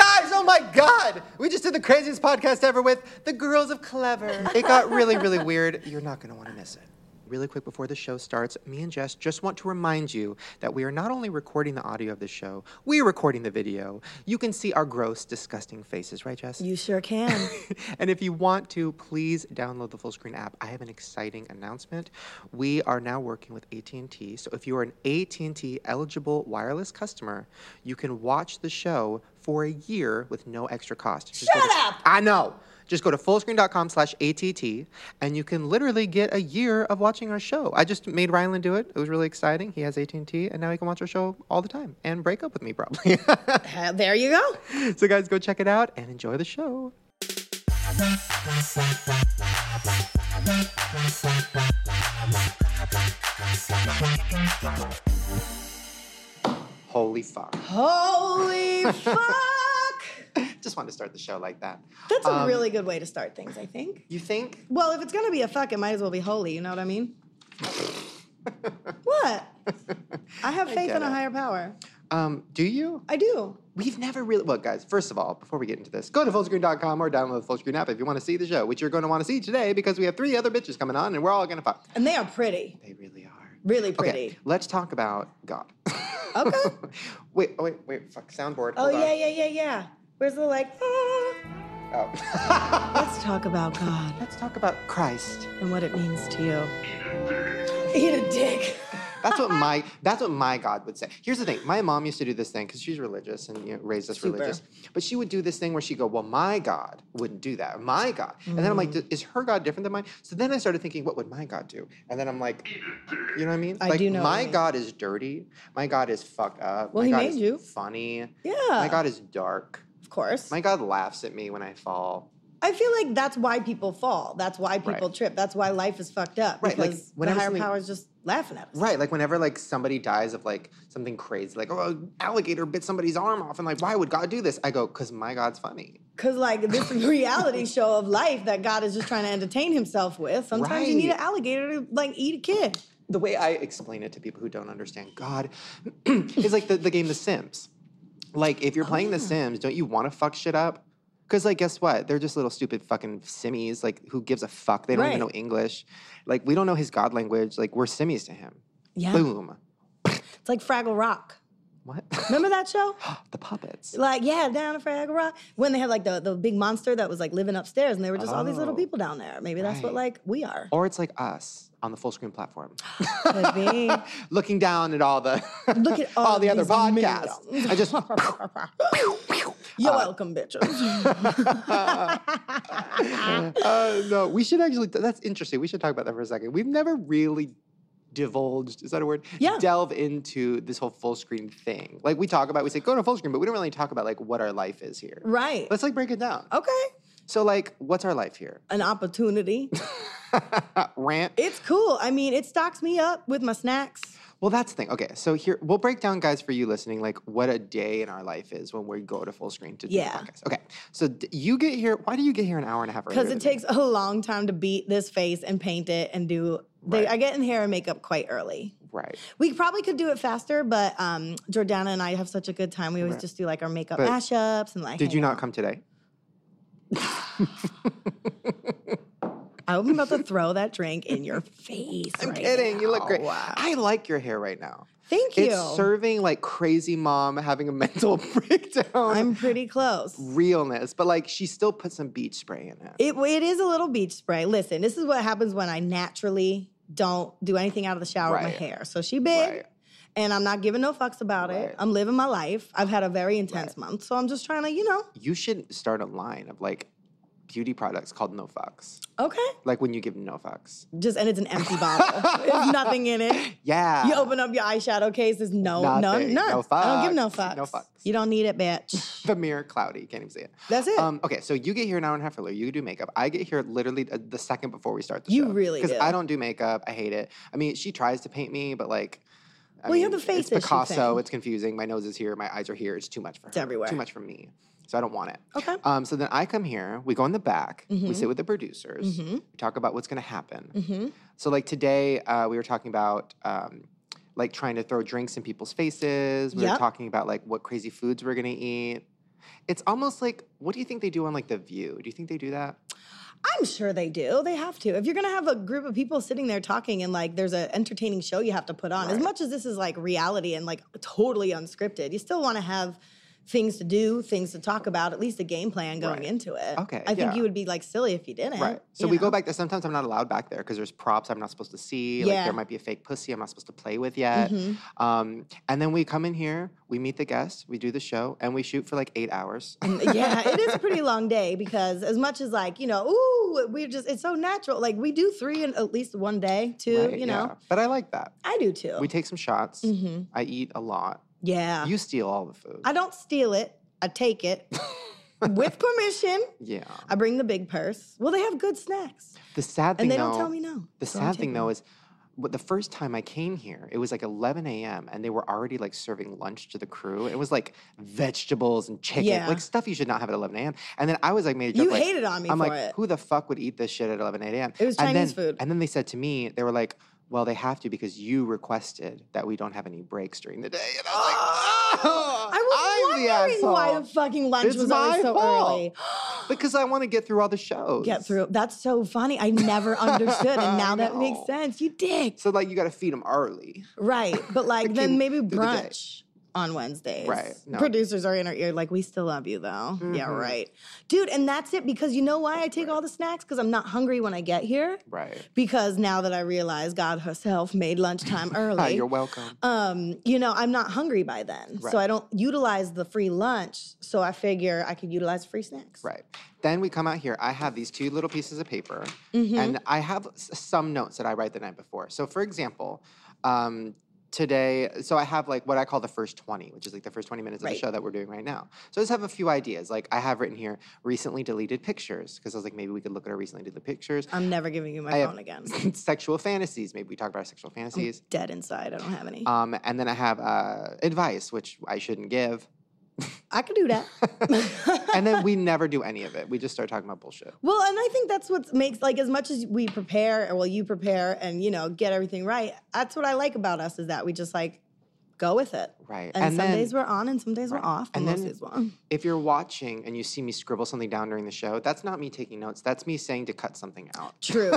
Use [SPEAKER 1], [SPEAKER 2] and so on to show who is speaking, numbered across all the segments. [SPEAKER 1] oh my God! We just did the craziest podcast ever with the girls of Clever. It got really, really weird. You're not going to want to miss it. Really quick before the show starts, me and Jess just want to remind you that we are not only recording the audio of the show, we are recording the video. You can see our gross, disgusting faces, right, Jess?
[SPEAKER 2] You sure can.
[SPEAKER 1] and if you want to, please download the full screen app. I have an exciting announcement. We are now working with AT&T. So if you are an AT&T eligible wireless customer, you can watch the show for a year with no extra cost. Just go
[SPEAKER 2] Shut
[SPEAKER 1] to-
[SPEAKER 2] up!
[SPEAKER 1] I know. Just go to fullscreen.com slash ATT and you can literally get a year of watching our show. I just made Rylan do it. It was really exciting. He has AT&T and now he can watch our show all the time and break up with me probably.
[SPEAKER 2] Uh, there you go.
[SPEAKER 1] so guys, go check it out and enjoy the show. Holy fuck.
[SPEAKER 2] Holy fuck!
[SPEAKER 1] Just wanted to start the show like that.
[SPEAKER 2] That's a
[SPEAKER 1] Um,
[SPEAKER 2] really good way to start things, I think.
[SPEAKER 1] You think?
[SPEAKER 2] Well, if it's gonna be a fuck, it might as well be holy, you know what I mean? what? I have faith
[SPEAKER 1] get
[SPEAKER 2] in a
[SPEAKER 1] it.
[SPEAKER 2] higher power.
[SPEAKER 1] Um, do you?
[SPEAKER 2] I do.
[SPEAKER 1] We've never really. Well, guys, first of all, before we get into this, go to fullscreen.com or download the fullscreen app if you want to see the show, which you're going to want to see today because we have three other bitches coming on and we're all going to fuck.
[SPEAKER 2] And they are pretty.
[SPEAKER 1] They really are.
[SPEAKER 2] Really
[SPEAKER 1] Okay,
[SPEAKER 2] pretty.
[SPEAKER 1] let's talk about God.
[SPEAKER 2] Okay.
[SPEAKER 1] wait, oh, wait, wait, fuck, soundboard.
[SPEAKER 2] oh,
[SPEAKER 1] hold on.
[SPEAKER 2] yeah, yeah, yeah, yeah. Where's the like, ah.
[SPEAKER 1] Oh.
[SPEAKER 2] let's talk about God
[SPEAKER 1] let's talk about Christ.
[SPEAKER 2] and what it means to you. Eat a dick.
[SPEAKER 1] That's what my that's what my God would say. Here's the thing: my mom used to do this thing because she's religious and you know, raised us
[SPEAKER 2] Super.
[SPEAKER 1] religious. But she would do this thing where she'd go, "Well, my God wouldn't do that. or My God." And then I'm like,
[SPEAKER 2] Mm.
[SPEAKER 1] "D- "Is her God different than mine?" So then I started thinking, "What would my God do?" And then I'm like, "You know what I mean?
[SPEAKER 2] I
[SPEAKER 1] like,
[SPEAKER 2] do know what
[SPEAKER 1] my
[SPEAKER 2] you mean.
[SPEAKER 1] God is dirty. My God is fucked up.
[SPEAKER 2] Well,
[SPEAKER 1] my
[SPEAKER 2] he
[SPEAKER 1] God
[SPEAKER 2] made
[SPEAKER 1] is
[SPEAKER 2] you. Uh.
[SPEAKER 1] funny.
[SPEAKER 2] Yeah.
[SPEAKER 1] My God is dark.
[SPEAKER 2] Of course.
[SPEAKER 1] My God laughs at me when I fall.
[SPEAKER 2] I feel like that's why people fall. That's why people
[SPEAKER 1] Right.
[SPEAKER 2] trip. That's why life is fucked up.
[SPEAKER 1] Right, like,
[SPEAKER 2] Because the
[SPEAKER 1] whenever
[SPEAKER 2] higher
[SPEAKER 1] something-
[SPEAKER 2] power is just laughing at us.
[SPEAKER 1] Right, like whenever like somebody dies of like something crazy, like oh, an alligator bit somebody's arm off, and like why would God do this? I go, cause my God's funny.
[SPEAKER 2] Because, like, this reality show of life that God is just trying to entertain himself with, sometimes you need
[SPEAKER 1] Right.
[SPEAKER 2] an alligator to, like, eat a kid.
[SPEAKER 1] The way I explain it to people who don't understand God is like the, the game The Sims. Like if you're playing The
[SPEAKER 2] Oh.
[SPEAKER 1] Sims, don't you want to fuck shit up? Cause like guess what? They're just little stupid fucking simmies. Like who gives a fuck? They don't even
[SPEAKER 2] Right.
[SPEAKER 1] know English. Like we don't know his God language. Like we're simmies to him.
[SPEAKER 2] Yeah.
[SPEAKER 1] Boom.
[SPEAKER 2] It's like Fraggle Rock.
[SPEAKER 1] What?
[SPEAKER 2] Remember that show?
[SPEAKER 1] the puppets.
[SPEAKER 2] Like, yeah, down in Fraggle Rock. When they had, like, the, the big monster that was, like, living upstairs, and there were just all these little
[SPEAKER 1] Oh.
[SPEAKER 2] people down there. Maybe that's what,
[SPEAKER 1] Right.
[SPEAKER 2] like, we are.
[SPEAKER 1] Or it's like us on the full screen platform.
[SPEAKER 2] Could be.
[SPEAKER 1] Uh. looking down at all the
[SPEAKER 2] Look at all,
[SPEAKER 1] all, the other
[SPEAKER 2] these
[SPEAKER 1] podcasts.
[SPEAKER 2] millions.
[SPEAKER 1] I just
[SPEAKER 2] You're welcome, bitches.
[SPEAKER 1] uh, no. We should actually. That's interesting. We should talk about that for a second. We've never really divulged. Is that a word?
[SPEAKER 2] Yeah.
[SPEAKER 1] Delve into this whole full screen thing. Like we talk about, we say go to full screen, but we don't really talk about like what our life is here.
[SPEAKER 2] right.
[SPEAKER 1] Let's like break it down.
[SPEAKER 2] Okay.
[SPEAKER 1] So like, what's our life here? Uh,
[SPEAKER 2] An opportunity.
[SPEAKER 1] Rant.
[SPEAKER 2] It's cool. I mean, it stocks me up with my snacks.
[SPEAKER 1] Well, that's the thing. Okay, so here we'll break down, guys, for you listening, like what a day in our life is when we go to full screen to do
[SPEAKER 2] Yeah.
[SPEAKER 1] the podcast. Okay, so d- you get here. Why do you get here an hour and a half?
[SPEAKER 2] Because
[SPEAKER 1] earlier than
[SPEAKER 2] it
[SPEAKER 1] me?
[SPEAKER 2] takes a long time to beat this face and paint it and do. They,
[SPEAKER 1] Right.
[SPEAKER 2] I get in hair and makeup quite early.
[SPEAKER 1] right.
[SPEAKER 2] We probably could do it faster, but um, Jordana and I have such a good time. We always just do like our makeup
[SPEAKER 1] But
[SPEAKER 2] mashups and like.
[SPEAKER 1] Did
[SPEAKER 2] hang
[SPEAKER 1] you
[SPEAKER 2] out.
[SPEAKER 1] not come today?
[SPEAKER 2] I'm about to throw that drink in your face.
[SPEAKER 1] I'm
[SPEAKER 2] right
[SPEAKER 1] kidding. You look great.
[SPEAKER 2] now.
[SPEAKER 1] I like your hair right now.
[SPEAKER 2] Thank you.
[SPEAKER 1] It's serving like crazy mom having a mental breakdown.
[SPEAKER 2] I'm pretty close.
[SPEAKER 1] realness, but like she still put some beach spray in it.
[SPEAKER 2] It, it is a little beach spray. Listen, this is what happens when I naturally don't do anything out of the shower with
[SPEAKER 1] Right.
[SPEAKER 2] my hair. So she big,
[SPEAKER 1] Right.
[SPEAKER 2] and I'm not giving no fucks about
[SPEAKER 1] Right.
[SPEAKER 2] it. I'm living my life. I've had a very intense month, so I'm just trying to, you know,
[SPEAKER 1] You should start a line of like beauty products called No Fucks.
[SPEAKER 2] okay,
[SPEAKER 1] Like when you give no fucks.
[SPEAKER 2] just and it's an empty bottle. There's nothing in it.
[SPEAKER 1] Yeah.
[SPEAKER 2] You open up your eyeshadow case. There's no,
[SPEAKER 1] Nothing.
[SPEAKER 2] none, none.
[SPEAKER 1] No
[SPEAKER 2] I don't give no
[SPEAKER 1] fucks.
[SPEAKER 2] fucks.
[SPEAKER 1] No fucks.
[SPEAKER 2] You don't need it, bitch.
[SPEAKER 1] the mirror cloudy. Can't even see it.
[SPEAKER 2] That's it.
[SPEAKER 1] Um, okay, so you get here an hour and a half earlier. You do makeup. I get here literally uh, the second before we start the
[SPEAKER 2] You
[SPEAKER 1] show.
[SPEAKER 2] really
[SPEAKER 1] because
[SPEAKER 2] do.
[SPEAKER 1] I don't do makeup. I hate it. I mean, she tries to paint me, but like, I
[SPEAKER 2] Well, you have
[SPEAKER 1] mean,
[SPEAKER 2] the face
[SPEAKER 1] It's
[SPEAKER 2] issue
[SPEAKER 1] Picasso.
[SPEAKER 2] thing.
[SPEAKER 1] It's confusing. My nose is here. My eyes are here. It's too much for her.
[SPEAKER 2] everywhere.
[SPEAKER 1] Too much for me. So I don't want it.
[SPEAKER 2] Okay.
[SPEAKER 1] Um, so then I come here. We go in the back. We
[SPEAKER 2] Mhm.
[SPEAKER 1] sit with the producers.
[SPEAKER 2] Mhm.
[SPEAKER 1] We talk about what's going to happen.
[SPEAKER 2] hmm
[SPEAKER 1] So like today, uh, we were talking about um, like trying to throw drinks in people's faces. We were
[SPEAKER 2] Yep.
[SPEAKER 1] talking about like what crazy foods we're gonna eat. It's almost like what do you think they do on like The View? Do you think they do that?
[SPEAKER 2] I'm sure they do. They have to. If you're going to have a group of people sitting there talking and like there's an entertaining show you have to put on, as much as this is like reality and like totally unscripted, you still want to have things to do, things to talk about, at least a game plan going
[SPEAKER 1] Right.
[SPEAKER 2] into it.
[SPEAKER 1] Okay,
[SPEAKER 2] I think
[SPEAKER 1] yeah.
[SPEAKER 2] you would be like silly if you didn't.
[SPEAKER 1] Right. So
[SPEAKER 2] Eh, you
[SPEAKER 1] we
[SPEAKER 2] know?
[SPEAKER 1] go back there. Sometimes I'm not allowed back there because there's props I'm not supposed to see. Like
[SPEAKER 2] Yeah.
[SPEAKER 1] there might be a fake pussy I'm not supposed to play with yet.
[SPEAKER 2] Mhm.
[SPEAKER 1] Um, and then we come in here, we meet the guests, we do the show, and we shoot for like eight hours.
[SPEAKER 2] yeah, it is a pretty long day because as much as like, you know, ooh, we're just it's so natural. Like we do three in at least one day, two,
[SPEAKER 1] Right,
[SPEAKER 2] you know.
[SPEAKER 1] yeah. But I like that.
[SPEAKER 2] I do too.
[SPEAKER 1] We take some shots.
[SPEAKER 2] hmm
[SPEAKER 1] I eat a lot.
[SPEAKER 2] Yeah.
[SPEAKER 1] You steal all the food.
[SPEAKER 2] I don't steal it. I take it with permission.
[SPEAKER 1] yeah.
[SPEAKER 2] I bring the big purse. Well, they have good snacks,
[SPEAKER 1] The sad thing
[SPEAKER 2] and they
[SPEAKER 1] though,
[SPEAKER 2] don't tell me no.
[SPEAKER 1] the
[SPEAKER 2] so I'm
[SPEAKER 1] sad thing
[SPEAKER 2] taking
[SPEAKER 1] though
[SPEAKER 2] it.
[SPEAKER 1] is wh- the first time I came here, it was like 11 a.m. and they were already like serving lunch to the crew. It was like vegetables and chicken,
[SPEAKER 2] Yeah.
[SPEAKER 1] like stuff you should not have at 11 a.m. And then I was like, made a joke.
[SPEAKER 2] you
[SPEAKER 1] like,
[SPEAKER 2] hated on me
[SPEAKER 1] I'm
[SPEAKER 2] for
[SPEAKER 1] like,
[SPEAKER 2] it.
[SPEAKER 1] who the fuck would eat this shit at 11 a.m.?
[SPEAKER 2] It was
[SPEAKER 1] and then,
[SPEAKER 2] Chinese food.
[SPEAKER 1] And then they said to me, they were like, well, they have to because you requested that we don't have any breaks during the day. And I was like, oh,
[SPEAKER 2] I was
[SPEAKER 1] am
[SPEAKER 2] wondering
[SPEAKER 1] the asshole.
[SPEAKER 2] why the fucking lunch
[SPEAKER 1] It's
[SPEAKER 2] was always
[SPEAKER 1] my
[SPEAKER 2] so
[SPEAKER 1] fault.
[SPEAKER 2] early.
[SPEAKER 1] because I want to get through all the shows.
[SPEAKER 2] Get through. That's so funny. I never understood, and now that
[SPEAKER 1] No.
[SPEAKER 2] makes sense. You dick.
[SPEAKER 1] So like, you got to feed them early.
[SPEAKER 2] Right. But like
[SPEAKER 1] Came
[SPEAKER 2] then maybe
[SPEAKER 1] through the day.
[SPEAKER 2] brunch on Wednesdays.
[SPEAKER 1] Right, no.
[SPEAKER 2] Producers are in our ear like, we still love you though. Yeah,
[SPEAKER 1] Mhm.
[SPEAKER 2] right. Dude, and that's it because you know why I take all the snacks? Because I'm not hungry when I get here.
[SPEAKER 1] Right.
[SPEAKER 2] Because now that I realize God herself made lunchtime
[SPEAKER 1] Hi,
[SPEAKER 2] early.
[SPEAKER 1] you're welcome.
[SPEAKER 2] um, you know, I'm not hungry by then.
[SPEAKER 1] Right.
[SPEAKER 2] So I don't utilize the free lunch. So I figure I could utilize free snacks.
[SPEAKER 1] Right. Then we come out here. I have these two little pieces of paper,
[SPEAKER 2] Mm-hmm.
[SPEAKER 1] and I have s- some notes that I write the night before. So, for example, um, today, so I have like what I call the first 20, which is like the first 20 minutes of
[SPEAKER 2] Right.
[SPEAKER 1] the show that we're doing right now. So, I just have a few ideas. Like, I have written here recently deleted pictures, because I was like, maybe we could look at our recently deleted pictures.
[SPEAKER 2] I'm never giving you my
[SPEAKER 1] I have-
[SPEAKER 2] phone again.
[SPEAKER 1] sexual fantasies. Maybe we talk about our sexual
[SPEAKER 2] Oh.
[SPEAKER 1] fantasies.
[SPEAKER 2] Dead inside. I don't have any.
[SPEAKER 1] Um, and then I have uh, advice, which I shouldn't give.
[SPEAKER 2] I could do that.
[SPEAKER 1] and then we never do any of it. We just start talking about bullshit.
[SPEAKER 2] Well, and I think that's what makes like as much as we prepare, or well, you prepare and you know get everything right. That's what I like about us is that we just like go with it.
[SPEAKER 1] Right.
[SPEAKER 2] And, some
[SPEAKER 1] then-
[SPEAKER 2] days we're on, and some days
[SPEAKER 1] Right.
[SPEAKER 2] we're off,
[SPEAKER 1] And
[SPEAKER 2] and,
[SPEAKER 1] then-
[SPEAKER 2] most days we're on.
[SPEAKER 1] if you're watching and you see me scribble something down during the show, that's not me taking notes. That's me saying to cut something out.
[SPEAKER 2] True.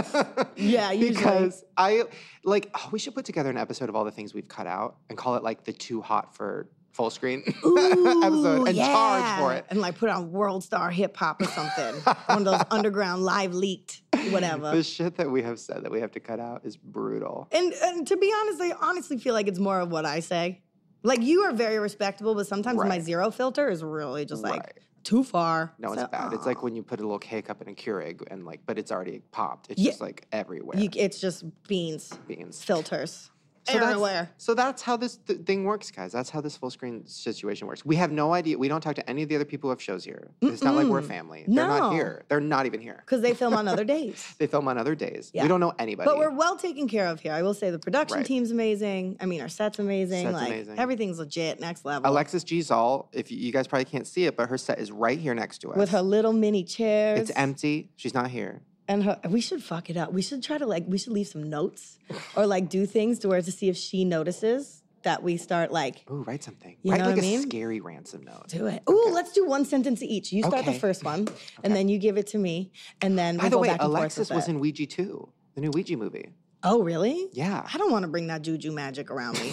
[SPEAKER 2] yeah, usually.
[SPEAKER 1] because I like oh, we should put together an episode of all the things we've cut out and call it like the too hot for full screen
[SPEAKER 2] Ooh,
[SPEAKER 1] episode and charge for
[SPEAKER 2] yeah.
[SPEAKER 1] it.
[SPEAKER 2] and like put on World Star Hip Hop or something, one of those underground live leaked
[SPEAKER 1] The
[SPEAKER 2] whatever.
[SPEAKER 1] shit that we have said that we have to cut out is brutal.
[SPEAKER 2] And, and to be honest, I honestly feel like it's more of what I say. Like you are very respectable, but sometimes my
[SPEAKER 1] Right.
[SPEAKER 2] zero filter is really just like
[SPEAKER 1] Right.
[SPEAKER 2] too far.
[SPEAKER 1] No, it's
[SPEAKER 2] So,
[SPEAKER 1] bad. It's
[SPEAKER 2] aw.
[SPEAKER 1] like when you put a little cake up in a Keurig and like, but it's already popped. It's
[SPEAKER 2] Yeah.
[SPEAKER 1] just like everywhere.
[SPEAKER 2] You, it's just beans,
[SPEAKER 1] beans.
[SPEAKER 2] filters,
[SPEAKER 1] that's-
[SPEAKER 2] everywhere.
[SPEAKER 1] So that's how this th- thing works, guys. That's how this full screen situation works. We have no idea. We don't talk to any of the other people who have shows here. It's not like we're a family. They're not
[SPEAKER 2] No.
[SPEAKER 1] here. They're not even here.
[SPEAKER 2] Because they film on other days.
[SPEAKER 1] They film on other days.
[SPEAKER 2] Yeah.
[SPEAKER 1] We don't know anybody.
[SPEAKER 2] But we're well taken care of here. I will say the production
[SPEAKER 1] Right.
[SPEAKER 2] team's amazing. I mean, our set's amazing.
[SPEAKER 1] Set's
[SPEAKER 2] like
[SPEAKER 1] amazing.
[SPEAKER 2] everything's legit, next level.
[SPEAKER 1] Alexis Gisal, if you, you guys probably can't see it, but her set is right here next to us.
[SPEAKER 2] With her little mini chairs.
[SPEAKER 1] it's empty. She's not here.
[SPEAKER 2] and her, we should fuck it up. We should try to like, we should leave some notes or like do things to where to see if she notices that we start like,
[SPEAKER 1] Ooh, write something.
[SPEAKER 2] You
[SPEAKER 1] write
[SPEAKER 2] know
[SPEAKER 1] like
[SPEAKER 2] what I
[SPEAKER 1] a
[SPEAKER 2] mean?
[SPEAKER 1] scary ransom note.
[SPEAKER 2] do it. Ooh, let's do one sentence each. You start
[SPEAKER 1] Okay.
[SPEAKER 2] the first one and then you give it to me and then
[SPEAKER 1] By
[SPEAKER 2] we'll
[SPEAKER 1] the
[SPEAKER 2] go
[SPEAKER 1] way,
[SPEAKER 2] back and
[SPEAKER 1] Alexis
[SPEAKER 2] forth with
[SPEAKER 1] was
[SPEAKER 2] it.
[SPEAKER 1] in Ouija 2, the new Ouija movie.
[SPEAKER 2] Oh, really?
[SPEAKER 1] Yeah.
[SPEAKER 2] I don't want to bring that juju magic around me.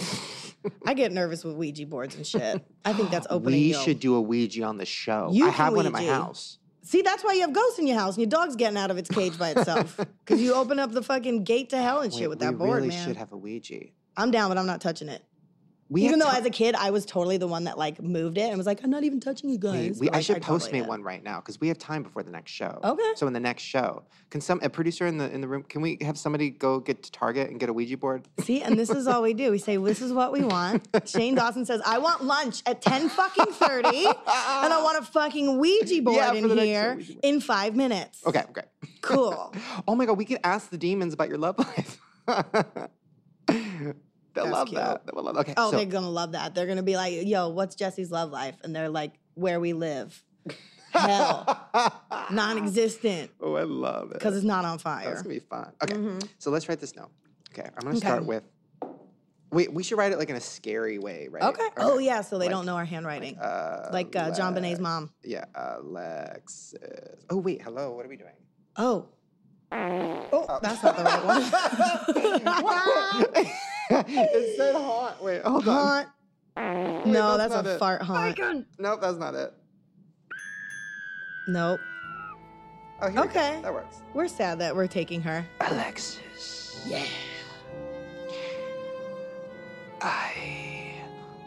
[SPEAKER 2] I get nervous with Ouija boards and shit. I think that's opening.
[SPEAKER 1] We
[SPEAKER 2] your-
[SPEAKER 1] should do a Ouija on the show. I
[SPEAKER 2] You can
[SPEAKER 1] have one at my
[SPEAKER 2] Ouija.
[SPEAKER 1] house.
[SPEAKER 2] see. That's why you have ghosts in your house and your dog's getting out of its cage by itself because you open up the fucking gate to hell and
[SPEAKER 1] Wait,
[SPEAKER 2] shit with
[SPEAKER 1] we
[SPEAKER 2] that board,
[SPEAKER 1] really
[SPEAKER 2] man.
[SPEAKER 1] should have a Ouija.
[SPEAKER 2] I'm down, but I'm not touching it.
[SPEAKER 1] We had
[SPEAKER 2] even though
[SPEAKER 1] ta-
[SPEAKER 2] as a kid I was totally the one that like moved it and was like, I'm not even touching you
[SPEAKER 1] Hey,
[SPEAKER 2] guys.
[SPEAKER 1] we,
[SPEAKER 2] but,
[SPEAKER 1] I
[SPEAKER 2] like,
[SPEAKER 1] should
[SPEAKER 2] totally
[SPEAKER 1] postmate
[SPEAKER 2] did.
[SPEAKER 1] one right now because we have time before the next show.
[SPEAKER 2] Okay.
[SPEAKER 1] So in the next show, can some a producer in the in the room? Can we have somebody go get to Target and get a Ouija board?
[SPEAKER 2] See, and this is all we do. We say, "This is what we want." Shane Dawson says, "I want lunch at ten fucking 30, and I want a fucking Ouija board
[SPEAKER 1] Yeah, for the
[SPEAKER 2] in
[SPEAKER 1] next
[SPEAKER 2] here
[SPEAKER 1] Ouija board.
[SPEAKER 2] in five minutes."
[SPEAKER 1] Okay, okay.
[SPEAKER 2] cool.
[SPEAKER 1] Oh my God, we can ask the demons about your love life. They'll
[SPEAKER 2] That's
[SPEAKER 1] love
[SPEAKER 2] cute.
[SPEAKER 1] that. They will love. Okay.
[SPEAKER 2] Oh,
[SPEAKER 1] so
[SPEAKER 2] they're gonna love that. They're gonna be like, "Yo, what's Jesse's love life?" And they're like, "Where we live, hell, non-existent,
[SPEAKER 1] oh, I love it.
[SPEAKER 2] because it's not on
[SPEAKER 1] That's
[SPEAKER 2] fire."
[SPEAKER 1] gonna be fun. Okay. So let's write this note. Okay, I'm gonna start with We, we should write it like in a scary way, right?
[SPEAKER 2] Okay.
[SPEAKER 1] Or,
[SPEAKER 2] Oh yeah, so they
[SPEAKER 1] Like-
[SPEAKER 2] don't know our handwriting.
[SPEAKER 1] Uh,
[SPEAKER 2] Like uh, John Bonet's
[SPEAKER 1] Le-
[SPEAKER 2] mom.
[SPEAKER 1] Yeah, Alexis. Oh wait, hello. What are we doing?
[SPEAKER 2] Oh. Oh, that's not the right one.
[SPEAKER 1] it said haunt. Wait, hold on.
[SPEAKER 2] Haunt. No,
[SPEAKER 1] that's
[SPEAKER 2] that's,
[SPEAKER 1] not
[SPEAKER 2] a
[SPEAKER 1] it.
[SPEAKER 2] fart haunt.
[SPEAKER 1] Nope, that's not it.
[SPEAKER 2] Nope.
[SPEAKER 1] Oh, here we go.
[SPEAKER 2] Okay.
[SPEAKER 1] That works.
[SPEAKER 2] We're sad that we're taking her.
[SPEAKER 1] Alexis,
[SPEAKER 2] Yeah.
[SPEAKER 1] I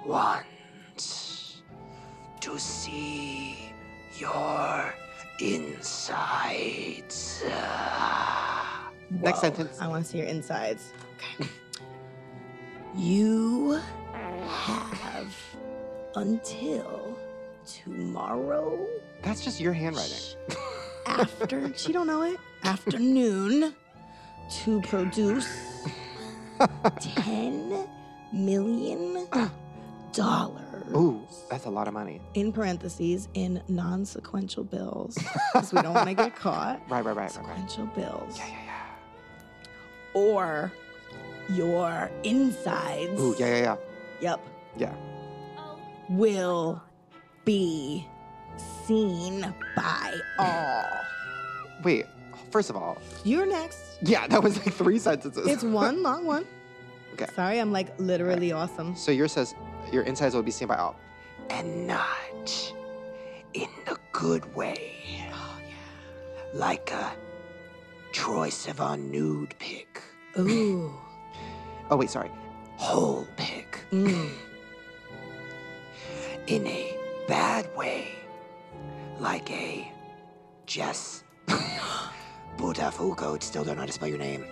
[SPEAKER 1] want to see your insides. Next sentence.
[SPEAKER 2] I want to see your insides. Okay.
[SPEAKER 3] You have until tomorrow
[SPEAKER 1] That's just your handwriting.
[SPEAKER 3] after
[SPEAKER 2] she don't know it.
[SPEAKER 3] afternoon to produce 10 million dollars.
[SPEAKER 1] Ooh, that's a lot of money.
[SPEAKER 2] In parentheses, in non-sequential bills, because we don't want to get caught.
[SPEAKER 1] Right, right, right, right, right.
[SPEAKER 2] Sequential bills.
[SPEAKER 1] Yeah, yeah,
[SPEAKER 3] or your insides.
[SPEAKER 1] yeah. Ooh, yeah, yeah, yeah.
[SPEAKER 3] Yep.
[SPEAKER 1] Yeah.
[SPEAKER 3] Will be seen by all.
[SPEAKER 1] Wait, first of all,
[SPEAKER 2] You're next.
[SPEAKER 1] yeah, that was like three sentences.
[SPEAKER 2] It's one long one.
[SPEAKER 1] Okay.
[SPEAKER 2] Sorry, I'm like literally awesome.
[SPEAKER 1] So yours says your insides will be seen by all. And not in the good way. Oh, yeah. Like a Troy Sivan nude pic.
[SPEAKER 3] Ooh.
[SPEAKER 1] Oh, wait, sorry. Whole pic.
[SPEAKER 2] Mm.
[SPEAKER 1] In a bad way. Like a Jess. Buddha Foucault, still don't know how to spell your name.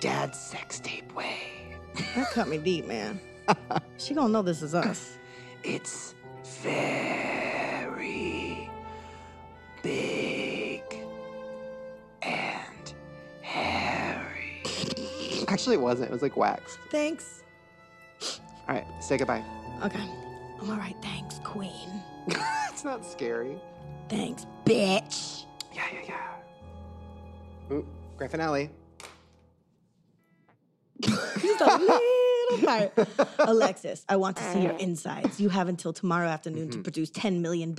[SPEAKER 1] Dad sex tape way.
[SPEAKER 2] That cut me deep, man. she gonna know this is us.
[SPEAKER 1] It's very big and hairy. Actually, it wasn't. It was like waxed.
[SPEAKER 2] Thanks.
[SPEAKER 1] All right, say goodbye.
[SPEAKER 2] Okay.
[SPEAKER 3] I'm all right. Thanks, Queen.
[SPEAKER 1] it's not scary.
[SPEAKER 3] Thanks, bitch.
[SPEAKER 1] Yeah, yeah, yeah. Ooh, grand finale.
[SPEAKER 2] Just a little part. Alexis, I want to see your insides. You have until tomorrow afternoon
[SPEAKER 1] Mm-hmm.
[SPEAKER 2] to produce $10 million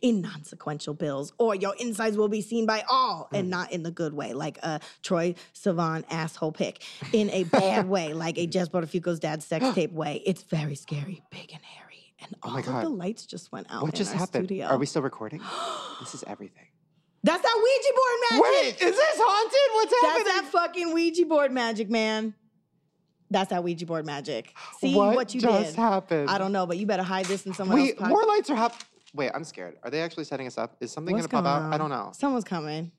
[SPEAKER 2] in non sequential bills, or your insides will be seen by all
[SPEAKER 1] Mm.
[SPEAKER 2] and not in the good way, like a Troy Savon asshole pick, in a bad way, like a Jess Butterfuco's dad's sex tape way. It's very scary, big and hairy. And all
[SPEAKER 1] Oh my
[SPEAKER 2] of
[SPEAKER 1] God.
[SPEAKER 2] the lights just went
[SPEAKER 1] What
[SPEAKER 2] out. Oh, in
[SPEAKER 1] just
[SPEAKER 2] our
[SPEAKER 1] happened?
[SPEAKER 2] Studio.
[SPEAKER 1] Are we still recording? this is everything.
[SPEAKER 2] That's that Ouija board magic.
[SPEAKER 1] Wait, is this haunted? What's
[SPEAKER 2] That's
[SPEAKER 1] happening?
[SPEAKER 2] that fucking Ouija board magic, man. That's that Ouija board magic. See
[SPEAKER 1] what,
[SPEAKER 2] what, you
[SPEAKER 1] just
[SPEAKER 2] did.
[SPEAKER 1] happened?
[SPEAKER 2] I don't know, but you better hide this in someone
[SPEAKER 1] Wait,
[SPEAKER 2] else's
[SPEAKER 1] more
[SPEAKER 2] pocket.
[SPEAKER 1] lights are happening. Wait, I'm scared. Are they actually setting us up? Is something
[SPEAKER 2] What's
[SPEAKER 1] gonna pop out?
[SPEAKER 2] going
[SPEAKER 1] I
[SPEAKER 2] on?
[SPEAKER 1] don't know.
[SPEAKER 2] Someone's coming.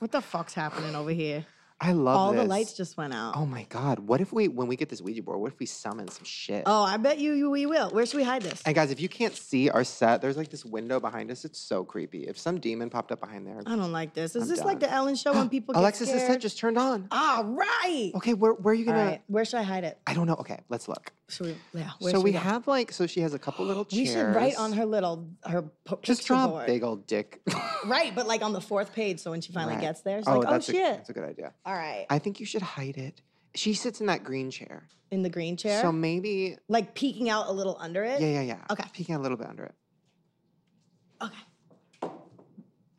[SPEAKER 2] what the fuck's happening over here?
[SPEAKER 1] I love
[SPEAKER 2] All the
[SPEAKER 1] this.
[SPEAKER 2] lights just went out.
[SPEAKER 1] Oh
[SPEAKER 2] Oh,
[SPEAKER 1] my god! What if we, when we get this Ouija board, what if we summon some shit?
[SPEAKER 2] Oh, I bet you, you we will. Where should we hide this?
[SPEAKER 1] And guys, if you can't see our set, there's like this window behind us. It's so creepy. If some demon popped up behind there,
[SPEAKER 2] I don't like this. Is
[SPEAKER 1] I'm
[SPEAKER 2] this like
[SPEAKER 1] done.
[SPEAKER 2] the Ellen show when people get
[SPEAKER 1] Alexis'
[SPEAKER 2] scared?
[SPEAKER 1] set just turned on.
[SPEAKER 2] All right.
[SPEAKER 1] Okay, where, where are you
[SPEAKER 2] All
[SPEAKER 1] gonna?
[SPEAKER 2] right. Where should I hide it?
[SPEAKER 1] I don't know. Okay, let's look.
[SPEAKER 2] Should we? Yeah. Where
[SPEAKER 1] so
[SPEAKER 2] should
[SPEAKER 1] we
[SPEAKER 2] go?
[SPEAKER 1] have like, so she has a couple little chairs.
[SPEAKER 2] We should write on her little her po-
[SPEAKER 1] Just
[SPEAKER 2] picture
[SPEAKER 1] draw a
[SPEAKER 2] board.
[SPEAKER 1] big old dick.
[SPEAKER 2] Right, but like on the fourth page. So when she finally
[SPEAKER 1] Right.
[SPEAKER 2] gets there, she's
[SPEAKER 1] oh,
[SPEAKER 2] like, "Oh
[SPEAKER 1] that's a,
[SPEAKER 2] shit!"
[SPEAKER 1] That's a good idea.
[SPEAKER 2] All right.
[SPEAKER 1] I think you should hide it. She sits in that green chair.
[SPEAKER 2] in the green chair,
[SPEAKER 1] So maybe,
[SPEAKER 2] like peeking out a little under it.
[SPEAKER 1] yeah, yeah, yeah.
[SPEAKER 2] Okay.
[SPEAKER 1] Peeking a little bit under it.
[SPEAKER 2] Okay.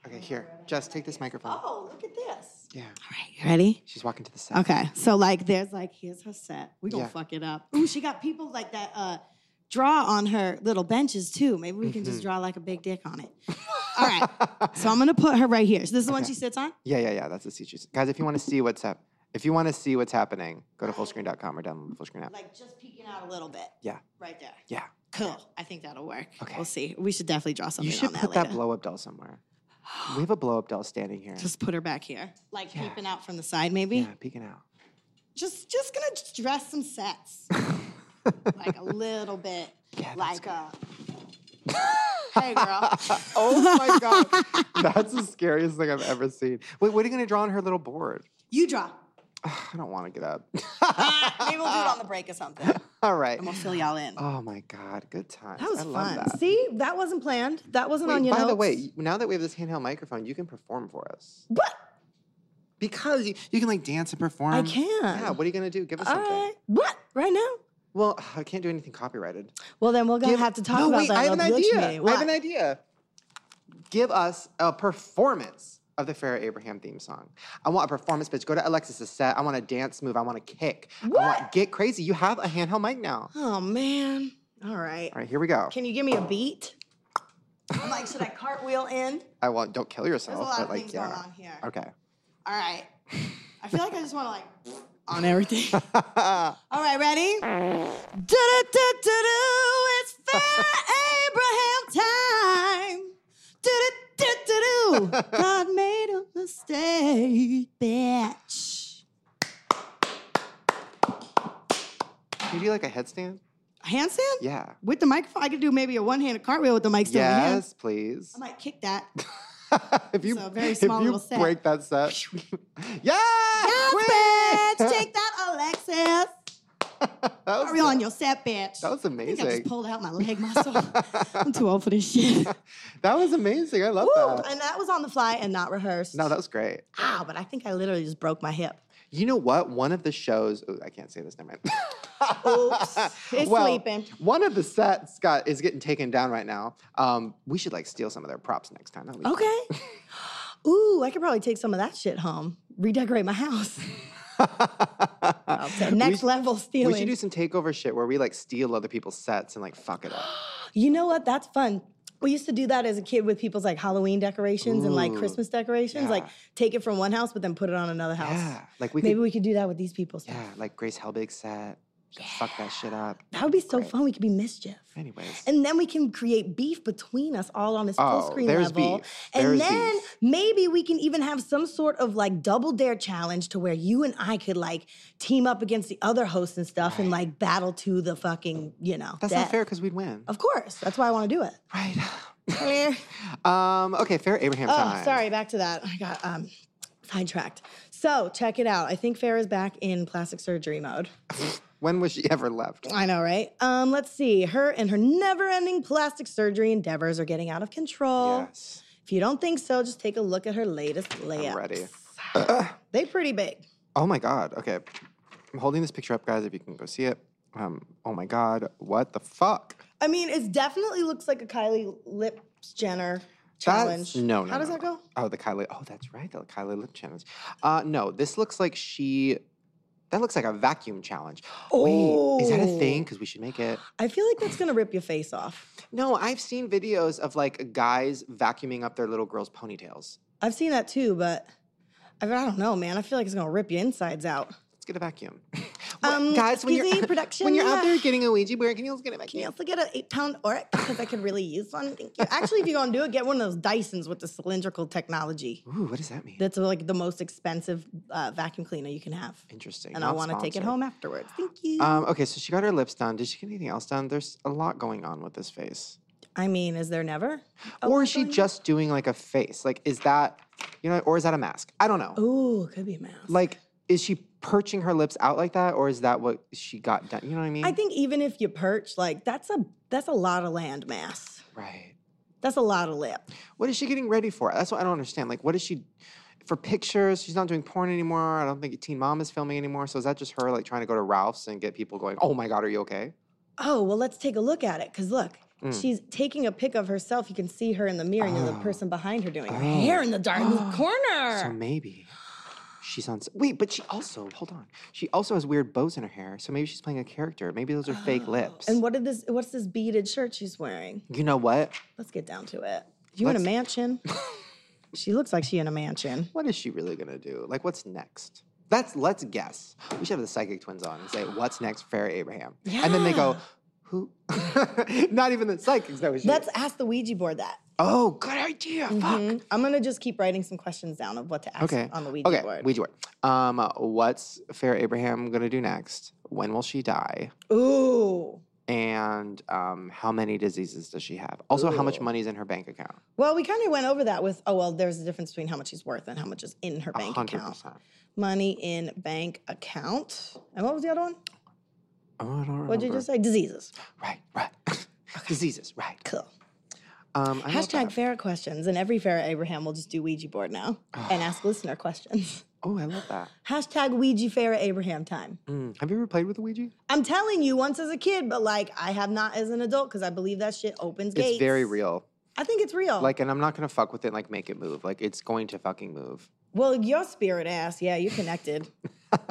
[SPEAKER 1] Okay, here, Jess, take this microphone.
[SPEAKER 2] Oh, look at this.
[SPEAKER 1] Yeah.
[SPEAKER 2] All right, you ready?
[SPEAKER 1] She's walking to the set.
[SPEAKER 2] Okay. So like, there's like, here's her set. We gonna
[SPEAKER 1] Yeah.
[SPEAKER 2] fuck it up. Ooh, she got people like that. uh Draw on her little benches too. Maybe we can
[SPEAKER 1] Mm-hmm.
[SPEAKER 2] just draw like a big dick on it. All right. So I'm gonna put her right here. So this is the one she sits on.
[SPEAKER 1] Yeah, yeah, yeah. That's the teachers. Guys, if you want to see what's up, if you want to see what's happening, go to fullscreen.com or download the full screen app.
[SPEAKER 2] Like just peeking out a little bit.
[SPEAKER 1] Yeah.
[SPEAKER 2] Right there.
[SPEAKER 1] Yeah.
[SPEAKER 2] Cool. I think that'll work.
[SPEAKER 1] Okay.
[SPEAKER 2] We'll see. We should definitely draw something
[SPEAKER 1] You should
[SPEAKER 2] on that
[SPEAKER 1] put
[SPEAKER 2] later.
[SPEAKER 1] that blow up doll somewhere. We have a blow up doll standing here.
[SPEAKER 2] just put her back here, like
[SPEAKER 1] Yeah.
[SPEAKER 2] peeping out from the side, maybe.
[SPEAKER 1] yeah, peeking out.
[SPEAKER 2] Just, just gonna j- dress some sets, like a little bit,
[SPEAKER 1] Yeah, that's
[SPEAKER 2] like uh Hey, girl.
[SPEAKER 1] oh my god. That's the scariest thing I've ever seen. Wait, what are you gonna draw on her little board?
[SPEAKER 2] you draw.
[SPEAKER 1] Ugh, I don't want to get up.
[SPEAKER 2] Maybe we'll do it on the break or something, and
[SPEAKER 1] All right.
[SPEAKER 2] we'll fill y'all in.
[SPEAKER 1] Oh my god, good times.
[SPEAKER 2] that was
[SPEAKER 1] I
[SPEAKER 2] fun.
[SPEAKER 1] love that.
[SPEAKER 2] See, that wasn't planned. That wasn't
[SPEAKER 1] Wait,
[SPEAKER 2] on your
[SPEAKER 1] by the
[SPEAKER 2] notes.
[SPEAKER 1] way, now that we have this handheld microphone, you can perform for us.
[SPEAKER 2] what?
[SPEAKER 1] Because you, you can like dance and perform.
[SPEAKER 2] I can.
[SPEAKER 1] um, Yeah, what are you gonna do? Give us
[SPEAKER 2] All
[SPEAKER 1] something.
[SPEAKER 2] right. What? right now.
[SPEAKER 1] Well, I can't do anything copyrighted.
[SPEAKER 2] Well, then we're gonna
[SPEAKER 1] Give-
[SPEAKER 2] have to talk
[SPEAKER 1] no,
[SPEAKER 2] about
[SPEAKER 1] wait,
[SPEAKER 2] that.
[SPEAKER 1] I have
[SPEAKER 2] in
[SPEAKER 1] an
[SPEAKER 2] the Glitch
[SPEAKER 1] idea.
[SPEAKER 2] meeting.
[SPEAKER 1] I have an
[SPEAKER 2] What?
[SPEAKER 1] idea. Give us a performance of the Farrah Abraham theme song. I want a performance bitch. Go to Alexis's set. I want a dance move. I want a kick. I want get crazy. You have a handheld mic now.
[SPEAKER 2] Oh man. All right.
[SPEAKER 1] All right, here we go.
[SPEAKER 2] Can you give me a beat? I'm like, should I cartwheel in?
[SPEAKER 1] I want don't kill yourself,
[SPEAKER 2] There's a lot
[SPEAKER 1] but
[SPEAKER 2] of
[SPEAKER 1] Oh, like
[SPEAKER 2] things
[SPEAKER 1] yeah.
[SPEAKER 2] going on here.
[SPEAKER 1] Okay.
[SPEAKER 2] All right. I feel like I just want to like on everything. All right, ready? Do-do-do-do-do, it's fair Abraham time. Do-do-do-do-do, God made a mistake, bitch.
[SPEAKER 1] Can you do like a headstand?
[SPEAKER 2] Handstand?
[SPEAKER 1] Yeah.
[SPEAKER 2] With the microphone, I could do maybe a one-handed cartwheel with the mic still in my hand.
[SPEAKER 1] Yes, please.
[SPEAKER 2] I might kick that.
[SPEAKER 1] if you
[SPEAKER 2] So, very
[SPEAKER 1] if
[SPEAKER 2] small
[SPEAKER 1] you
[SPEAKER 2] little set.
[SPEAKER 1] break that set, yeah,
[SPEAKER 2] Yes,
[SPEAKER 1] queen!
[SPEAKER 2] bitch. Take that, Alexis.
[SPEAKER 1] that was
[SPEAKER 2] Cartwheel on your set, bitch.
[SPEAKER 1] that was
[SPEAKER 2] I think I
[SPEAKER 1] amazing.
[SPEAKER 2] just pulled out my leg muscle. I'm too old for this shit.
[SPEAKER 1] That was amazing. I love
[SPEAKER 2] Woo!
[SPEAKER 1] that.
[SPEAKER 2] And that was on the fly and not rehearsed.
[SPEAKER 1] no, that was great.
[SPEAKER 2] Ow, but I think I literally just broke my hip.
[SPEAKER 1] You know what? One of the shows. ooh, I can't say this. Never mind.
[SPEAKER 2] Oops. It's
[SPEAKER 1] well,
[SPEAKER 2] sleeping.
[SPEAKER 1] One of the sets got is getting taken down right now. Um, we should like steal some of their props next time. That'd be fun.
[SPEAKER 2] Okay. Ooh, I could probably take some of that shit home. Redecorate my house. I'll take-
[SPEAKER 1] We
[SPEAKER 2] Next
[SPEAKER 1] should-
[SPEAKER 2] level
[SPEAKER 1] We
[SPEAKER 2] stealing.
[SPEAKER 1] should do some takeover shit where we like steal other people's sets and like fuck it up.
[SPEAKER 2] you know what? That's fun. We used to do that as a kid with people's like Halloween decorations and like
[SPEAKER 1] Ooh,
[SPEAKER 2] Christmas decorations. Like
[SPEAKER 1] yeah.
[SPEAKER 2] take it from one house, but then put it on another house.
[SPEAKER 1] Yeah, like we
[SPEAKER 2] Maybe
[SPEAKER 1] could.
[SPEAKER 2] we could do that with these people's. stuff.
[SPEAKER 1] yeah, like Grace Helbig's set. Just Fuck that shit up.
[SPEAKER 2] That would be so
[SPEAKER 1] Great.
[SPEAKER 2] fun. We could be mischief.
[SPEAKER 1] Anyways,
[SPEAKER 2] And then we can create beef between us all on this full
[SPEAKER 1] Oh,
[SPEAKER 2] screen
[SPEAKER 1] there's
[SPEAKER 2] level.
[SPEAKER 1] beef. There's
[SPEAKER 2] And then
[SPEAKER 1] beef.
[SPEAKER 2] maybe we can even have some sort of like double dare challenge to where you and I could like team up against the other hosts and stuff and like battle to the fucking, you know.
[SPEAKER 1] that's
[SPEAKER 2] death.
[SPEAKER 1] not fair because we'd win.
[SPEAKER 2] Of course. That's why I want to do it.
[SPEAKER 1] Right.
[SPEAKER 2] Clear.
[SPEAKER 1] um. Okay. Fair Abraham
[SPEAKER 2] oh,
[SPEAKER 1] time.
[SPEAKER 2] sorry. Back to that. I got um sidetracked. So check it out. I think Fair is back in plastic surgery mode.
[SPEAKER 1] When was she ever left?
[SPEAKER 2] I know, right? Um, let's see. Her and her never-ending plastic surgery endeavors are getting out of control.
[SPEAKER 1] Yes.
[SPEAKER 2] If you don't think so, just take a look at her latest layups.
[SPEAKER 1] ready.
[SPEAKER 2] They pretty big.
[SPEAKER 1] Oh my God. Okay. I'm holding this picture up, guys. If you can go see it. Um. Oh my God. What the fuck?
[SPEAKER 2] I mean, it definitely looks like a Kylie Lips Jenner challenge.
[SPEAKER 1] That's, no, no.
[SPEAKER 2] How does
[SPEAKER 1] no,
[SPEAKER 2] that
[SPEAKER 1] no.
[SPEAKER 2] go?
[SPEAKER 1] Oh, the Kylie. Oh, that's right. The Kylie lip challenge. Uh, no, this looks like she. That looks like a vacuum challenge. Wait, is that a thing?
[SPEAKER 2] Oh.
[SPEAKER 1] Because we should make it.
[SPEAKER 2] I feel like that's gonna rip your face off.
[SPEAKER 1] No, I've seen videos of like guys vacuuming up their little girls' ponytails.
[SPEAKER 2] I've seen that too, but I, mean, I don't know, man. I feel like it's gonna rip your insides out.
[SPEAKER 1] Let's get a vacuum.
[SPEAKER 2] Um,
[SPEAKER 1] guys, when you're
[SPEAKER 2] excuse me,
[SPEAKER 1] when you're
[SPEAKER 2] production,
[SPEAKER 1] out
[SPEAKER 2] uh,
[SPEAKER 1] there getting a Ouija board, can you also get a
[SPEAKER 2] Can you
[SPEAKER 1] vacuum?
[SPEAKER 2] also get an eight-pound Oric because I could really use one? Thank you. Actually, if you're gonna do it, get one of those Dysons with the cylindrical technology.
[SPEAKER 1] Ooh, what does that mean?
[SPEAKER 2] That's like the most expensive uh, vacuum cleaner you can have,
[SPEAKER 1] Interesting.
[SPEAKER 2] and I
[SPEAKER 1] Not
[SPEAKER 2] want to take it
[SPEAKER 1] sponsored.
[SPEAKER 2] home afterwards. Thank you.
[SPEAKER 1] Um, okay, so she got her lips done. Did she get anything else done? There's a lot going on with this face.
[SPEAKER 2] I mean, is there never? Oh, a
[SPEAKER 1] or
[SPEAKER 2] lot
[SPEAKER 1] is she
[SPEAKER 2] going on?
[SPEAKER 1] just doing like a face? Like, is that, you know, or is that a mask? I don't know.
[SPEAKER 2] Ooh, could be a mask.
[SPEAKER 1] Like, is she perching her lips out like that, or is that what she got done? You know what I mean?
[SPEAKER 2] I think even if you perch, like that's a that's a lot of land mass.
[SPEAKER 1] Right.
[SPEAKER 2] That's a lot of lip.
[SPEAKER 1] What is she getting ready for? That's what I don't understand. Like, what is she for pictures? She's not doing porn anymore. I don't think Teen Mom is filming anymore. So is that just her like trying to go to Ralph's and get people going? Oh my God, are you okay?
[SPEAKER 2] Oh well, let's take a look at it. Cause look,
[SPEAKER 1] Mm.
[SPEAKER 2] she's taking a pic of herself. You can see her in the mirror, and there's
[SPEAKER 1] Oh.
[SPEAKER 2] a person behind her doing her
[SPEAKER 1] Oh.
[SPEAKER 2] hair in the dark corner.
[SPEAKER 1] So maybe she's on. s- Wait, but she also hold on. She also has weird bows in her hair. So maybe she's playing a character. Maybe those are fake lips.
[SPEAKER 2] And what did this? What's this beaded shirt she's wearing?
[SPEAKER 1] you know what?
[SPEAKER 2] Let's get down to it. You in
[SPEAKER 1] Let's-
[SPEAKER 2] a mansion? she looks like she in a mansion.
[SPEAKER 1] What is she really gonna do? Like, what's next? That's let's guess. We should have the psychic twins on and say, "What's next, Fair Abraham?" And then they go, "Who?" Not even the psychics know. what she
[SPEAKER 2] Let's
[SPEAKER 1] is.
[SPEAKER 2] ask the Ouija board that.
[SPEAKER 1] oh, good idea. Fuck.
[SPEAKER 2] Mhm. I'm gonna just keep writing some questions down of what to ask
[SPEAKER 1] Okay.
[SPEAKER 2] on the Ouija
[SPEAKER 1] okay.
[SPEAKER 2] board.
[SPEAKER 1] Ouija board. Um, what's Fair Abraham gonna do next? When will she die?
[SPEAKER 2] Ooh.
[SPEAKER 1] And um, how many diseases does she have? Also, how much
[SPEAKER 2] Ooh.
[SPEAKER 1] money's in her bank account?
[SPEAKER 2] Well, we kind of went over that with oh well, there's a difference between how much she's worth and how much is in her
[SPEAKER 1] A
[SPEAKER 2] bank
[SPEAKER 1] hundred
[SPEAKER 2] account.
[SPEAKER 1] percent.
[SPEAKER 2] Money in bank account. And what was the other one?
[SPEAKER 1] Oh, I don't remember.
[SPEAKER 2] What did you just say? Diseases.
[SPEAKER 1] Right, right. Diseases, right.
[SPEAKER 2] Cool.
[SPEAKER 1] Um, I love that.
[SPEAKER 2] Hashtag Farrah questions, and every Farrah Abraham will just do Ouija board now and ask listener questions.
[SPEAKER 1] Oh, I love that.
[SPEAKER 2] Hashtag Ouija Farrah Abraham time.
[SPEAKER 1] Mm. Have you ever played with a Ouija?
[SPEAKER 2] I'm telling you, once as a kid, but like I have not as an adult because I believe that shit opens gates.
[SPEAKER 1] It's very real.
[SPEAKER 2] I think it's real.
[SPEAKER 1] Like, and I'm not gonna fuck with it. Like, make it move. Like, it's going to fucking move.
[SPEAKER 2] well, your spirit ass, yeah, you connected.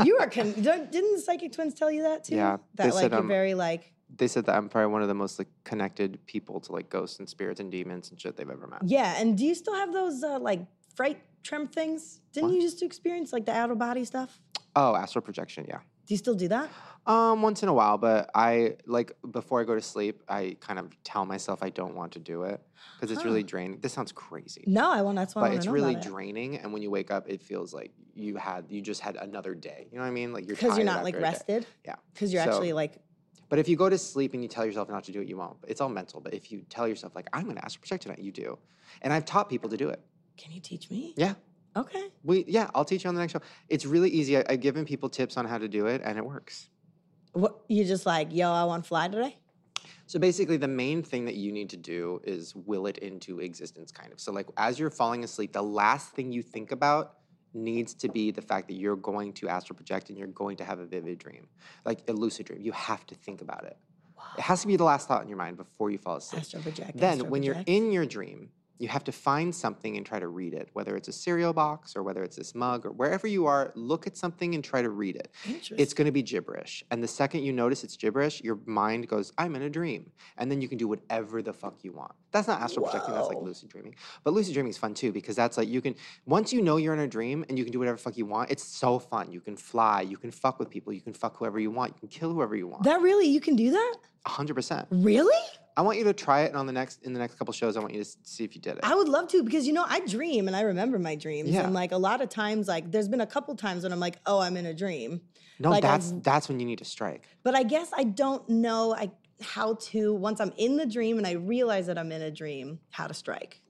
[SPEAKER 2] you are con- don't- didn't the psychic twins tell you that too?
[SPEAKER 1] Yeah,
[SPEAKER 2] that
[SPEAKER 1] they
[SPEAKER 2] like
[SPEAKER 1] said,
[SPEAKER 2] you're
[SPEAKER 1] um,
[SPEAKER 2] very like
[SPEAKER 1] They said that I'm probably one of the most like connected people to like ghosts and spirits and demons and shit they've ever met.
[SPEAKER 2] yeah. And do you still have those uh, like fright trem things? Didn't you just experience like the out of body stuff?
[SPEAKER 1] Oh, astral projection. Yeah.
[SPEAKER 2] Do you still do that?
[SPEAKER 1] Um, once in a while, but I like before I go to sleep, I kind of tell myself I don't want to do it because it's really draining. This sounds crazy,
[SPEAKER 2] No, I won't. That's why I
[SPEAKER 1] but
[SPEAKER 2] want
[SPEAKER 1] it's
[SPEAKER 2] to know
[SPEAKER 1] really
[SPEAKER 2] about it.
[SPEAKER 1] draining. And when you wake up, it feels like you had you just had another day. You know what I mean? Like you're
[SPEAKER 2] because
[SPEAKER 1] tired
[SPEAKER 2] you're not like
[SPEAKER 1] after a day.
[SPEAKER 2] rested
[SPEAKER 1] Yeah.
[SPEAKER 2] because you're
[SPEAKER 1] So-
[SPEAKER 2] actually like
[SPEAKER 1] But if you go to sleep and you tell yourself not to do it, you won't. It's all mental. But if you tell yourself like I'm going to astral project tonight, you do. And I've taught people to do it.
[SPEAKER 2] can you teach me
[SPEAKER 1] Yeah.
[SPEAKER 2] okay
[SPEAKER 1] We yeah. I'll teach you on the next show. It's really easy. I, I've given people tips on how to do it, and it works.
[SPEAKER 2] what you just like yo i want to fly today
[SPEAKER 1] So basically, the main thing that you need to do is will it into existence, kind of. So, like, as you're falling asleep, the last thing you think about needs to be the fact that you're going to astral project and you're going to have a vivid dream, like a lucid dream. You have to think about it. It has to be the last thought in your mind before you fall asleep.
[SPEAKER 2] astro project
[SPEAKER 1] then,
[SPEAKER 2] astro
[SPEAKER 1] when you're
[SPEAKER 2] project.
[SPEAKER 1] in your dream, you have to find something and try to read it, whether it's a cereal box or whether it's this mug or wherever you are, look at something and try to read it it's
[SPEAKER 2] Interesting.
[SPEAKER 1] going to be gibberish. And the second you notice it's gibberish, your mind goes, I'm in a dream. And then you can do whatever the fuck you want. That's not astral projecting, that's like
[SPEAKER 2] Whoa.
[SPEAKER 1] lucid dreaming. But lucid dreaming is fun too, because that's like you can, once you know you're in a dream and you can do whatever the fuck you want, it's so fun. You can fly, you can fuck with people, you can fuck whoever you want, you can kill whoever you want.
[SPEAKER 2] that really you can do that
[SPEAKER 1] 100%.
[SPEAKER 2] really
[SPEAKER 1] I want you to try it, and on the next, in the next couple shows, I want you to s- see if you did it.
[SPEAKER 2] i would love to because you know i dream and i remember my dreams
[SPEAKER 1] Yeah.
[SPEAKER 2] and like a lot of times like there's been a couple times when i'm like oh i'm in a dream
[SPEAKER 1] no,
[SPEAKER 2] like,
[SPEAKER 1] that's,
[SPEAKER 2] I've-
[SPEAKER 1] that's when you need to strike.
[SPEAKER 2] but i guess i don't know i how to once i'm in the dream and i realize that i'm in a dream how to strike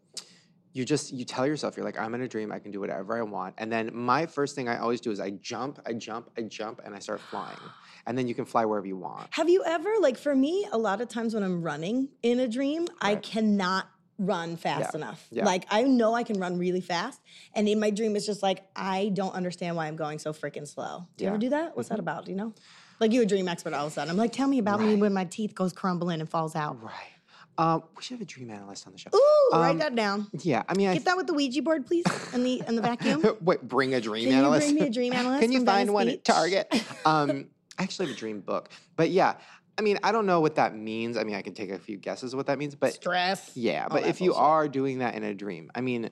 [SPEAKER 1] you just you tell yourself you're like i'm in a dream i can do whatever i want and then my first thing i always do is i jump i jump i jump and i start flying and then you can fly wherever you want
[SPEAKER 2] Have you ever, like for me, a lot of times when I'm running in a dream, I
[SPEAKER 1] Right.
[SPEAKER 2] cannot run fast
[SPEAKER 1] Yeah.
[SPEAKER 2] enough.
[SPEAKER 1] Yeah.
[SPEAKER 2] Like I know I can run really fast. And in my dream, it's just like, I don't understand why I'm going so freaking slow. Do you ever
[SPEAKER 1] Yeah. Mm-hmm.
[SPEAKER 2] do that? What's that about? Do you know? Like you a dream expert all of a sudden. I'm like, tell me about me
[SPEAKER 1] Right.
[SPEAKER 2] when my teeth goes crumbling and falls out.
[SPEAKER 1] right um, we should have a dream analyst on the show
[SPEAKER 2] Ooh, write
[SPEAKER 1] Um,
[SPEAKER 2] that down.
[SPEAKER 1] yeah i mean i
[SPEAKER 2] Get that with the Ouija board, please, and the and the vacuum.
[SPEAKER 1] Wait, bring a dream
[SPEAKER 2] Can you
[SPEAKER 1] analyst
[SPEAKER 2] bring me a dream analyst?
[SPEAKER 1] Can you
[SPEAKER 2] from
[SPEAKER 1] find
[SPEAKER 2] Venice
[SPEAKER 1] one
[SPEAKER 2] Beach?
[SPEAKER 1] at Target? Um, I actually have a dream book, but yeah, I mean, I don't know what that means. I mean, I can take a few guesses what that means, but
[SPEAKER 2] Stress.
[SPEAKER 1] yeah, but
[SPEAKER 2] that
[SPEAKER 1] if you
[SPEAKER 2] bullshit.
[SPEAKER 1] are doing that in a dream, I mean,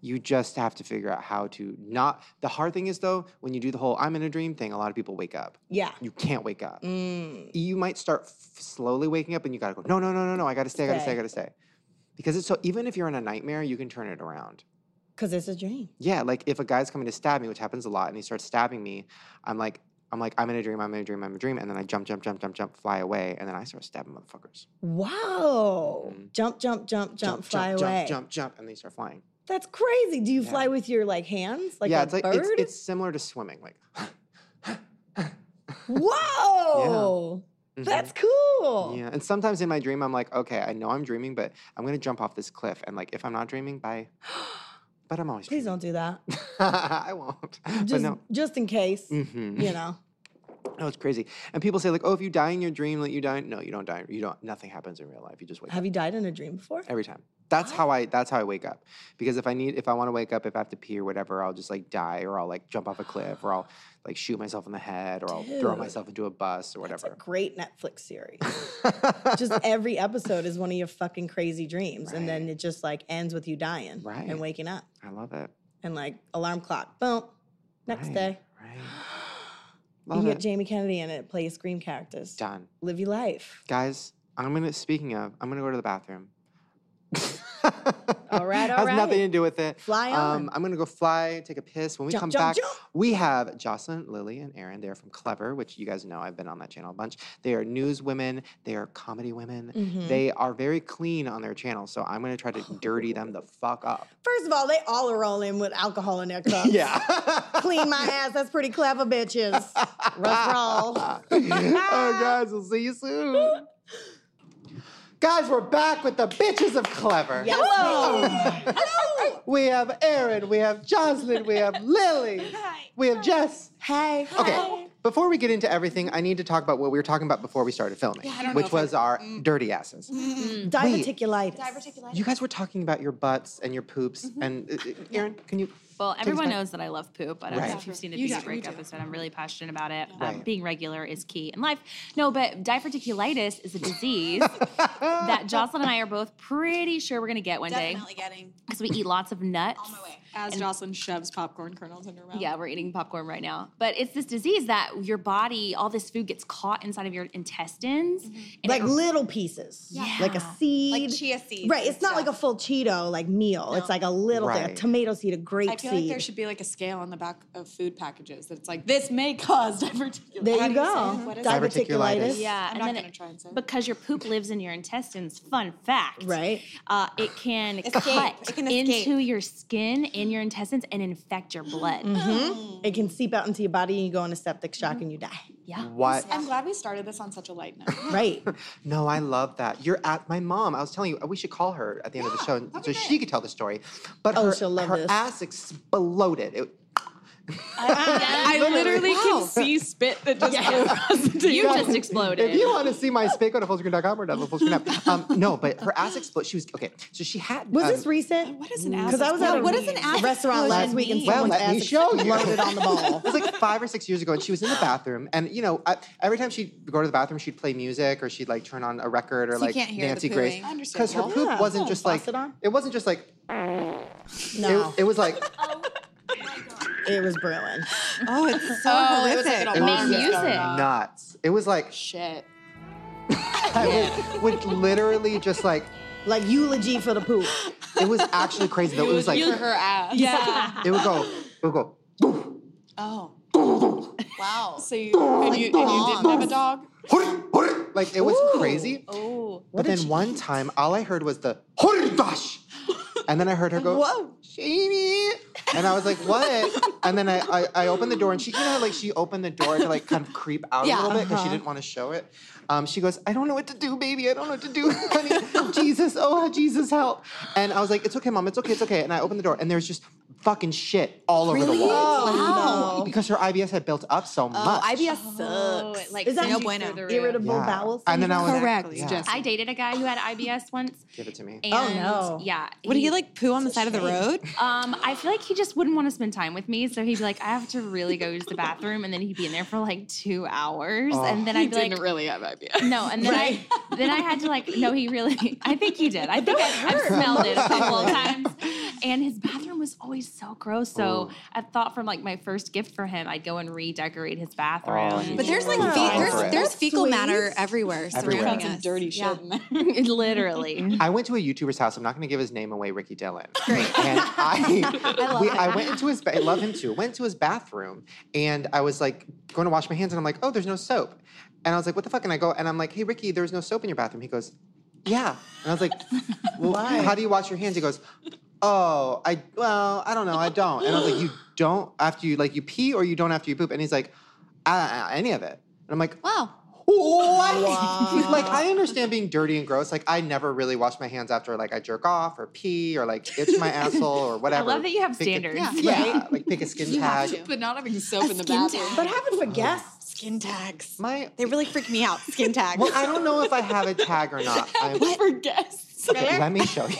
[SPEAKER 1] you just have to figure out how to not. The hard thing is though, when you do the whole "I'm in a dream" thing, a lot of people wake up.
[SPEAKER 2] Yeah.
[SPEAKER 1] You can't wake up.
[SPEAKER 2] Mm.
[SPEAKER 1] You might start f- slowly waking up, and you gotta go. No, no, no, no, no! I gotta stay. I gotta stay.
[SPEAKER 2] Stay.
[SPEAKER 1] I gotta stay. Because it's so. Even if you're in a nightmare, you can turn it around.
[SPEAKER 2] Cause it's a dream.
[SPEAKER 1] Yeah, like if a guy's coming to stab me, which happens a lot, and he starts stabbing me, I'm like, I'm like, I'm in a dream, I'm in a dream, I'm in a dream, and then I jump, jump, jump, jump, jump, fly away, and then I start stabbing motherfuckers.
[SPEAKER 2] Wow.
[SPEAKER 1] Mhm.
[SPEAKER 2] Jump, jump, jump, jump, fly
[SPEAKER 1] jump,
[SPEAKER 2] away.
[SPEAKER 1] jump, jump, jump, and they start flying.
[SPEAKER 2] That's crazy. Do you
[SPEAKER 1] Yeah.
[SPEAKER 2] fly with your like hands? Like
[SPEAKER 1] yeah,
[SPEAKER 2] a
[SPEAKER 1] it's like
[SPEAKER 2] bird?
[SPEAKER 1] It's, it's similar to swimming. Like,
[SPEAKER 2] Whoa.
[SPEAKER 1] mhm.
[SPEAKER 2] That's cool.
[SPEAKER 1] yeah. And sometimes in my dream, I'm like, okay, I know I'm dreaming, but I'm gonna jump off this cliff, and like, if I'm not dreaming, bye. But I'm always.
[SPEAKER 2] Please
[SPEAKER 1] dreaming.
[SPEAKER 2] don't do that.
[SPEAKER 1] I won't. but
[SPEAKER 2] Just
[SPEAKER 1] no.
[SPEAKER 2] just in case.
[SPEAKER 1] Mm-hmm.
[SPEAKER 2] You know.
[SPEAKER 1] No, it's crazy. And people say like, oh, if you die in your dream, like you die. No, you don't die. You don't. Nothing happens in real life. You just wake up.
[SPEAKER 2] Have you died in a dream before?
[SPEAKER 1] every time. That's
[SPEAKER 2] What?
[SPEAKER 1] how I. That's how I wake up. Because if I need, if I want to wake up, if I have to pee or whatever, I'll just like die, or I'll like jump off a cliff, or I'll like shoot myself in the head, or I'll throw
[SPEAKER 2] Dude.
[SPEAKER 1] myself into a bus or
[SPEAKER 2] That's a
[SPEAKER 1] whatever.
[SPEAKER 2] great Netflix series. just every episode is one of your fucking crazy dreams. And then
[SPEAKER 1] Right.
[SPEAKER 2] it just like ends with you dying
[SPEAKER 1] Right.
[SPEAKER 2] and waking up.
[SPEAKER 1] I love it.
[SPEAKER 2] And like alarm clock. Boom. Next
[SPEAKER 1] Right,
[SPEAKER 2] day.
[SPEAKER 1] Right.
[SPEAKER 2] you
[SPEAKER 1] Love
[SPEAKER 2] get
[SPEAKER 1] it.
[SPEAKER 2] Jamie Kennedy in it, play scream characters.
[SPEAKER 1] Done,
[SPEAKER 2] Live your life.
[SPEAKER 1] guys. I'm gonna. Speaking of, I'm gonna go to the bathroom.
[SPEAKER 2] All right, all
[SPEAKER 1] Has
[SPEAKER 2] right.
[SPEAKER 1] nothing to do with it.
[SPEAKER 2] Fly on.
[SPEAKER 1] Um, I'm gonna go fly, take a piss. When we
[SPEAKER 2] Jump,
[SPEAKER 1] come
[SPEAKER 2] jump,
[SPEAKER 1] back,
[SPEAKER 2] jump.
[SPEAKER 1] we have Jocelyn, Lily, and Erin. They're from Clever, which you guys know I've been on that channel a bunch. They are news women, they are comedy women.
[SPEAKER 2] Mhm.
[SPEAKER 1] They are very clean on their channel, so I'm gonna try to
[SPEAKER 2] Oh.
[SPEAKER 1] dirty them the fuck up.
[SPEAKER 2] First of all, they all are rolling with alcohol in their cups.
[SPEAKER 1] Yeah.
[SPEAKER 2] Clean my ass. That's pretty clever, bitches. Rough roll.
[SPEAKER 1] oh guys, we'll see you soon. Guys, we're back with the bitches of clever.
[SPEAKER 2] Yes.
[SPEAKER 1] We have Erin, we have Jocelyn, we have Lily, we have Jess.
[SPEAKER 2] Hey.
[SPEAKER 1] Okay. Before we get into everything, I need to talk about what we were talking about before we started filming, which was our dirty asses.
[SPEAKER 2] Diverticulitis.
[SPEAKER 1] You guys were talking about your butts and your poops, and uh, Erin, can you?
[SPEAKER 4] Well,
[SPEAKER 1] take us
[SPEAKER 4] everyone
[SPEAKER 1] back?
[SPEAKER 4] knows that I love poop. I don't know
[SPEAKER 1] Right.
[SPEAKER 4] if you've seen the
[SPEAKER 5] You
[SPEAKER 4] beauty
[SPEAKER 5] do, you
[SPEAKER 4] breakup
[SPEAKER 5] do.
[SPEAKER 4] episode. I'm really passionate about it. Um,
[SPEAKER 1] Right.
[SPEAKER 4] Being regular is key in life. No, but diverticulitis is a disease that Jocelyn and I are both pretty sure we're going to get one
[SPEAKER 5] Definitely
[SPEAKER 4] day
[SPEAKER 5] getting
[SPEAKER 4] because we eat lots of nuts.
[SPEAKER 5] on my way. As Jocelyn shoves popcorn kernels in her mouth.
[SPEAKER 4] Yeah, we're eating popcorn right now. But it's this disease that your body, all this food gets caught inside of your intestines.
[SPEAKER 5] Mm-hmm.
[SPEAKER 4] And
[SPEAKER 2] Like
[SPEAKER 4] it-
[SPEAKER 2] little pieces. Like a
[SPEAKER 4] Yeah.
[SPEAKER 2] seed.
[SPEAKER 5] Like chia seeds
[SPEAKER 2] Right.
[SPEAKER 5] and
[SPEAKER 2] It's not like a
[SPEAKER 5] stuff.
[SPEAKER 2] full Cheeto like meal. It's like a little thing, a
[SPEAKER 1] Right.
[SPEAKER 2] tomato seed, a grape
[SPEAKER 5] I feel
[SPEAKER 2] seed.
[SPEAKER 5] like there should be like a scale on the back of food packages that it's like this may cause diverticulitis.
[SPEAKER 2] There
[SPEAKER 5] How
[SPEAKER 2] you
[SPEAKER 5] do say
[SPEAKER 2] go.
[SPEAKER 5] it? What is it?
[SPEAKER 1] Diverticulitis.
[SPEAKER 2] Diverticulitis.
[SPEAKER 4] yeah,
[SPEAKER 5] I'm
[SPEAKER 4] and
[SPEAKER 5] not
[SPEAKER 4] then
[SPEAKER 5] gonna
[SPEAKER 4] it-
[SPEAKER 5] try and say it.
[SPEAKER 4] because your poop lives in your intestines. Fun fact,
[SPEAKER 2] Right.
[SPEAKER 4] Uh, it can
[SPEAKER 5] Escape.
[SPEAKER 4] cut
[SPEAKER 5] It can escape.
[SPEAKER 4] into your skin, in your intestines, and infect your blood.
[SPEAKER 2] It can seep out into your body and you go into septic shock and you die.
[SPEAKER 4] Yeah.
[SPEAKER 1] What?
[SPEAKER 5] I'm glad we started this on such a light note.
[SPEAKER 2] Right.
[SPEAKER 1] No, I love that. You're at my mom. I was telling you, we should call her at the end of the show and- so she could tell the story. But
[SPEAKER 2] Oh,
[SPEAKER 1] her,
[SPEAKER 2] she'll love
[SPEAKER 1] her
[SPEAKER 2] this.
[SPEAKER 1] ass exploded. It,
[SPEAKER 5] I literally can see spit that just flew across the
[SPEAKER 4] You
[SPEAKER 5] table.
[SPEAKER 4] just exploded.
[SPEAKER 1] If you want to see my spake on a fullscreen.com or not a full screen app. Um, no, but her ass exploded. She was okay. So she had
[SPEAKER 2] Was
[SPEAKER 1] um,
[SPEAKER 2] this recent?
[SPEAKER 5] What is an ass?
[SPEAKER 2] Because I was at
[SPEAKER 5] explosion?
[SPEAKER 2] a
[SPEAKER 5] what is an ass
[SPEAKER 2] restaurant last
[SPEAKER 5] explosion
[SPEAKER 2] week and
[SPEAKER 5] mean?
[SPEAKER 1] Well,
[SPEAKER 2] someone's
[SPEAKER 1] let
[SPEAKER 2] ass
[SPEAKER 1] me show you.
[SPEAKER 2] exploded on the ball.
[SPEAKER 1] It was like five or six years ago, and she was in the bathroom. And you know, I, every time she'd go to the bathroom, she'd play music or she'd like turn on a record or
[SPEAKER 5] you
[SPEAKER 1] like
[SPEAKER 5] can't hear the
[SPEAKER 1] Nancy Grace.
[SPEAKER 5] pooing.
[SPEAKER 1] Because her
[SPEAKER 5] Understandable.
[SPEAKER 1] poop
[SPEAKER 2] Yeah.
[SPEAKER 1] wasn't
[SPEAKER 2] Oh,
[SPEAKER 1] just
[SPEAKER 2] toss
[SPEAKER 1] like
[SPEAKER 2] it on.
[SPEAKER 1] it wasn't just like
[SPEAKER 2] No,
[SPEAKER 1] it, it was like
[SPEAKER 2] it, was brewing.
[SPEAKER 5] Oh, it's so oh, it was like an
[SPEAKER 1] it
[SPEAKER 4] Make
[SPEAKER 1] was just
[SPEAKER 5] alarm.
[SPEAKER 4] music.
[SPEAKER 1] nuts. It was like
[SPEAKER 5] Shit.
[SPEAKER 1] I would, would literally just like
[SPEAKER 2] Like eulogy for the poop.
[SPEAKER 1] it was actually crazy though. It was like
[SPEAKER 5] You her
[SPEAKER 1] it
[SPEAKER 5] ass.
[SPEAKER 4] Yeah.
[SPEAKER 1] would go, it would go.
[SPEAKER 5] Oh. wow. So you and, you and you didn't have a dog?
[SPEAKER 1] Like it was crazy.
[SPEAKER 5] Oh.
[SPEAKER 1] But then one time, all I heard was the horidash, and then I heard her go,
[SPEAKER 5] Whoa.
[SPEAKER 1] Jamie," and I was like, "What?" And then I, I, I opened the door, and she, you know, how, like she opened the door to like kind of creep out a
[SPEAKER 5] Yeah, Uh-huh.
[SPEAKER 1] little bit because she didn't want to show it. Um, she goes, "I don't know what to do, baby. I don't know what to do, honey. Jesus, oh Jesus, help!" And I was like, "It's okay, mom. It's okay. It's okay." And I opened the door, and there's just fucking shit all over the wall
[SPEAKER 2] Oh,
[SPEAKER 1] because her IBS had built up
[SPEAKER 5] Oh,
[SPEAKER 1] so much.
[SPEAKER 5] IBS
[SPEAKER 4] Oh, it, like
[SPEAKER 2] Is that
[SPEAKER 4] sends
[SPEAKER 2] no
[SPEAKER 4] you
[SPEAKER 5] bueno.
[SPEAKER 4] through the roof.
[SPEAKER 2] Irritable
[SPEAKER 1] Yeah.
[SPEAKER 2] bowel.
[SPEAKER 1] And then I was
[SPEAKER 2] syndrome?
[SPEAKER 5] Correct,
[SPEAKER 1] Yeah.
[SPEAKER 5] Jess.
[SPEAKER 4] I dated a guy who had IBS once.
[SPEAKER 1] Give it to me.
[SPEAKER 4] And
[SPEAKER 2] no.
[SPEAKER 4] Yeah.
[SPEAKER 5] Would he like poo on the side of the road?
[SPEAKER 4] Um, I feel like he just wouldn't want to spend time with me, so he'd be like, "I have to really go use the bathroom," and then he'd be in there for like two hours, and then I'd be like,
[SPEAKER 5] really have IBS.
[SPEAKER 4] "No," and then I then I had to like, "No, he really." I think he did. I think I, I've smelled it a couple of times, and his bathroom was always so gross.
[SPEAKER 1] Oh.
[SPEAKER 4] So I thought from like my first gift for him, I'd go and redecorate his
[SPEAKER 1] Oh,
[SPEAKER 4] bathroom.
[SPEAKER 1] you
[SPEAKER 6] But there's like
[SPEAKER 1] Wow.
[SPEAKER 6] fe-
[SPEAKER 1] Correct.
[SPEAKER 6] there's there's fecal
[SPEAKER 2] Sweet.
[SPEAKER 6] matter everywhere
[SPEAKER 1] Everywhere.
[SPEAKER 6] surrounding
[SPEAKER 5] Some
[SPEAKER 6] us.
[SPEAKER 5] dirty shit in there.
[SPEAKER 4] literally.
[SPEAKER 1] I went to a YouTuber's house. I'm not going to give his name away, Ricky Dillon. And I, we, I went into his, ba- I love him too. Went to his bathroom and I was like going to wash my hands and I'm like, oh, there's no soap. And I was like, what the fuck? And I go and I'm like, hey, Ricky, there's no soap in your bathroom. He goes, yeah. And I was like, well, how do you wash your hands? He goes, oh, I, well, I don't know. I don't. And I was like, you don't after you, like you pee or you don't after you poop? And he's like, I, I, any of it. And I'm like,
[SPEAKER 6] Wow.
[SPEAKER 1] what? like I understand being dirty and gross. Like I never really wash my hands after like I jerk off or pee or like itch my asshole or
[SPEAKER 4] I
[SPEAKER 1] whatever.
[SPEAKER 4] love that you have
[SPEAKER 1] Pick a-
[SPEAKER 4] standards.
[SPEAKER 6] Yeah.
[SPEAKER 1] yeah, like pick a skin tag.
[SPEAKER 5] But not having soap in the bathroom.
[SPEAKER 2] What happened with guests?
[SPEAKER 6] Skin tags.
[SPEAKER 1] My
[SPEAKER 6] They really freak me out. Skin tags.
[SPEAKER 1] well, I don't know if I have a tag or not. I'm,
[SPEAKER 5] For guests.
[SPEAKER 1] okay, let me show you.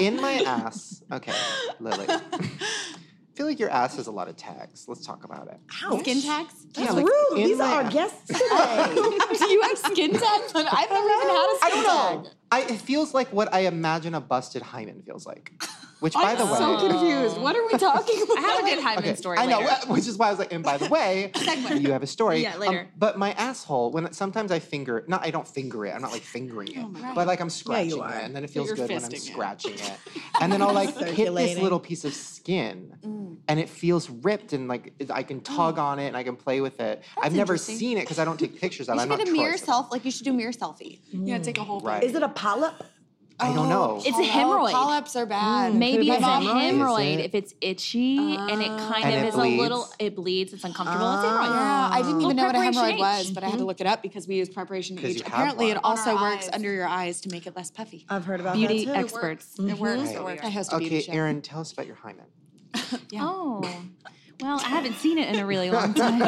[SPEAKER 1] In my ass. Okay, Lily. I feel like your ass has a lot of tags. Let's talk about it.
[SPEAKER 6] Skin tags.
[SPEAKER 1] Yeah,
[SPEAKER 2] That's
[SPEAKER 1] like,
[SPEAKER 2] rude.
[SPEAKER 1] in
[SPEAKER 2] These
[SPEAKER 1] my
[SPEAKER 2] are our
[SPEAKER 1] ass.
[SPEAKER 2] guests today.
[SPEAKER 5] Do you have skin tags? I've never even had a
[SPEAKER 1] I
[SPEAKER 5] skin
[SPEAKER 1] don't know. I, it feels like what I imagine a busted hymen feels like. Which, by the way,
[SPEAKER 5] so confused. What are we talking about?
[SPEAKER 4] I have a good hymen
[SPEAKER 1] Okay,
[SPEAKER 4] story.
[SPEAKER 1] I know,
[SPEAKER 4] later.
[SPEAKER 1] which is why I was like, and by the way, you have a story. Um,
[SPEAKER 4] Yeah, later.
[SPEAKER 1] but my asshole, when sometimes I finger, not I don't finger it. I'm not like fingering it, but like I'm scratching
[SPEAKER 2] are.
[SPEAKER 1] it, and then it feels
[SPEAKER 5] you're
[SPEAKER 1] good when I'm
[SPEAKER 5] fisting it.
[SPEAKER 1] scratching it, and then I'll like hit this
[SPEAKER 2] Circulating.
[SPEAKER 1] little piece of skin, and it feels ripped, and like it- I can tug on it and I can play with it. I've never
[SPEAKER 6] interesting.
[SPEAKER 1] seen it because I don't take pictures of
[SPEAKER 6] You
[SPEAKER 1] it. I'm
[SPEAKER 6] should
[SPEAKER 1] not
[SPEAKER 6] get a mirror
[SPEAKER 1] Troy, so-
[SPEAKER 5] Mm-hmm.
[SPEAKER 6] self. Like you should do a mirror selfie.
[SPEAKER 5] Yeah, take a whole
[SPEAKER 1] Right.
[SPEAKER 2] Is it a polyp?
[SPEAKER 1] I don't know.
[SPEAKER 4] It's a hemorrhoid.
[SPEAKER 6] Oh, Polyps are
[SPEAKER 5] Mm,
[SPEAKER 6] bad.
[SPEAKER 4] Maybe
[SPEAKER 1] Could
[SPEAKER 4] it's
[SPEAKER 1] it
[SPEAKER 4] a
[SPEAKER 1] be hemorrhoid?
[SPEAKER 4] hemorrhoid
[SPEAKER 1] Is it?
[SPEAKER 4] if it's itchy and it kind
[SPEAKER 1] And
[SPEAKER 4] of
[SPEAKER 1] it
[SPEAKER 4] is a little.
[SPEAKER 1] bleeds?
[SPEAKER 4] It bleeds. It's uncomfortable. it's hemorrhoid.
[SPEAKER 6] Yeah, I didn't even know
[SPEAKER 4] Well,
[SPEAKER 6] what a hemorrhoid
[SPEAKER 4] preparation
[SPEAKER 6] was,
[SPEAKER 4] H.
[SPEAKER 6] but I had to look it up because we use preparation
[SPEAKER 1] 'Cause
[SPEAKER 6] H.
[SPEAKER 1] you have
[SPEAKER 6] Apparently,
[SPEAKER 1] one.
[SPEAKER 6] it also works under your eyes to make it less puffy.
[SPEAKER 2] I've heard about
[SPEAKER 4] Beauty
[SPEAKER 2] that too.
[SPEAKER 4] experts.
[SPEAKER 6] It works.
[SPEAKER 1] Right.
[SPEAKER 6] It works. I host a beauty
[SPEAKER 1] Okay,
[SPEAKER 6] show.
[SPEAKER 1] Erin, tell us about your hymen.
[SPEAKER 4] Oh, well, I haven't seen it in a really long time.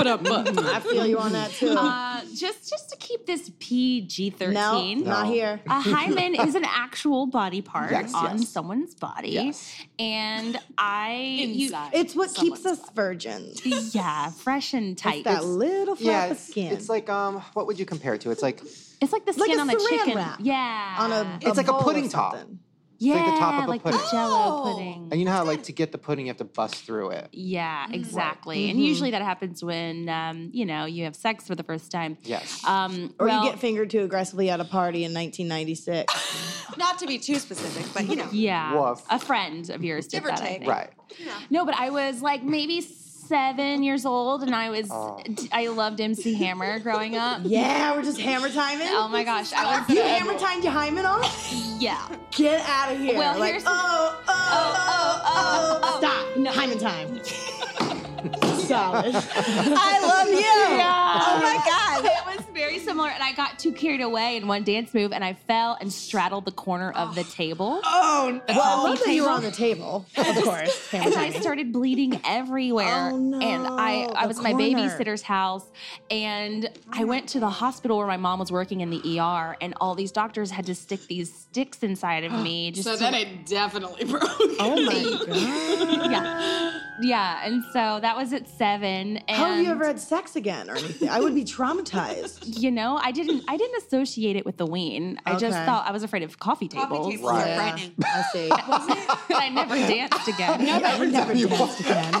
[SPEAKER 2] I feel you on that too.
[SPEAKER 4] uh, just just to keep this PG
[SPEAKER 2] no,
[SPEAKER 4] thirteen.
[SPEAKER 2] not
[SPEAKER 1] No.
[SPEAKER 2] here.
[SPEAKER 4] A hymen is an actual body part
[SPEAKER 1] Yes,
[SPEAKER 4] on
[SPEAKER 1] yes.
[SPEAKER 4] someone's body,
[SPEAKER 1] Yes.
[SPEAKER 4] and I you-
[SPEAKER 6] Inside.
[SPEAKER 2] It's what keeps us virgins.
[SPEAKER 4] yeah, fresh and tight.
[SPEAKER 2] It's that
[SPEAKER 4] It's-
[SPEAKER 2] little flap
[SPEAKER 1] Yeah,
[SPEAKER 2] of
[SPEAKER 1] it's,
[SPEAKER 2] skin.
[SPEAKER 1] it's like um, what would you compare it to? It's like it's
[SPEAKER 4] It's like the
[SPEAKER 2] like
[SPEAKER 4] skin
[SPEAKER 2] a
[SPEAKER 4] on a
[SPEAKER 2] saran
[SPEAKER 4] chicken.
[SPEAKER 2] wrap
[SPEAKER 4] Yeah.
[SPEAKER 2] on a,
[SPEAKER 1] It's like a
[SPEAKER 2] bowl or
[SPEAKER 1] pudding top.
[SPEAKER 2] something.
[SPEAKER 4] yeah,
[SPEAKER 1] like the top of a
[SPEAKER 4] like
[SPEAKER 1] pudding.
[SPEAKER 4] the jello
[SPEAKER 6] Oh.
[SPEAKER 4] pudding.
[SPEAKER 1] And you know how like to get the pudding, you have to bust through it.
[SPEAKER 4] yeah, exactly. And usually that happens when um, you know, you have sex for the first time.
[SPEAKER 1] Yes.
[SPEAKER 4] Um
[SPEAKER 2] Or
[SPEAKER 4] well,
[SPEAKER 2] you get fingered too aggressively at a party in 1996.
[SPEAKER 6] Not to be too specific, but you know.
[SPEAKER 4] yeah,
[SPEAKER 1] Woof.
[SPEAKER 4] a friend of yours did
[SPEAKER 6] Give or
[SPEAKER 4] that. I
[SPEAKER 6] take.
[SPEAKER 4] think.
[SPEAKER 1] Right.
[SPEAKER 4] No, but I was like maybe seven years old, and I was
[SPEAKER 1] Oh.
[SPEAKER 4] I loved MC Hammer growing up.
[SPEAKER 2] yeah, we're just hammer timing.
[SPEAKER 4] Oh my gosh, I was
[SPEAKER 2] You hammer timed your hymen off?
[SPEAKER 4] yeah.
[SPEAKER 2] Get out of here.
[SPEAKER 4] Well,
[SPEAKER 2] like,
[SPEAKER 4] here's the-
[SPEAKER 2] oh, oh, oh, oh, Stop. No. Hymen time. Solid. I love you.
[SPEAKER 4] Oh my god, it was very similar. And I got too carried away in one dance move, and I fell and straddled the corner of the table.
[SPEAKER 2] Well, I love that you were on the Oh, table, of course. Hammer
[SPEAKER 4] and I
[SPEAKER 2] timing.
[SPEAKER 4] started bleeding everywhere.
[SPEAKER 2] Oh, no,
[SPEAKER 4] and I, I
[SPEAKER 2] the Oh.
[SPEAKER 4] was at my
[SPEAKER 2] corner.
[SPEAKER 4] babysitter's house, and I went to the hospital where my mom was working in the ER, and all these doctors had to stick these sticks inside of me. Just
[SPEAKER 5] So
[SPEAKER 4] to-
[SPEAKER 5] then it definitely broke. Oh
[SPEAKER 2] my God.
[SPEAKER 4] yeah, yeah. And so that was at seven. And
[SPEAKER 2] How have you ever had sex again or anything? I would be traumatized.
[SPEAKER 4] you know, I didn't. I didn't associate it with the ween. I just
[SPEAKER 2] Okay.
[SPEAKER 4] thought I was afraid of coffee tables,
[SPEAKER 6] tables
[SPEAKER 1] Right.
[SPEAKER 6] are frightening.
[SPEAKER 2] I see.
[SPEAKER 4] but I never danced again.
[SPEAKER 2] I would never danced again.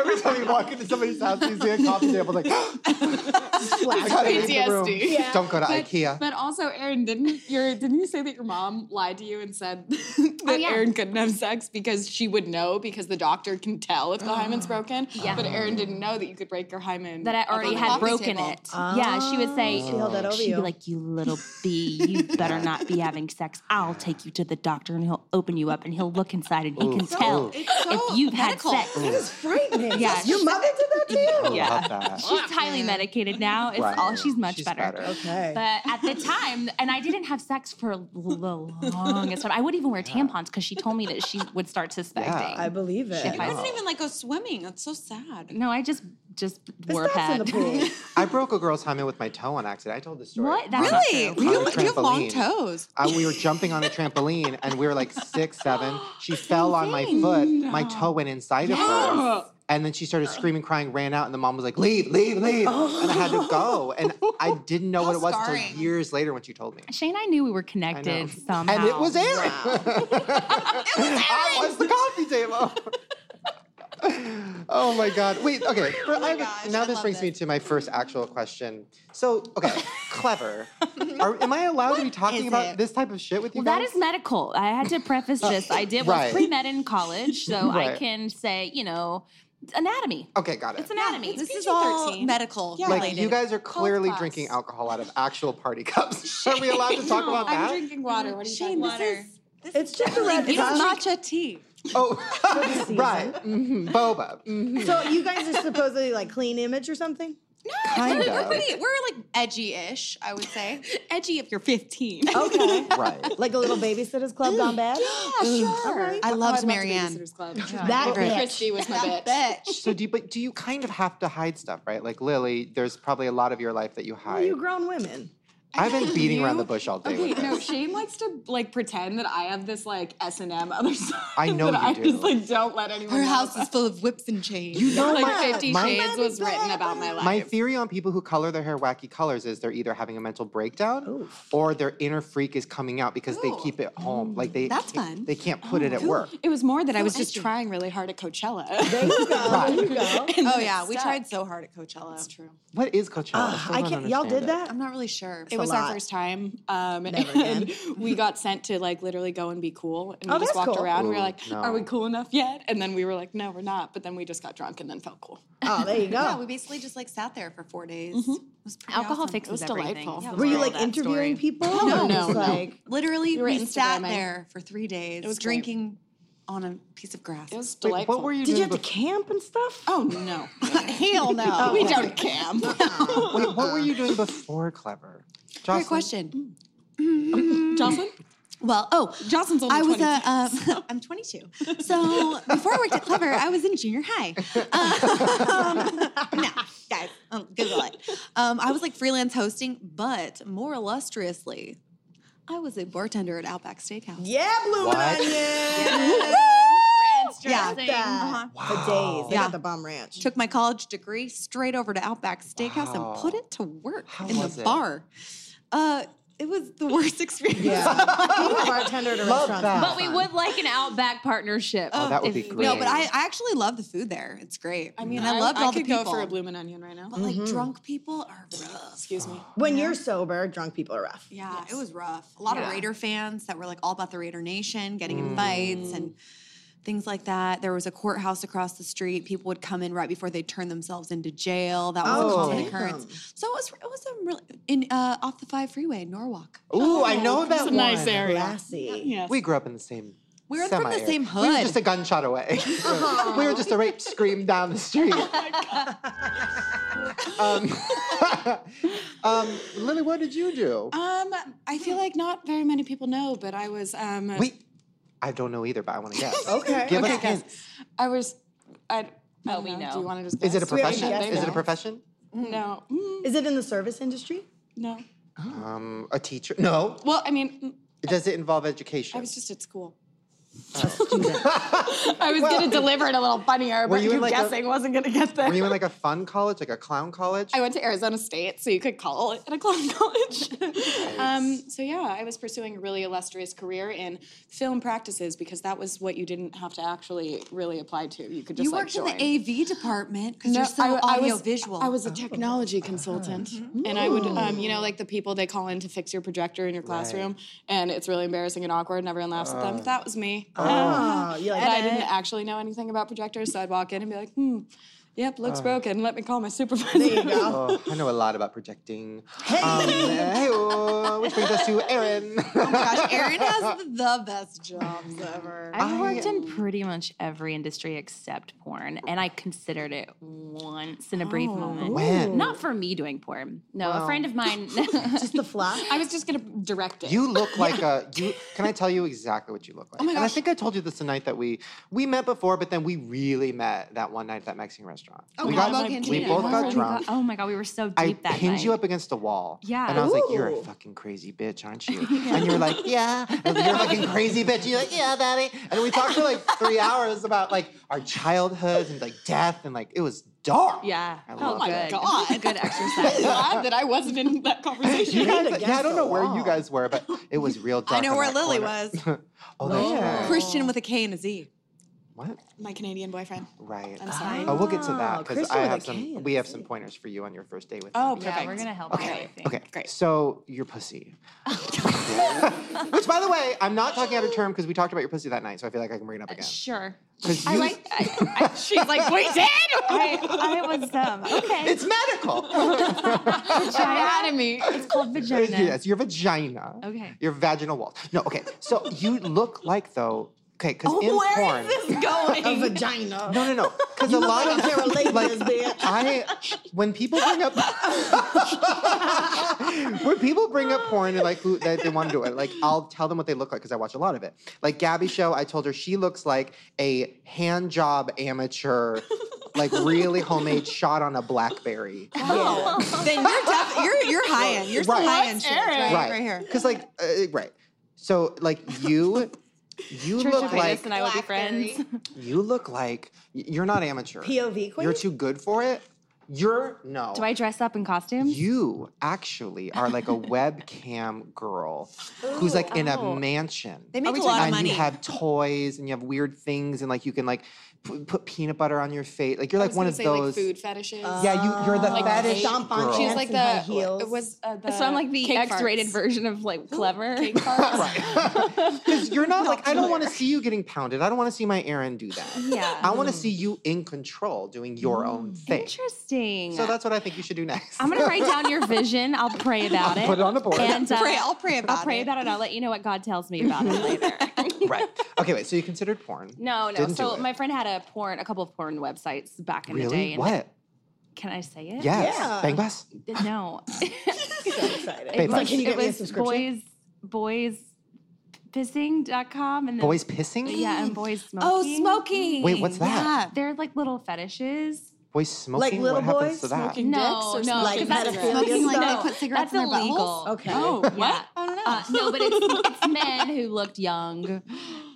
[SPEAKER 1] Every time you walk into somebody's house, you see a coffee table, like
[SPEAKER 2] Slash.
[SPEAKER 1] gotta leave the room.
[SPEAKER 5] PTSD.
[SPEAKER 1] Don't go to
[SPEAKER 5] But,
[SPEAKER 1] IKEA.
[SPEAKER 5] but also, Erin, didn't your didn't you say that your mom lied to you and said that
[SPEAKER 6] Oh,
[SPEAKER 4] yeah.
[SPEAKER 5] Erin couldn't have sex because she would know because the doctor can tell if the hymen's broken.
[SPEAKER 4] Yeah.
[SPEAKER 5] But Erin didn't know that you could break your hymen.
[SPEAKER 4] that I already
[SPEAKER 5] above the
[SPEAKER 4] had
[SPEAKER 5] coffee
[SPEAKER 4] broken
[SPEAKER 5] table.
[SPEAKER 4] it. yeah, she would say,
[SPEAKER 2] She held that over
[SPEAKER 4] she'd
[SPEAKER 2] you.
[SPEAKER 4] be like, "You little bee, you better not be having sex. I'll take you to the doctor, and he'll open you up, and he'll look inside, and he can tell
[SPEAKER 1] ooh.
[SPEAKER 4] if you've had
[SPEAKER 6] medical.
[SPEAKER 4] sex."
[SPEAKER 2] That is frightening.
[SPEAKER 4] Yeah.
[SPEAKER 2] Your mother did that to you?
[SPEAKER 1] I
[SPEAKER 4] yeah.
[SPEAKER 1] love that.
[SPEAKER 4] She's highly medicated now. It's
[SPEAKER 1] Right.
[SPEAKER 4] all she's much
[SPEAKER 1] She's
[SPEAKER 4] better.
[SPEAKER 1] better.
[SPEAKER 2] Okay.
[SPEAKER 4] But at the time, and I didn't have sex for the longest time. I wouldn't even wear tampons because she told me that she would start suspecting.
[SPEAKER 2] I believe it.
[SPEAKER 4] Shit,
[SPEAKER 6] I
[SPEAKER 4] I-
[SPEAKER 6] couldn't even like go swimming. That's so sad.
[SPEAKER 4] no, I just just
[SPEAKER 2] There's
[SPEAKER 4] wore a
[SPEAKER 2] bats
[SPEAKER 4] pad.
[SPEAKER 2] in the pool.
[SPEAKER 1] I broke a girl's hymen with my toe on accident. I told this story.
[SPEAKER 4] What? That's not
[SPEAKER 6] Really?
[SPEAKER 1] On
[SPEAKER 4] true.
[SPEAKER 6] You,
[SPEAKER 1] a
[SPEAKER 6] you have long
[SPEAKER 1] trampoline.
[SPEAKER 6] toes.
[SPEAKER 1] I, we were jumping on a trampoline and we were like six, seven. She fell on my foot. My toe went inside of her. And then she started screaming, crying, ran out, and the mom was like, leave, leave, leave. And I had to go. And I didn't know what it was
[SPEAKER 6] scarring.
[SPEAKER 1] until years later when she told me.
[SPEAKER 4] Shane, I knew we were connected somehow.
[SPEAKER 1] And it was
[SPEAKER 6] Oh,
[SPEAKER 1] Aaron. I was the coffee table. oh my god. Wait, okay. I have a-
[SPEAKER 6] gosh,
[SPEAKER 1] now
[SPEAKER 6] I
[SPEAKER 1] this
[SPEAKER 6] love
[SPEAKER 1] brings me
[SPEAKER 6] this.
[SPEAKER 1] to my first actual question. So, okay, clever. Are, am I allowed to be talking
[SPEAKER 6] is
[SPEAKER 1] about
[SPEAKER 6] it?
[SPEAKER 1] this type of shit with you
[SPEAKER 4] Well, that
[SPEAKER 1] guys?
[SPEAKER 4] is medical. I had to preface this. I did was
[SPEAKER 1] Right.
[SPEAKER 4] pre med in college, so I
[SPEAKER 1] Right. Oh,
[SPEAKER 4] can say, you know, anatomy.
[SPEAKER 1] okay, got it.
[SPEAKER 4] It's anatomy.
[SPEAKER 6] This is all medical
[SPEAKER 1] like
[SPEAKER 6] related.
[SPEAKER 1] you guys are clearly
[SPEAKER 5] class.
[SPEAKER 1] drinking alcohol out of actual party cups. are we allowed to talk about
[SPEAKER 5] I'm
[SPEAKER 1] that?
[SPEAKER 5] drinking water. What are you talking about?
[SPEAKER 6] this is
[SPEAKER 2] It's just a red
[SPEAKER 6] it's
[SPEAKER 2] cup.
[SPEAKER 6] matcha tea.
[SPEAKER 1] Oh, right. Mhm. Boba. Mhm.
[SPEAKER 2] So you guys are supposedly like clean image or something?
[SPEAKER 1] Kind
[SPEAKER 6] We're
[SPEAKER 1] of.
[SPEAKER 6] pretty, we're like edgy-ish, I would say. edgy if you're 15.
[SPEAKER 2] Okay.
[SPEAKER 1] Right.
[SPEAKER 2] Like a little babysitters club gone bad?
[SPEAKER 7] Oh,
[SPEAKER 6] I loved Marianne.
[SPEAKER 5] Babysitter's Club.
[SPEAKER 2] That
[SPEAKER 1] Right.
[SPEAKER 2] bitch.
[SPEAKER 5] Christy was my bitch.
[SPEAKER 6] Bitch.
[SPEAKER 1] So do you, but do you kind of have to hide stuff, right? Like Lily, there's probably a lot of your life that you
[SPEAKER 2] Well,
[SPEAKER 1] hide.
[SPEAKER 2] you grown women.
[SPEAKER 1] I've been beating around the
[SPEAKER 5] You-
[SPEAKER 1] bush all day.
[SPEAKER 5] Okay,
[SPEAKER 1] with this.
[SPEAKER 5] no, Shane likes to like pretend that I have this like S and M other side.
[SPEAKER 1] I know
[SPEAKER 5] that
[SPEAKER 1] you
[SPEAKER 5] I
[SPEAKER 1] do.
[SPEAKER 5] just like don't let anyone.
[SPEAKER 6] Her
[SPEAKER 5] know
[SPEAKER 6] house
[SPEAKER 5] about.
[SPEAKER 6] is full of whips and chains.
[SPEAKER 5] like Fifty
[SPEAKER 1] my-
[SPEAKER 5] Shades was written about my life.
[SPEAKER 1] My theory on people who color their hair wacky colors is they're either having a mental breakdown or their inner freak is coming out because they
[SPEAKER 6] Ooh.
[SPEAKER 1] keep it home. Like they
[SPEAKER 6] That's
[SPEAKER 1] can't-
[SPEAKER 6] fun.
[SPEAKER 1] They can't put it at work.
[SPEAKER 5] it was more that I was just
[SPEAKER 6] edgy.
[SPEAKER 5] trying really hard at Coachella.
[SPEAKER 2] There you go. There you go.
[SPEAKER 6] oh yeah, we tried so hard at Coachella. That's true.
[SPEAKER 1] What is Coachella?
[SPEAKER 2] Ah, I can't. Y'all did that?
[SPEAKER 6] I'm not really sure.
[SPEAKER 2] It a
[SPEAKER 6] was
[SPEAKER 2] lot.
[SPEAKER 6] our first time, um,
[SPEAKER 2] Never
[SPEAKER 6] and we got sent to like literally go and be cool, and
[SPEAKER 2] Oh,
[SPEAKER 6] we just
[SPEAKER 2] that's
[SPEAKER 6] walked
[SPEAKER 2] cool.
[SPEAKER 6] around. we
[SPEAKER 1] Ooh,
[SPEAKER 6] were like,
[SPEAKER 1] no.
[SPEAKER 6] "Are we cool enough yet?" And then we were like, "No, we're not." But then we just got drunk and then felt cool.
[SPEAKER 2] Oh, there you go.
[SPEAKER 7] Yeah, we basically just like sat there for four days.
[SPEAKER 6] Mm-hmm.
[SPEAKER 4] Alcohol
[SPEAKER 6] It
[SPEAKER 4] fixes
[SPEAKER 6] was
[SPEAKER 4] everything.
[SPEAKER 6] delightful.
[SPEAKER 4] is the
[SPEAKER 2] Were you
[SPEAKER 4] moral
[SPEAKER 2] like
[SPEAKER 4] of that
[SPEAKER 2] interviewing
[SPEAKER 4] story.
[SPEAKER 2] people? No,
[SPEAKER 6] no, no.
[SPEAKER 2] Like,
[SPEAKER 7] Literally,
[SPEAKER 6] were
[SPEAKER 7] we sat
[SPEAKER 6] Instagramming.
[SPEAKER 7] there for three days. It
[SPEAKER 6] was great.
[SPEAKER 7] drinking on a piece of grass.
[SPEAKER 6] It was
[SPEAKER 1] Wait,
[SPEAKER 6] delightful.
[SPEAKER 1] what were you
[SPEAKER 2] Did you
[SPEAKER 1] doing?
[SPEAKER 2] have to camp and stuff?
[SPEAKER 6] Oh no,
[SPEAKER 2] hell
[SPEAKER 7] Oh.
[SPEAKER 2] no.
[SPEAKER 6] we don't camp.
[SPEAKER 1] bef- wait, what were you doing before Clever? Jocelyn?
[SPEAKER 7] Great question.
[SPEAKER 6] Jocelyn,
[SPEAKER 7] Well, oh,
[SPEAKER 6] Jocelyn's only
[SPEAKER 7] I was
[SPEAKER 6] 22.
[SPEAKER 7] a, um, I'm 22. So before I worked at Clever, I was in junior high. Um, no, guys, um, Google it. Um, I was like freelance hosting, but more illustriously, I was a bartender at Outback Steakhouse.
[SPEAKER 2] Yeah, blue
[SPEAKER 1] What?
[SPEAKER 2] onion.
[SPEAKER 7] Yeah.
[SPEAKER 4] Dressing.
[SPEAKER 2] Yeah. For days. They
[SPEAKER 7] Yeah.
[SPEAKER 2] got the bomb ranch.
[SPEAKER 7] Took my college degree straight over to Outback Steakhouse
[SPEAKER 1] Wow.
[SPEAKER 7] and put it to work
[SPEAKER 1] How
[SPEAKER 7] in
[SPEAKER 1] was
[SPEAKER 7] the
[SPEAKER 1] it?
[SPEAKER 7] bar. Uh, it was the worst experience.
[SPEAKER 2] Yeah. Being a bartender at a
[SPEAKER 1] Love
[SPEAKER 2] restaurant.
[SPEAKER 1] that.
[SPEAKER 4] But we would like an Outback partnership.
[SPEAKER 1] Oh, that would be
[SPEAKER 4] if we-
[SPEAKER 1] great.
[SPEAKER 7] No, but I, I actually love the food there. It's great.
[SPEAKER 6] I mean,
[SPEAKER 7] and I, loved all
[SPEAKER 6] could
[SPEAKER 7] the people.
[SPEAKER 6] go for a bloomin' onion right now.
[SPEAKER 7] but
[SPEAKER 1] Mm-hmm.
[SPEAKER 7] like drunk people are rough.
[SPEAKER 6] Excuse me.
[SPEAKER 2] When you're sober, drunk people are rough.
[SPEAKER 7] Yeah, it was rough. A lot
[SPEAKER 4] Yeah.
[SPEAKER 7] of Raider fans that were like all about the Raider Nation, getting in
[SPEAKER 1] Mm.
[SPEAKER 7] fights and things like that. There was a courthouse across the street. People would come in right before they turned themselves into jail. That was
[SPEAKER 2] Oh,
[SPEAKER 7] a common
[SPEAKER 2] damn.
[SPEAKER 7] occurrence. So it was it was a really in uh, off the five freeway in Norwalk.
[SPEAKER 6] Oh,
[SPEAKER 1] Ooh, I know
[SPEAKER 6] It's
[SPEAKER 1] about
[SPEAKER 6] a nice
[SPEAKER 1] one.
[SPEAKER 6] area.
[SPEAKER 2] Classy.
[SPEAKER 6] Yes.
[SPEAKER 1] We grew up in the same.
[SPEAKER 7] We were from the
[SPEAKER 1] semi-area.
[SPEAKER 7] same
[SPEAKER 1] We were
[SPEAKER 7] hood.
[SPEAKER 1] just a gunshot away. we were just a rape scream down the street. um, um, Lily, what did you do?
[SPEAKER 6] Um, I feel like not very many people know, but I was um
[SPEAKER 1] we, I don't know either, but I want to guess.
[SPEAKER 2] Okay.
[SPEAKER 1] Give
[SPEAKER 6] okay,
[SPEAKER 1] us hints.
[SPEAKER 6] guess. I was I I
[SPEAKER 4] Oh,
[SPEAKER 6] don't
[SPEAKER 4] we
[SPEAKER 6] Do
[SPEAKER 4] know.
[SPEAKER 6] you want to just
[SPEAKER 1] Is it a
[SPEAKER 6] guess?
[SPEAKER 2] already
[SPEAKER 1] profession?
[SPEAKER 2] guessed
[SPEAKER 1] Is it a
[SPEAKER 2] that.
[SPEAKER 1] profession?
[SPEAKER 6] No. Mm,
[SPEAKER 2] Is it in the service industry?
[SPEAKER 6] no.
[SPEAKER 1] Um, a teacher? No.
[SPEAKER 6] Well, I mean, mm,
[SPEAKER 1] Does it involve education?
[SPEAKER 6] I was just at school.
[SPEAKER 5] I was gonna deliver it a little funnier, but
[SPEAKER 1] you
[SPEAKER 5] you,
[SPEAKER 1] in, like, a-
[SPEAKER 5] guessing wasn't gonna get there.
[SPEAKER 1] Were you in like a fun college, like a clown college?
[SPEAKER 6] I went to Arizona State, so you could call it a clown college. um, so yeah, I was pursuing a really illustrious career in film practices because that was what you didn't have to actually really apply to. You could just
[SPEAKER 7] You
[SPEAKER 6] like,
[SPEAKER 7] worked
[SPEAKER 6] join.
[SPEAKER 7] in the AV department because
[SPEAKER 6] No,
[SPEAKER 7] you're so
[SPEAKER 6] I- I was-
[SPEAKER 7] audiovisual.
[SPEAKER 6] I was a technology consultant,
[SPEAKER 1] Mm-hmm.
[SPEAKER 6] and I would, um, you know, like the people they call in to fix your projector in your classroom, and it's really embarrassing and awkward, and everyone laughs at
[SPEAKER 1] Uh.
[SPEAKER 6] them. That was me.
[SPEAKER 2] Oh, you like
[SPEAKER 6] and I didn't actually know anything about projectors, so I'd walk in and be like, "Hmm, yep, looks
[SPEAKER 1] Uh.
[SPEAKER 6] broken. Let me call my supervisor."
[SPEAKER 2] There you go.
[SPEAKER 1] Oh, I know a lot about projecting. Hey, um, hey-oh, which brings us to Erin.
[SPEAKER 7] oh my gosh, Erin has the best jobs ever.
[SPEAKER 4] I've worked in pretty much every industry except porn, and I considered it once in a brief moment.
[SPEAKER 1] When?
[SPEAKER 4] Not for me doing porn. No, a friend of mine.
[SPEAKER 2] Just the flop.
[SPEAKER 6] I was just gonna direct it.
[SPEAKER 1] You look like a. You, can I tell you exactly what you look like? Oh my And I think I told you this the night that we we met before, but then we really met that one night at that Mexican restaurant. Oh, we,
[SPEAKER 7] Mambo
[SPEAKER 1] we
[SPEAKER 7] Cantina.
[SPEAKER 1] both
[SPEAKER 4] oh, my
[SPEAKER 1] got
[SPEAKER 4] God,
[SPEAKER 1] drunk.
[SPEAKER 4] oh my god, we were so deep
[SPEAKER 1] I
[SPEAKER 4] that
[SPEAKER 1] pinned
[SPEAKER 4] night.
[SPEAKER 1] you up against a wall.
[SPEAKER 4] Yeah.
[SPEAKER 1] And I was like, "You're a
[SPEAKER 2] Ooh.
[SPEAKER 1] fucking crazy bitch, aren't you?" And you're like, "Yeah." And you're a fucking crazy bitch. And you're like, "Yeah, baby." And we talked for like three hours about like our childhoods and like death and like it was dark.
[SPEAKER 4] Yeah.
[SPEAKER 1] I
[SPEAKER 4] oh
[SPEAKER 1] love
[SPEAKER 4] my
[SPEAKER 1] it.
[SPEAKER 4] good. God. good exercise.
[SPEAKER 6] glad that I wasn't in that
[SPEAKER 2] Right
[SPEAKER 6] conversation.
[SPEAKER 1] Yeah, I don't
[SPEAKER 2] against the
[SPEAKER 1] know where you
[SPEAKER 2] wall.
[SPEAKER 1] guys were, but it was real dark.
[SPEAKER 7] I know
[SPEAKER 1] in
[SPEAKER 7] where
[SPEAKER 1] that
[SPEAKER 7] Lily
[SPEAKER 1] corner.
[SPEAKER 7] was.
[SPEAKER 1] Oh, that's right.
[SPEAKER 7] Christian with a K and a Z.
[SPEAKER 1] What?
[SPEAKER 6] my Canadian boyfriend.
[SPEAKER 1] Right.
[SPEAKER 6] I'm sorry.
[SPEAKER 1] Oh, we'll get to that
[SPEAKER 2] Oh,
[SPEAKER 1] because
[SPEAKER 2] Christian
[SPEAKER 1] I
[SPEAKER 2] with a
[SPEAKER 1] have
[SPEAKER 2] K
[SPEAKER 1] some.
[SPEAKER 2] and
[SPEAKER 1] We
[SPEAKER 2] a
[SPEAKER 1] have
[SPEAKER 2] Z.
[SPEAKER 1] some pointers for you on your first date with.
[SPEAKER 6] Oh,
[SPEAKER 1] him.
[SPEAKER 4] yeah,
[SPEAKER 6] perfect.
[SPEAKER 4] we're gonna help you. I
[SPEAKER 1] Okay.
[SPEAKER 4] think.
[SPEAKER 1] Okay.
[SPEAKER 6] Great.
[SPEAKER 1] So your pussy. Which, by the way, I'm not talking out of turn because we talked about your pussy that night, so I feel like I can
[SPEAKER 4] Uh,
[SPEAKER 1] bring it up again.
[SPEAKER 4] Sure.
[SPEAKER 1] 'Cause
[SPEAKER 4] I
[SPEAKER 1] you-
[SPEAKER 4] like. I, I, she's like, we did. I, I was dumb. Okay.
[SPEAKER 1] It's medical.
[SPEAKER 4] anatomy. It's called vagina.
[SPEAKER 1] yes, your vagina.
[SPEAKER 4] Okay.
[SPEAKER 1] Your vaginal walls. No. Okay. So you look like though. Okay, because in
[SPEAKER 2] Where is
[SPEAKER 1] porn.
[SPEAKER 2] this going? a vagina.
[SPEAKER 1] No, no, no. Because a lot
[SPEAKER 2] I
[SPEAKER 1] of
[SPEAKER 2] can't relate to this bitch.
[SPEAKER 1] I when people bring up when people bring up porn and like who they, they want to do it, like I'll tell them what they look like because I watch a lot of it. Like Gabby Show, I told her she looks like a hand job amateur, like really homemade shot on a BlackBerry.
[SPEAKER 7] then you're def- you're you're high end. You're some
[SPEAKER 1] Right.
[SPEAKER 7] high end shit right,
[SPEAKER 1] right,
[SPEAKER 7] right here.
[SPEAKER 1] Because like uh, right, so like you. You
[SPEAKER 4] Church
[SPEAKER 1] look
[SPEAKER 4] of
[SPEAKER 1] like
[SPEAKER 4] Venus and I would be friends.
[SPEAKER 1] you look like you're not amateur.
[SPEAKER 2] POV queen?
[SPEAKER 1] You're too good for it. You're no.
[SPEAKER 4] Do I dress up in costumes?
[SPEAKER 1] You actually are like a webcam girl who's like in a mansion.
[SPEAKER 7] They make a lot of
[SPEAKER 1] and
[SPEAKER 7] money.
[SPEAKER 1] you have toys and you have weird things and like you can like p- put peanut butter on your face. Like you're
[SPEAKER 6] I
[SPEAKER 1] like
[SPEAKER 6] was
[SPEAKER 1] one
[SPEAKER 6] gonna
[SPEAKER 1] of
[SPEAKER 6] say,
[SPEAKER 1] those. uh,
[SPEAKER 6] like food fetishes.
[SPEAKER 1] yeah, you you're the
[SPEAKER 6] Like
[SPEAKER 1] fetish
[SPEAKER 2] stomp on
[SPEAKER 1] girl.
[SPEAKER 6] She's
[SPEAKER 2] Pants
[SPEAKER 6] like
[SPEAKER 2] and high
[SPEAKER 6] the
[SPEAKER 2] heels.
[SPEAKER 6] it was uh, the
[SPEAKER 4] so I'm like the
[SPEAKER 6] cake
[SPEAKER 4] X-rated
[SPEAKER 6] farts.
[SPEAKER 4] version of like clever.
[SPEAKER 1] right. Because you're not, like I don't want to see you getting pounded. I don't want to see my Aaron do that.
[SPEAKER 4] Yeah.
[SPEAKER 1] I want to see you in control doing your own thing.
[SPEAKER 4] Interesting.
[SPEAKER 1] So that's what I think you should do next.
[SPEAKER 4] I'm gonna write down your vision. I'll pray about it.
[SPEAKER 1] Put it on the board.
[SPEAKER 4] And, uh,
[SPEAKER 7] Pray, I'll pray about
[SPEAKER 4] I'll pray
[SPEAKER 7] it.
[SPEAKER 4] about it. I'll let you know what God tells me about it later.
[SPEAKER 1] right. Okay, wait. So you considered porn?
[SPEAKER 4] No, no.
[SPEAKER 1] Didn't do
[SPEAKER 4] so
[SPEAKER 1] it.
[SPEAKER 4] my friend had a porn, a couple of porn websites back in the day.
[SPEAKER 1] Really?
[SPEAKER 4] and-
[SPEAKER 1] What?
[SPEAKER 4] Can I say it?
[SPEAKER 1] Yes.
[SPEAKER 2] Yeah.
[SPEAKER 1] Bang bus.
[SPEAKER 4] No.
[SPEAKER 2] so excited.
[SPEAKER 1] Babe,
[SPEAKER 2] It's like,
[SPEAKER 1] I-
[SPEAKER 2] can you
[SPEAKER 4] it
[SPEAKER 2] get me a
[SPEAKER 4] was
[SPEAKER 2] subscription?
[SPEAKER 4] boys, boys pissing.com and then,
[SPEAKER 1] Boys pissing.
[SPEAKER 4] Yeah, and boys smoking.
[SPEAKER 7] Oh, smoking.
[SPEAKER 1] Wait, what's that?
[SPEAKER 4] They're like little fetishes.
[SPEAKER 1] Boys smoking.
[SPEAKER 2] little
[SPEAKER 1] what happens
[SPEAKER 2] boys
[SPEAKER 1] to that?
[SPEAKER 6] smoking?
[SPEAKER 4] no,
[SPEAKER 6] dicks or
[SPEAKER 4] no,
[SPEAKER 6] Like
[SPEAKER 4] because that's
[SPEAKER 2] pedophilia
[SPEAKER 7] Smoking like
[SPEAKER 4] no,
[SPEAKER 7] they put cigarettes
[SPEAKER 4] that's
[SPEAKER 7] in their
[SPEAKER 4] illegal.
[SPEAKER 7] buttholes?
[SPEAKER 2] Okay.
[SPEAKER 7] Oh,
[SPEAKER 4] Yeah.
[SPEAKER 7] what? I don't know.
[SPEAKER 4] Uh, no, but it's, it's men who looked young.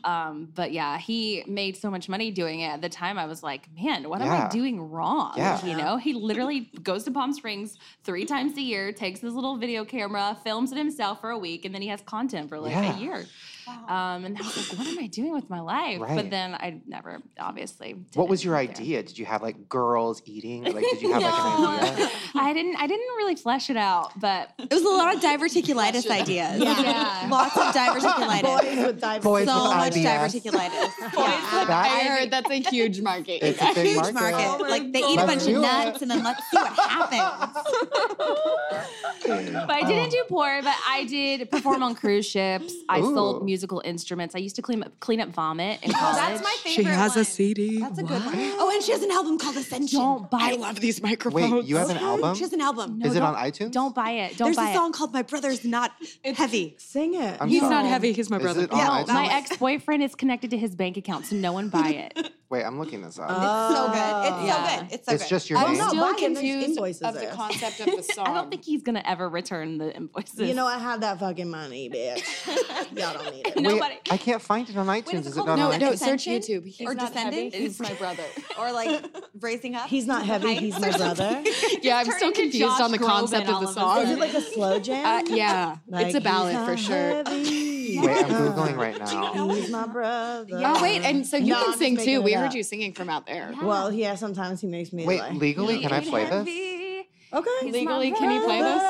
[SPEAKER 4] Um, but yeah, he made so much money doing it. At the time, I was like, man, what am
[SPEAKER 1] Yeah.
[SPEAKER 4] I doing wrong?
[SPEAKER 1] Yeah.
[SPEAKER 4] You know, he literally goes to Palm Springs three times a year, takes his little video camera, films it himself for a week, and then he has content for like
[SPEAKER 1] Yeah.
[SPEAKER 4] a year. Um, and I was like, what am I doing with my life?
[SPEAKER 1] Right.
[SPEAKER 4] But then I never, obviously.
[SPEAKER 1] What
[SPEAKER 4] did
[SPEAKER 1] was your
[SPEAKER 4] anything there.
[SPEAKER 1] idea? Did you have like girls eating? Or, like, did you have like an idea?
[SPEAKER 4] I didn't. I didn't really flesh it out, but
[SPEAKER 7] It was a lot of diverticulitis ideas.
[SPEAKER 4] Yeah.
[SPEAKER 7] Lots of diverticulitis.
[SPEAKER 2] Boys with dive
[SPEAKER 1] Boys
[SPEAKER 7] so
[SPEAKER 1] with
[SPEAKER 7] much
[SPEAKER 1] IBS.
[SPEAKER 7] diverticulitis.
[SPEAKER 1] That-
[SPEAKER 6] I heard that's a huge market.
[SPEAKER 1] it's a big
[SPEAKER 7] Huge market.
[SPEAKER 1] market.
[SPEAKER 7] like they eat a
[SPEAKER 1] Let's
[SPEAKER 7] bunch
[SPEAKER 1] do it.
[SPEAKER 7] of nuts and then let's see what happens.
[SPEAKER 4] but I didn't do porn. But I did perform on cruise ships. I sold
[SPEAKER 1] Ooh.
[SPEAKER 4] musical instruments. I used to clean up clean up vomit in college.
[SPEAKER 7] favorite. She has a CD. That's a good one. Oh, and she has an album called Ascension.
[SPEAKER 4] Don't buy it.
[SPEAKER 7] these microphones.
[SPEAKER 1] Wait, you have an album?
[SPEAKER 7] She has an album.
[SPEAKER 1] Is it on
[SPEAKER 4] don't-
[SPEAKER 1] iTunes?
[SPEAKER 4] Don't buy it. Don't
[SPEAKER 7] There's
[SPEAKER 4] buy
[SPEAKER 7] a song called My Brother's Not Heavy.
[SPEAKER 2] Sing it.
[SPEAKER 1] I'm
[SPEAKER 5] He's
[SPEAKER 1] sorry.
[SPEAKER 5] not heavy. He's my
[SPEAKER 1] Is
[SPEAKER 5] brother.
[SPEAKER 1] it on
[SPEAKER 4] it. My
[SPEAKER 1] iTunes?
[SPEAKER 4] ex boyfriend is connected to his bank account, so no one buy it.
[SPEAKER 1] Wait, I'm looking this up.
[SPEAKER 7] So good. It's
[SPEAKER 4] Yeah.
[SPEAKER 7] so good. It's so
[SPEAKER 1] it's
[SPEAKER 7] good.
[SPEAKER 1] just your
[SPEAKER 6] I'm
[SPEAKER 1] name.
[SPEAKER 2] no,
[SPEAKER 6] still
[SPEAKER 2] buy it, there's
[SPEAKER 6] confused
[SPEAKER 2] invoices
[SPEAKER 6] of the
[SPEAKER 2] there.
[SPEAKER 6] concept of the song.
[SPEAKER 4] I don't think he's gonna ever return the invoices.
[SPEAKER 2] You know, I have that fucking money, bitch. Y'all don't need it.
[SPEAKER 1] Wait,
[SPEAKER 4] nobody-
[SPEAKER 1] I can't find it on iTunes.
[SPEAKER 4] is it
[SPEAKER 1] is it
[SPEAKER 4] called?
[SPEAKER 1] not
[SPEAKER 6] no,
[SPEAKER 1] on
[SPEAKER 6] no,
[SPEAKER 1] iTunes?
[SPEAKER 6] search
[SPEAKER 7] Ascension?
[SPEAKER 6] YouTube. He's
[SPEAKER 7] Or
[SPEAKER 6] not heavy.
[SPEAKER 7] Descendants?
[SPEAKER 6] He's my brother.
[SPEAKER 7] or like raising up. "Oh,
[SPEAKER 2] He's not heavy. He's my brother. Is
[SPEAKER 5] yeah, I'm
[SPEAKER 4] turned
[SPEAKER 5] so
[SPEAKER 4] into
[SPEAKER 5] confused
[SPEAKER 4] Josh
[SPEAKER 5] on the
[SPEAKER 4] Groban
[SPEAKER 5] concept of
[SPEAKER 4] all
[SPEAKER 5] the
[SPEAKER 4] of a
[SPEAKER 5] song.
[SPEAKER 4] sudden.
[SPEAKER 2] it like a slow
[SPEAKER 5] Uh,
[SPEAKER 2] jam?
[SPEAKER 5] yeah, it's a
[SPEAKER 2] Like,
[SPEAKER 5] ballad
[SPEAKER 2] he's
[SPEAKER 5] for
[SPEAKER 2] not
[SPEAKER 5] sure.
[SPEAKER 2] heavy.
[SPEAKER 1] Wait, I'm googling right now.
[SPEAKER 2] He's my brother.
[SPEAKER 5] Oh wait, and so you
[SPEAKER 2] No, I'm
[SPEAKER 5] can
[SPEAKER 2] just
[SPEAKER 5] sing
[SPEAKER 2] making
[SPEAKER 5] too.
[SPEAKER 2] it
[SPEAKER 5] We
[SPEAKER 2] up.
[SPEAKER 5] heard you singing from out there.
[SPEAKER 2] Well, yeah. Sometimes he makes me.
[SPEAKER 1] Wait,
[SPEAKER 2] like,
[SPEAKER 1] legally, can I play this?
[SPEAKER 2] Okay.
[SPEAKER 5] Legally, can you play this?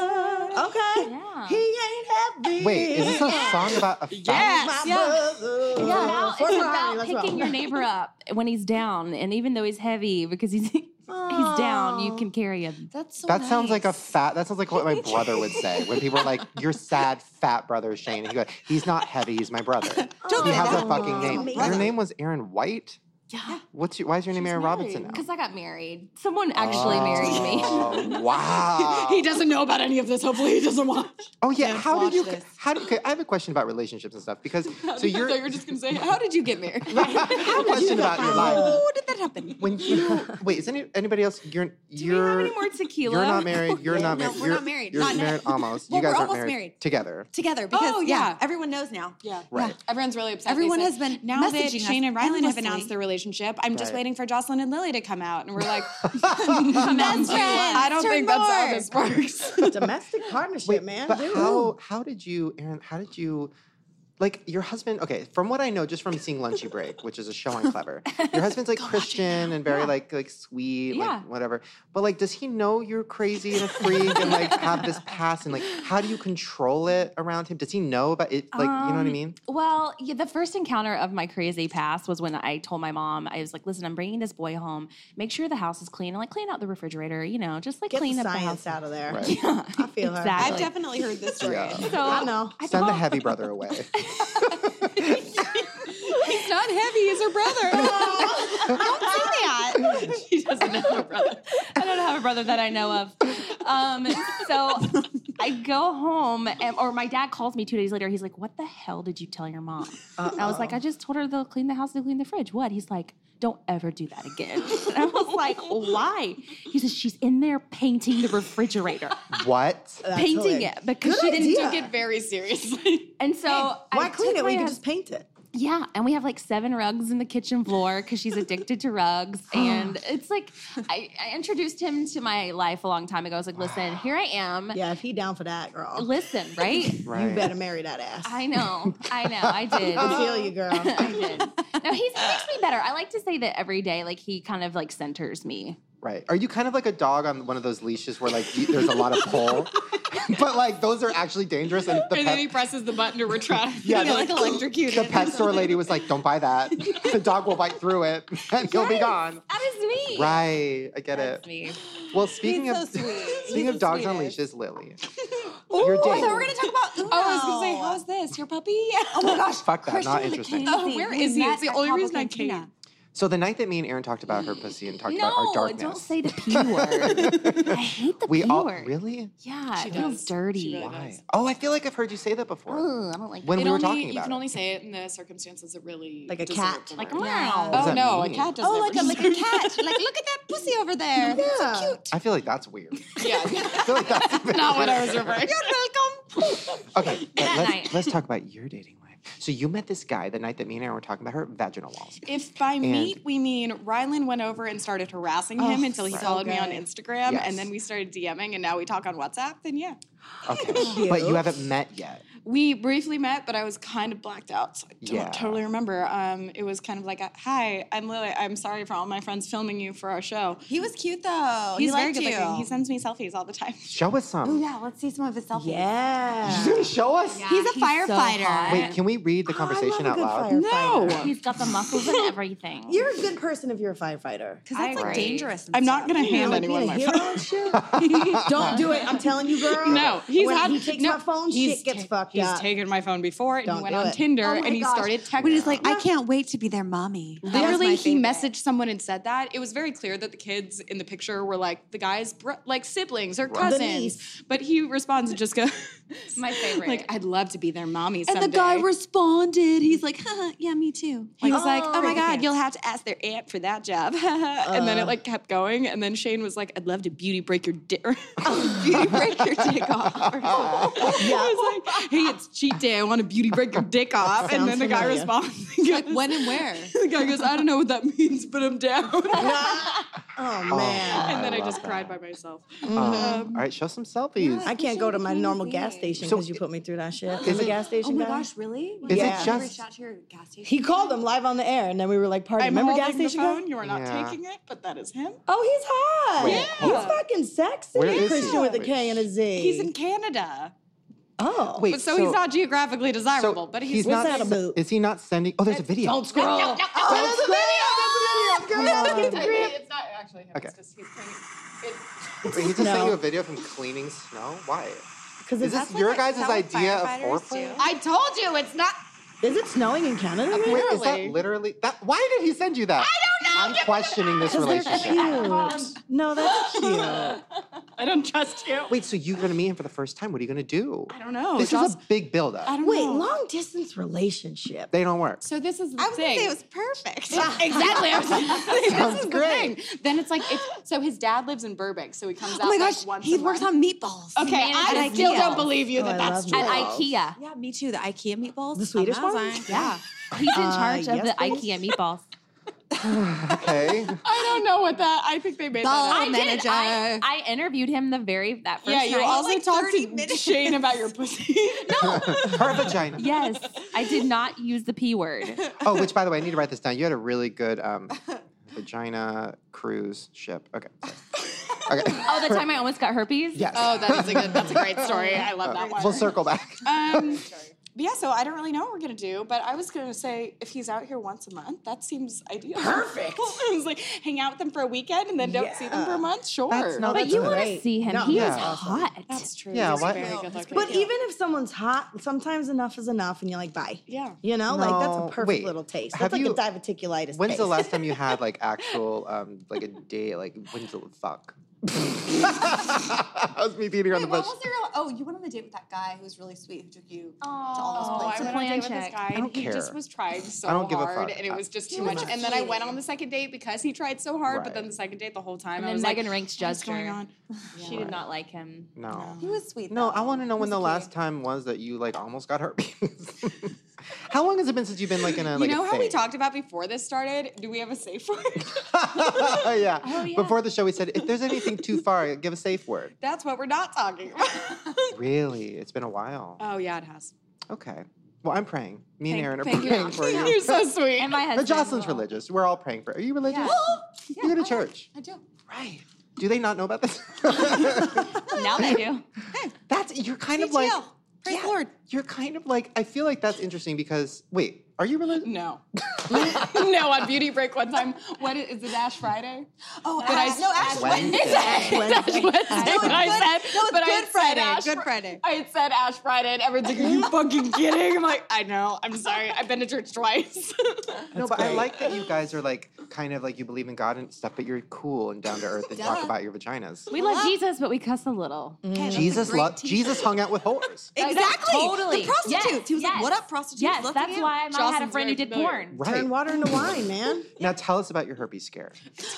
[SPEAKER 2] Okay.
[SPEAKER 4] Yeah.
[SPEAKER 2] He ain't happy.
[SPEAKER 1] Wait, is this a song about a
[SPEAKER 5] Yeah.
[SPEAKER 2] My
[SPEAKER 5] Yeah.
[SPEAKER 2] brother.
[SPEAKER 4] It's about,
[SPEAKER 2] For
[SPEAKER 4] it's
[SPEAKER 2] Ferrari,
[SPEAKER 4] about
[SPEAKER 2] that's
[SPEAKER 4] picking
[SPEAKER 2] wrong.
[SPEAKER 4] your neighbor up when he's down, and even though he's heavy because he's he's down, you can carry him.
[SPEAKER 5] That's so
[SPEAKER 1] That sounds like a fat. That sounds like what my brother would say when people are like, "Your sad fat brother Shane." And he goes, "He's not heavy. He's my brother.
[SPEAKER 7] Don't
[SPEAKER 1] he
[SPEAKER 7] say
[SPEAKER 1] has
[SPEAKER 7] that.
[SPEAKER 1] a fucking name. Your
[SPEAKER 7] Brother.
[SPEAKER 1] name was Aaron White.
[SPEAKER 4] Yeah,
[SPEAKER 1] What's your? Why is your name Aaron Robinson now?
[SPEAKER 4] because I got married. Someone actually married me.
[SPEAKER 1] Oh, wow.
[SPEAKER 5] He doesn't know about any of this. Hopefully, he doesn't watch.
[SPEAKER 1] oh yeah. how did
[SPEAKER 6] watch
[SPEAKER 1] you?
[SPEAKER 6] this.
[SPEAKER 1] How do? Okay, I have a question about relationships and stuff because so you're.
[SPEAKER 5] you were just gonna say, "How did you get married?"
[SPEAKER 1] I have a question about your life.
[SPEAKER 7] How Oh, did that happen?
[SPEAKER 1] When you wait, is any anybody else? You're you're
[SPEAKER 4] Any more tequila?
[SPEAKER 1] you're not married. You're not
[SPEAKER 7] No,
[SPEAKER 1] married.
[SPEAKER 7] we're
[SPEAKER 1] you're,
[SPEAKER 7] not married.
[SPEAKER 1] You're
[SPEAKER 7] Not yet.
[SPEAKER 1] married almost.
[SPEAKER 7] Well,
[SPEAKER 1] you guys
[SPEAKER 7] we're
[SPEAKER 1] aren't
[SPEAKER 7] almost
[SPEAKER 1] married,
[SPEAKER 7] married.
[SPEAKER 1] together.
[SPEAKER 7] Together because
[SPEAKER 6] Oh,
[SPEAKER 7] yeah.
[SPEAKER 6] yeah.
[SPEAKER 7] everyone knows now.
[SPEAKER 6] Yeah.
[SPEAKER 1] Right.
[SPEAKER 6] Everyone's really upset.
[SPEAKER 7] Everyone
[SPEAKER 6] They
[SPEAKER 7] has
[SPEAKER 6] said,
[SPEAKER 7] been
[SPEAKER 6] now that
[SPEAKER 7] messaging us
[SPEAKER 6] Shane and Rylan have
[SPEAKER 7] endlessly."
[SPEAKER 6] announced their relationship. I'm just
[SPEAKER 1] Right.
[SPEAKER 6] waiting for Jocelyn and Lily to come out, and we're like,
[SPEAKER 7] Best friends.
[SPEAKER 6] I don't
[SPEAKER 7] turn
[SPEAKER 6] think
[SPEAKER 7] more.
[SPEAKER 6] that's how this works.
[SPEAKER 2] Domestic partnership, man.
[SPEAKER 1] But
[SPEAKER 2] Dude.
[SPEAKER 1] how how did you, Aaron? How did you? Like your husband, okay. From what I know, just from seeing Lunchy Break, which is a show on Clever, your husband's like Christian and very like like sweet,
[SPEAKER 4] Yeah.
[SPEAKER 1] like whatever. But like, does he know you're crazy and a freak and like have this past and like, how do you control it around him? Does he know about it? Like, you know what I
[SPEAKER 4] Um,
[SPEAKER 1] mean?
[SPEAKER 4] Well, yeah, the first encounter of my crazy past was when I told my mom, I was like, listen, I'm bringing this boy home. Make sure the house is clean and like clean out the refrigerator, you know, just like
[SPEAKER 2] Get
[SPEAKER 4] clean
[SPEAKER 2] the
[SPEAKER 4] up the
[SPEAKER 2] science
[SPEAKER 4] house.
[SPEAKER 2] out of there.
[SPEAKER 1] Right.
[SPEAKER 2] I feel her.
[SPEAKER 4] Exactly.
[SPEAKER 7] I've definitely heard this story.
[SPEAKER 1] Yeah.
[SPEAKER 4] So
[SPEAKER 2] I know.
[SPEAKER 4] I
[SPEAKER 1] Send the
[SPEAKER 4] told-
[SPEAKER 1] heavy brother away.
[SPEAKER 7] He's not heavy. He's her brother. don't say that.
[SPEAKER 5] he doesn't know her brother.
[SPEAKER 4] I don't have a brother that I know of. Um, so I go home, and, or my dad calls me two days later. He's like, "What the hell did you tell your mom?" And I was like, "I just told her to clean the house and clean the fridge." What? He's like, "Don't ever do that again." And I was like, "Why?" He says, "She's in there painting the refrigerator,
[SPEAKER 1] what?
[SPEAKER 2] That's
[SPEAKER 4] painting
[SPEAKER 2] hilarious.
[SPEAKER 4] it
[SPEAKER 2] Good
[SPEAKER 4] because she didn't."
[SPEAKER 2] idea.
[SPEAKER 4] do
[SPEAKER 6] Took it very seriously.
[SPEAKER 4] And so
[SPEAKER 2] Why
[SPEAKER 4] I
[SPEAKER 2] clean
[SPEAKER 4] took
[SPEAKER 2] it when
[SPEAKER 4] my
[SPEAKER 2] you can
[SPEAKER 4] hus-
[SPEAKER 2] just paint it?
[SPEAKER 4] Yeah, and we have like seven rugs in the kitchen floor because she's addicted to rugs. And it's like, I, I introduced him to my life a long time ago. I was like, listen, here I am.
[SPEAKER 2] Yeah, if he down for that, girl,
[SPEAKER 4] Listen, right?
[SPEAKER 1] Right.
[SPEAKER 2] you better marry that ass.
[SPEAKER 4] I know, I know, I did.
[SPEAKER 2] I feel you, girl.
[SPEAKER 4] I did. No, he's, he makes me better. I like to say that every day, like he kind of like centers me.
[SPEAKER 1] Right. Are you kind of like a dog on one of those leashes where like you, there's a lot of pull, but like those are actually dangerous and the
[SPEAKER 5] and then he
[SPEAKER 1] pet,
[SPEAKER 5] presses the button to retract.
[SPEAKER 1] Yeah,
[SPEAKER 5] You know,
[SPEAKER 1] like-
[SPEAKER 5] like electrocuted.
[SPEAKER 1] the pet store lady was like, "Don't buy that. the dog will bite through it and he'll be
[SPEAKER 4] Yes,
[SPEAKER 1] gone."
[SPEAKER 4] That is me.
[SPEAKER 1] Right. I get
[SPEAKER 4] That's
[SPEAKER 1] it.
[SPEAKER 4] me.
[SPEAKER 1] Well, speaking
[SPEAKER 7] He's so
[SPEAKER 1] of
[SPEAKER 7] sweet.
[SPEAKER 1] speaking
[SPEAKER 7] He's
[SPEAKER 1] of
[SPEAKER 7] the
[SPEAKER 1] dogs on
[SPEAKER 7] sweetest.
[SPEAKER 1] leashes, Lily. Your
[SPEAKER 7] Oh, I
[SPEAKER 1] date.
[SPEAKER 7] thought we were gonna talk about. Uno.
[SPEAKER 6] Oh, I was gonna say, how's this? Your puppy?
[SPEAKER 7] Oh my gosh,
[SPEAKER 1] Fuck that, not
[SPEAKER 7] Christian
[SPEAKER 1] interesting.
[SPEAKER 7] McKenzie.
[SPEAKER 6] Oh, where
[SPEAKER 7] We
[SPEAKER 6] is he?
[SPEAKER 7] met
[SPEAKER 6] It's the
[SPEAKER 7] at
[SPEAKER 6] only
[SPEAKER 7] Cabo
[SPEAKER 6] reason I
[SPEAKER 7] Cantina.
[SPEAKER 6] came.
[SPEAKER 1] So the night that me and Aaron talked about her pussy and talked about
[SPEAKER 4] No,
[SPEAKER 1] our darkness.
[SPEAKER 4] don't say the p word. I hate the
[SPEAKER 1] we
[SPEAKER 4] p
[SPEAKER 1] all
[SPEAKER 4] word.
[SPEAKER 1] really.
[SPEAKER 4] Yeah,
[SPEAKER 6] She
[SPEAKER 4] it feels
[SPEAKER 6] does. She
[SPEAKER 4] dirty.
[SPEAKER 6] really
[SPEAKER 1] Why?
[SPEAKER 6] does.
[SPEAKER 1] Oh, I feel like I've heard you say that before.
[SPEAKER 4] Ugh, I don't like.
[SPEAKER 1] When
[SPEAKER 6] It
[SPEAKER 1] we were
[SPEAKER 6] only-
[SPEAKER 1] talking
[SPEAKER 6] You
[SPEAKER 1] about
[SPEAKER 6] can
[SPEAKER 1] it.
[SPEAKER 6] only say it in the circumstances that really
[SPEAKER 2] Like a
[SPEAKER 6] deserve
[SPEAKER 2] cat.
[SPEAKER 6] the
[SPEAKER 4] Like,
[SPEAKER 6] word.
[SPEAKER 4] wow.
[SPEAKER 1] does
[SPEAKER 6] Oh
[SPEAKER 1] that
[SPEAKER 6] no,
[SPEAKER 1] mean?
[SPEAKER 6] a cat does
[SPEAKER 7] Oh, like a,
[SPEAKER 6] never
[SPEAKER 7] like a cat. Like, look at that pussy over there. That's
[SPEAKER 2] Yeah.
[SPEAKER 7] so cute.
[SPEAKER 1] I feel like that's weird.
[SPEAKER 6] Yeah,
[SPEAKER 1] I feel like that's a bit
[SPEAKER 6] not what I was referring.
[SPEAKER 7] You're welcome.
[SPEAKER 1] Okay, but
[SPEAKER 4] That
[SPEAKER 1] let's,
[SPEAKER 4] night.
[SPEAKER 1] let's talk about your dating life. So you met this guy the night that me and Aaron were talking about her vaginal walls.
[SPEAKER 6] If by meet we mean Rylan went over and started harassing him until he followed me on Instagram,
[SPEAKER 1] Yes.
[SPEAKER 6] and then we started DMing, and now we talk on WhatsApp, then yeah.
[SPEAKER 1] Okay, but you haven't met yet.
[SPEAKER 6] We briefly met, but I was kind of blacked out, so I don't
[SPEAKER 1] Yeah.
[SPEAKER 6] totally remember. Um, it was kind of like, a, "Hi, I'm Lily. I'm sorry for all my friends filming you for our show."
[SPEAKER 7] He was cute though.
[SPEAKER 6] He's
[SPEAKER 7] he
[SPEAKER 6] very
[SPEAKER 7] liked
[SPEAKER 6] good
[SPEAKER 7] you. Oh,
[SPEAKER 6] looking. He sends me selfies all the time.
[SPEAKER 1] Show us some.
[SPEAKER 7] yeah, let's see some of his selfies.
[SPEAKER 1] She's
[SPEAKER 2] Yeah.
[SPEAKER 1] gonna show us.
[SPEAKER 7] He's a firefighter.
[SPEAKER 1] Wait, can we read the
[SPEAKER 2] Oh, I love
[SPEAKER 1] conversation
[SPEAKER 2] a
[SPEAKER 1] out
[SPEAKER 2] good
[SPEAKER 1] loud?
[SPEAKER 2] firefighter.
[SPEAKER 4] He's got the muscles and everything.
[SPEAKER 2] You're a good person if you're a firefighter.
[SPEAKER 7] because
[SPEAKER 4] I
[SPEAKER 7] that's like
[SPEAKER 4] agree.
[SPEAKER 7] dangerous. and
[SPEAKER 6] I'm not
[SPEAKER 7] stuff.
[SPEAKER 6] gonna
[SPEAKER 2] You know,
[SPEAKER 6] hand
[SPEAKER 2] like
[SPEAKER 6] anyone
[SPEAKER 2] being a
[SPEAKER 6] my
[SPEAKER 2] hero
[SPEAKER 6] phone.
[SPEAKER 2] and shit. Don't do it. I'm telling you, girl.
[SPEAKER 6] No, he's
[SPEAKER 2] when
[SPEAKER 6] had
[SPEAKER 2] he takes
[SPEAKER 6] no,
[SPEAKER 2] my phone,
[SPEAKER 6] he's
[SPEAKER 2] shit gets
[SPEAKER 6] ta-
[SPEAKER 2] fucked
[SPEAKER 6] He's
[SPEAKER 2] up.
[SPEAKER 6] taken my phone before, and
[SPEAKER 2] Don't
[SPEAKER 6] he went
[SPEAKER 2] do
[SPEAKER 6] on
[SPEAKER 2] it.
[SPEAKER 6] Tinder,
[SPEAKER 2] Oh my
[SPEAKER 6] and he
[SPEAKER 2] gosh.
[SPEAKER 6] started texting.
[SPEAKER 7] When he's like, I can't wait to be their mommy. That was
[SPEAKER 6] Literally,
[SPEAKER 7] my
[SPEAKER 6] he
[SPEAKER 7] favorite.
[SPEAKER 6] messaged someone and said that. It was very clear that the kids in the picture were like the guy's br- like siblings or
[SPEAKER 2] The
[SPEAKER 6] cousins. But he responds and just goes,
[SPEAKER 4] My favorite.
[SPEAKER 6] Like, I'd love to be their mommy
[SPEAKER 7] And
[SPEAKER 6] someday.
[SPEAKER 7] the guy responded. He's like, Haha, yeah, me too.
[SPEAKER 6] He was like, "Oh my God, you'll have to ask their aunt for that job." and then it like kept going, and then Shane was like, "I'd love to beauty break your dick, beauty break your dick off." Or something. I was like, "Hey, it's cheat day. I want to beauty break your dick off." and
[SPEAKER 2] Sounds
[SPEAKER 6] then the guy
[SPEAKER 2] familiar.
[SPEAKER 6] responds,
[SPEAKER 7] Like, when and where?
[SPEAKER 6] The guy goes, "I don't know what that means, but I'm down."
[SPEAKER 1] Um,
[SPEAKER 2] Oh man.
[SPEAKER 6] and then I,
[SPEAKER 1] love
[SPEAKER 6] just
[SPEAKER 1] that.
[SPEAKER 6] cried by myself.
[SPEAKER 1] Um, all right, show some selfies.
[SPEAKER 2] I can't go to my normal gas station
[SPEAKER 1] So
[SPEAKER 2] because you put me through that shit.
[SPEAKER 1] is
[SPEAKER 2] I'm a
[SPEAKER 1] it-
[SPEAKER 2] gas
[SPEAKER 7] Oh
[SPEAKER 2] station
[SPEAKER 7] my
[SPEAKER 2] guy.
[SPEAKER 7] gosh, really?
[SPEAKER 1] Is
[SPEAKER 2] Yeah.
[SPEAKER 1] it
[SPEAKER 7] You
[SPEAKER 1] just?
[SPEAKER 7] reached out to your gas station?
[SPEAKER 2] He called them live on the air, and then we were like, "Party!"
[SPEAKER 6] I'm
[SPEAKER 2] Remember gas
[SPEAKER 6] holding the
[SPEAKER 2] station guy?
[SPEAKER 6] phone. You are not
[SPEAKER 1] Yeah.
[SPEAKER 6] taking it, but that is him.
[SPEAKER 2] Oh, he's hot.
[SPEAKER 1] Wait, hold
[SPEAKER 2] He's
[SPEAKER 1] on.
[SPEAKER 2] fucking sexy.
[SPEAKER 1] Where is
[SPEAKER 2] Christian
[SPEAKER 1] he?
[SPEAKER 2] with a K and a Z.
[SPEAKER 6] He's in Canada,
[SPEAKER 2] Oh,
[SPEAKER 1] Wait,
[SPEAKER 6] but so, he's not geographically
[SPEAKER 1] So
[SPEAKER 6] desirable. but he's,
[SPEAKER 1] he's not.
[SPEAKER 2] that
[SPEAKER 1] se-
[SPEAKER 2] about?
[SPEAKER 1] Is he not sending? Oh, there's a video.
[SPEAKER 2] Don't scroll.
[SPEAKER 1] Oh, there's a video. There's a video. Come on.
[SPEAKER 6] It's not actually him.
[SPEAKER 1] Okay.
[SPEAKER 6] It's just he's playing.
[SPEAKER 1] Wait, he just sent
[SPEAKER 2] No.
[SPEAKER 1] you a video of him cleaning snow. Why?
[SPEAKER 2] Because
[SPEAKER 1] Is
[SPEAKER 2] is,
[SPEAKER 1] this your
[SPEAKER 7] like
[SPEAKER 1] guys'
[SPEAKER 7] how
[SPEAKER 1] idea of
[SPEAKER 7] firefighters
[SPEAKER 1] foreplay?
[SPEAKER 7] do.
[SPEAKER 6] I told you it's not.
[SPEAKER 2] is it snowing in Canada? right now?
[SPEAKER 1] Wait, is that
[SPEAKER 6] Literally.
[SPEAKER 1] literally that? Why did he send you that? I don't know. I'm questioning this
[SPEAKER 2] They're
[SPEAKER 1] relationship.
[SPEAKER 2] cute. No, that's cute.
[SPEAKER 6] I don't trust you.
[SPEAKER 1] Wait, so you're gonna meet him for the first time? What are you gonna do?
[SPEAKER 6] I don't know.
[SPEAKER 1] This is
[SPEAKER 6] Just-
[SPEAKER 1] a big buildup.
[SPEAKER 6] I don't
[SPEAKER 2] Wait,
[SPEAKER 6] know.
[SPEAKER 2] long distance relationship.
[SPEAKER 1] They don't work.
[SPEAKER 6] So this is the
[SPEAKER 7] I was gonna
[SPEAKER 6] thing.
[SPEAKER 7] say it was perfect.
[SPEAKER 6] exactly. I was like, this is
[SPEAKER 1] great.
[SPEAKER 6] the thing. Then it's like, if, so his dad lives in Burbank, so he comes out.
[SPEAKER 7] Oh my
[SPEAKER 6] like,
[SPEAKER 7] gosh,
[SPEAKER 6] once
[SPEAKER 7] he
[SPEAKER 6] a
[SPEAKER 7] works
[SPEAKER 6] month.
[SPEAKER 7] on meatballs.
[SPEAKER 6] Okay, I
[SPEAKER 7] Manages
[SPEAKER 6] still
[SPEAKER 7] IKEA.
[SPEAKER 6] don't believe you
[SPEAKER 2] Oh,
[SPEAKER 6] that
[SPEAKER 2] I
[SPEAKER 6] that's true.
[SPEAKER 2] love
[SPEAKER 4] At IKEA.
[SPEAKER 7] Yeah, me too. The IKEA meatballs.
[SPEAKER 2] The Swedish ones?
[SPEAKER 7] Amazing. Yeah.
[SPEAKER 4] He's in charge of
[SPEAKER 2] yes,
[SPEAKER 4] the
[SPEAKER 2] please.
[SPEAKER 4] IKEA meatballs.
[SPEAKER 1] Okay.
[SPEAKER 6] I don't know what that. I think they made that.
[SPEAKER 7] Ball
[SPEAKER 6] up.
[SPEAKER 7] manager.
[SPEAKER 4] I, I interviewed him the very that first
[SPEAKER 6] Yeah, you
[SPEAKER 4] night.
[SPEAKER 6] also
[SPEAKER 7] like
[SPEAKER 6] talked
[SPEAKER 7] 30
[SPEAKER 6] to
[SPEAKER 7] minutes.
[SPEAKER 6] Shane about your pussy. no,
[SPEAKER 1] Her vagina.
[SPEAKER 4] Yes, I did not use the p word.
[SPEAKER 1] Oh, which by the way, I need to write this down. You had a really good um, vagina cruise ship. Okay. sorry. Okay.
[SPEAKER 4] Oh, the time I almost got herpes.
[SPEAKER 1] Yes.
[SPEAKER 6] Oh, that is a good. That's a great story. I love that one.
[SPEAKER 1] we'll circle back.
[SPEAKER 6] Um, but yeah, so I don't really know what we're gonna do, but I was gonna say if he's out here once a month, that seems ideal. Perfect. I was like, hang out with them for a weekend and then don't see them for a month. Sure.
[SPEAKER 1] That's not-
[SPEAKER 4] but
[SPEAKER 1] that's
[SPEAKER 4] you want to
[SPEAKER 2] great.
[SPEAKER 4] see him?
[SPEAKER 2] No,
[SPEAKER 4] he
[SPEAKER 1] yeah.
[SPEAKER 4] is hot.
[SPEAKER 6] That's true.
[SPEAKER 1] Yeah,
[SPEAKER 6] He's
[SPEAKER 1] why-
[SPEAKER 6] very good looking.
[SPEAKER 2] But even if someone's hot, sometimes enough is enough, and you're like, bye.
[SPEAKER 6] Yeah.
[SPEAKER 2] You know, like
[SPEAKER 1] No,
[SPEAKER 2] that's a perfect
[SPEAKER 1] wait,
[SPEAKER 2] little taste.
[SPEAKER 1] have
[SPEAKER 2] That's like
[SPEAKER 1] you-
[SPEAKER 2] a diverticulitis.
[SPEAKER 1] When's the
[SPEAKER 2] taste.
[SPEAKER 1] last time you had like actual um like a date? Like when's the fuck? that was me beating around the
[SPEAKER 7] Wait, what
[SPEAKER 1] bush.
[SPEAKER 7] was the real? Oh, you went on the date with that guy who was really sweet, who took you to
[SPEAKER 6] Oh, I
[SPEAKER 7] all those places.
[SPEAKER 6] went on a
[SPEAKER 4] plan
[SPEAKER 6] date with this
[SPEAKER 4] check.
[SPEAKER 6] guy, and
[SPEAKER 1] don't
[SPEAKER 6] he just
[SPEAKER 1] care.
[SPEAKER 6] was trying so
[SPEAKER 1] I don't give a
[SPEAKER 6] hard,
[SPEAKER 1] fuck.
[SPEAKER 6] and it was just too
[SPEAKER 7] Too
[SPEAKER 6] much.
[SPEAKER 7] much.
[SPEAKER 6] And then I went on the second date because he tried so hard,
[SPEAKER 1] Right.
[SPEAKER 6] but then the second date, the whole time,
[SPEAKER 4] And
[SPEAKER 6] I
[SPEAKER 4] then
[SPEAKER 6] was
[SPEAKER 4] Megan
[SPEAKER 6] like,
[SPEAKER 4] Ranks
[SPEAKER 6] "What's
[SPEAKER 4] judged
[SPEAKER 6] going
[SPEAKER 4] her.
[SPEAKER 6] on?"
[SPEAKER 4] She did not like him.
[SPEAKER 1] No.
[SPEAKER 7] He was sweet.
[SPEAKER 1] No,
[SPEAKER 7] though.
[SPEAKER 1] I want to know
[SPEAKER 7] He
[SPEAKER 1] when
[SPEAKER 7] was
[SPEAKER 1] the
[SPEAKER 7] cute.
[SPEAKER 1] last time was that you like almost got herpes. How long has it been since you've been like in a like
[SPEAKER 6] you
[SPEAKER 1] a
[SPEAKER 6] know how we
[SPEAKER 1] thing?
[SPEAKER 6] talked about before this started? Do we have a safe word?
[SPEAKER 1] yeah.
[SPEAKER 6] Oh,
[SPEAKER 4] yeah.
[SPEAKER 1] Before the show, we said if there's anything too far, give a safe word.
[SPEAKER 6] That's what we're not talking about.
[SPEAKER 1] Really, it's been a while.
[SPEAKER 6] oh yeah, it has.
[SPEAKER 1] Okay. Well, I'm praying. Me and
[SPEAKER 6] Thank-
[SPEAKER 1] Aaron are
[SPEAKER 6] thank you.
[SPEAKER 1] praying for you.
[SPEAKER 6] You're so sweet.
[SPEAKER 4] And my
[SPEAKER 1] But
[SPEAKER 4] husband.
[SPEAKER 1] Jocelyn's
[SPEAKER 4] will.
[SPEAKER 1] religious. We're all praying for. Are you religious? you go to church.
[SPEAKER 6] I do.
[SPEAKER 1] Right. Do they not know about this?
[SPEAKER 4] Now they do.
[SPEAKER 1] that's you're kind of like
[SPEAKER 6] CTL. Praise
[SPEAKER 1] Yeah,
[SPEAKER 6] the Lord.
[SPEAKER 1] You're kind of like I feel like that's interesting because wait, are you religious?
[SPEAKER 6] No. no, on beauty break one time. What is, is it Ash Friday?
[SPEAKER 7] Oh,
[SPEAKER 6] Did I
[SPEAKER 7] Ash- no, Ash
[SPEAKER 1] Wednesday.
[SPEAKER 7] Wednesday.
[SPEAKER 1] Ash Wednesday.
[SPEAKER 7] No, it's
[SPEAKER 6] I
[SPEAKER 7] good,
[SPEAKER 6] said-
[SPEAKER 7] no, it's
[SPEAKER 6] but I
[SPEAKER 7] Good
[SPEAKER 6] said
[SPEAKER 7] Friday.
[SPEAKER 6] Ash
[SPEAKER 7] good
[SPEAKER 6] Fri-
[SPEAKER 7] Friday.
[SPEAKER 6] I had said Ash Friday, and everyone's like, "Are you fucking kidding?" I'm like, "I know. I'm sorry. I've been to church twice."
[SPEAKER 1] No, but I like that you guys are like kind of like you believe in God and stuff, but you're cool and down to earth and talk
[SPEAKER 7] Duh.
[SPEAKER 1] about your vaginas.
[SPEAKER 4] We love Jesus, but we cuss a little.
[SPEAKER 7] Okay, that's a
[SPEAKER 1] Jesus
[SPEAKER 7] great
[SPEAKER 1] loved
[SPEAKER 7] t-shirt.
[SPEAKER 1] Jesus hung out with whores.
[SPEAKER 7] Exactly.
[SPEAKER 4] Totally.
[SPEAKER 7] The prostitutes.
[SPEAKER 4] Yes,
[SPEAKER 7] He was
[SPEAKER 4] yes.
[SPEAKER 7] like, "What up, prostitutes?"
[SPEAKER 4] Yes,
[SPEAKER 7] Let's
[SPEAKER 4] that's
[SPEAKER 7] hang out."
[SPEAKER 4] why I had a
[SPEAKER 6] Jocelyn's
[SPEAKER 4] friend
[SPEAKER 6] very
[SPEAKER 4] who did
[SPEAKER 6] familiar.
[SPEAKER 4] porn.
[SPEAKER 1] Right.
[SPEAKER 2] Turn water into wine, man.
[SPEAKER 1] Now tell us about your herpes scare.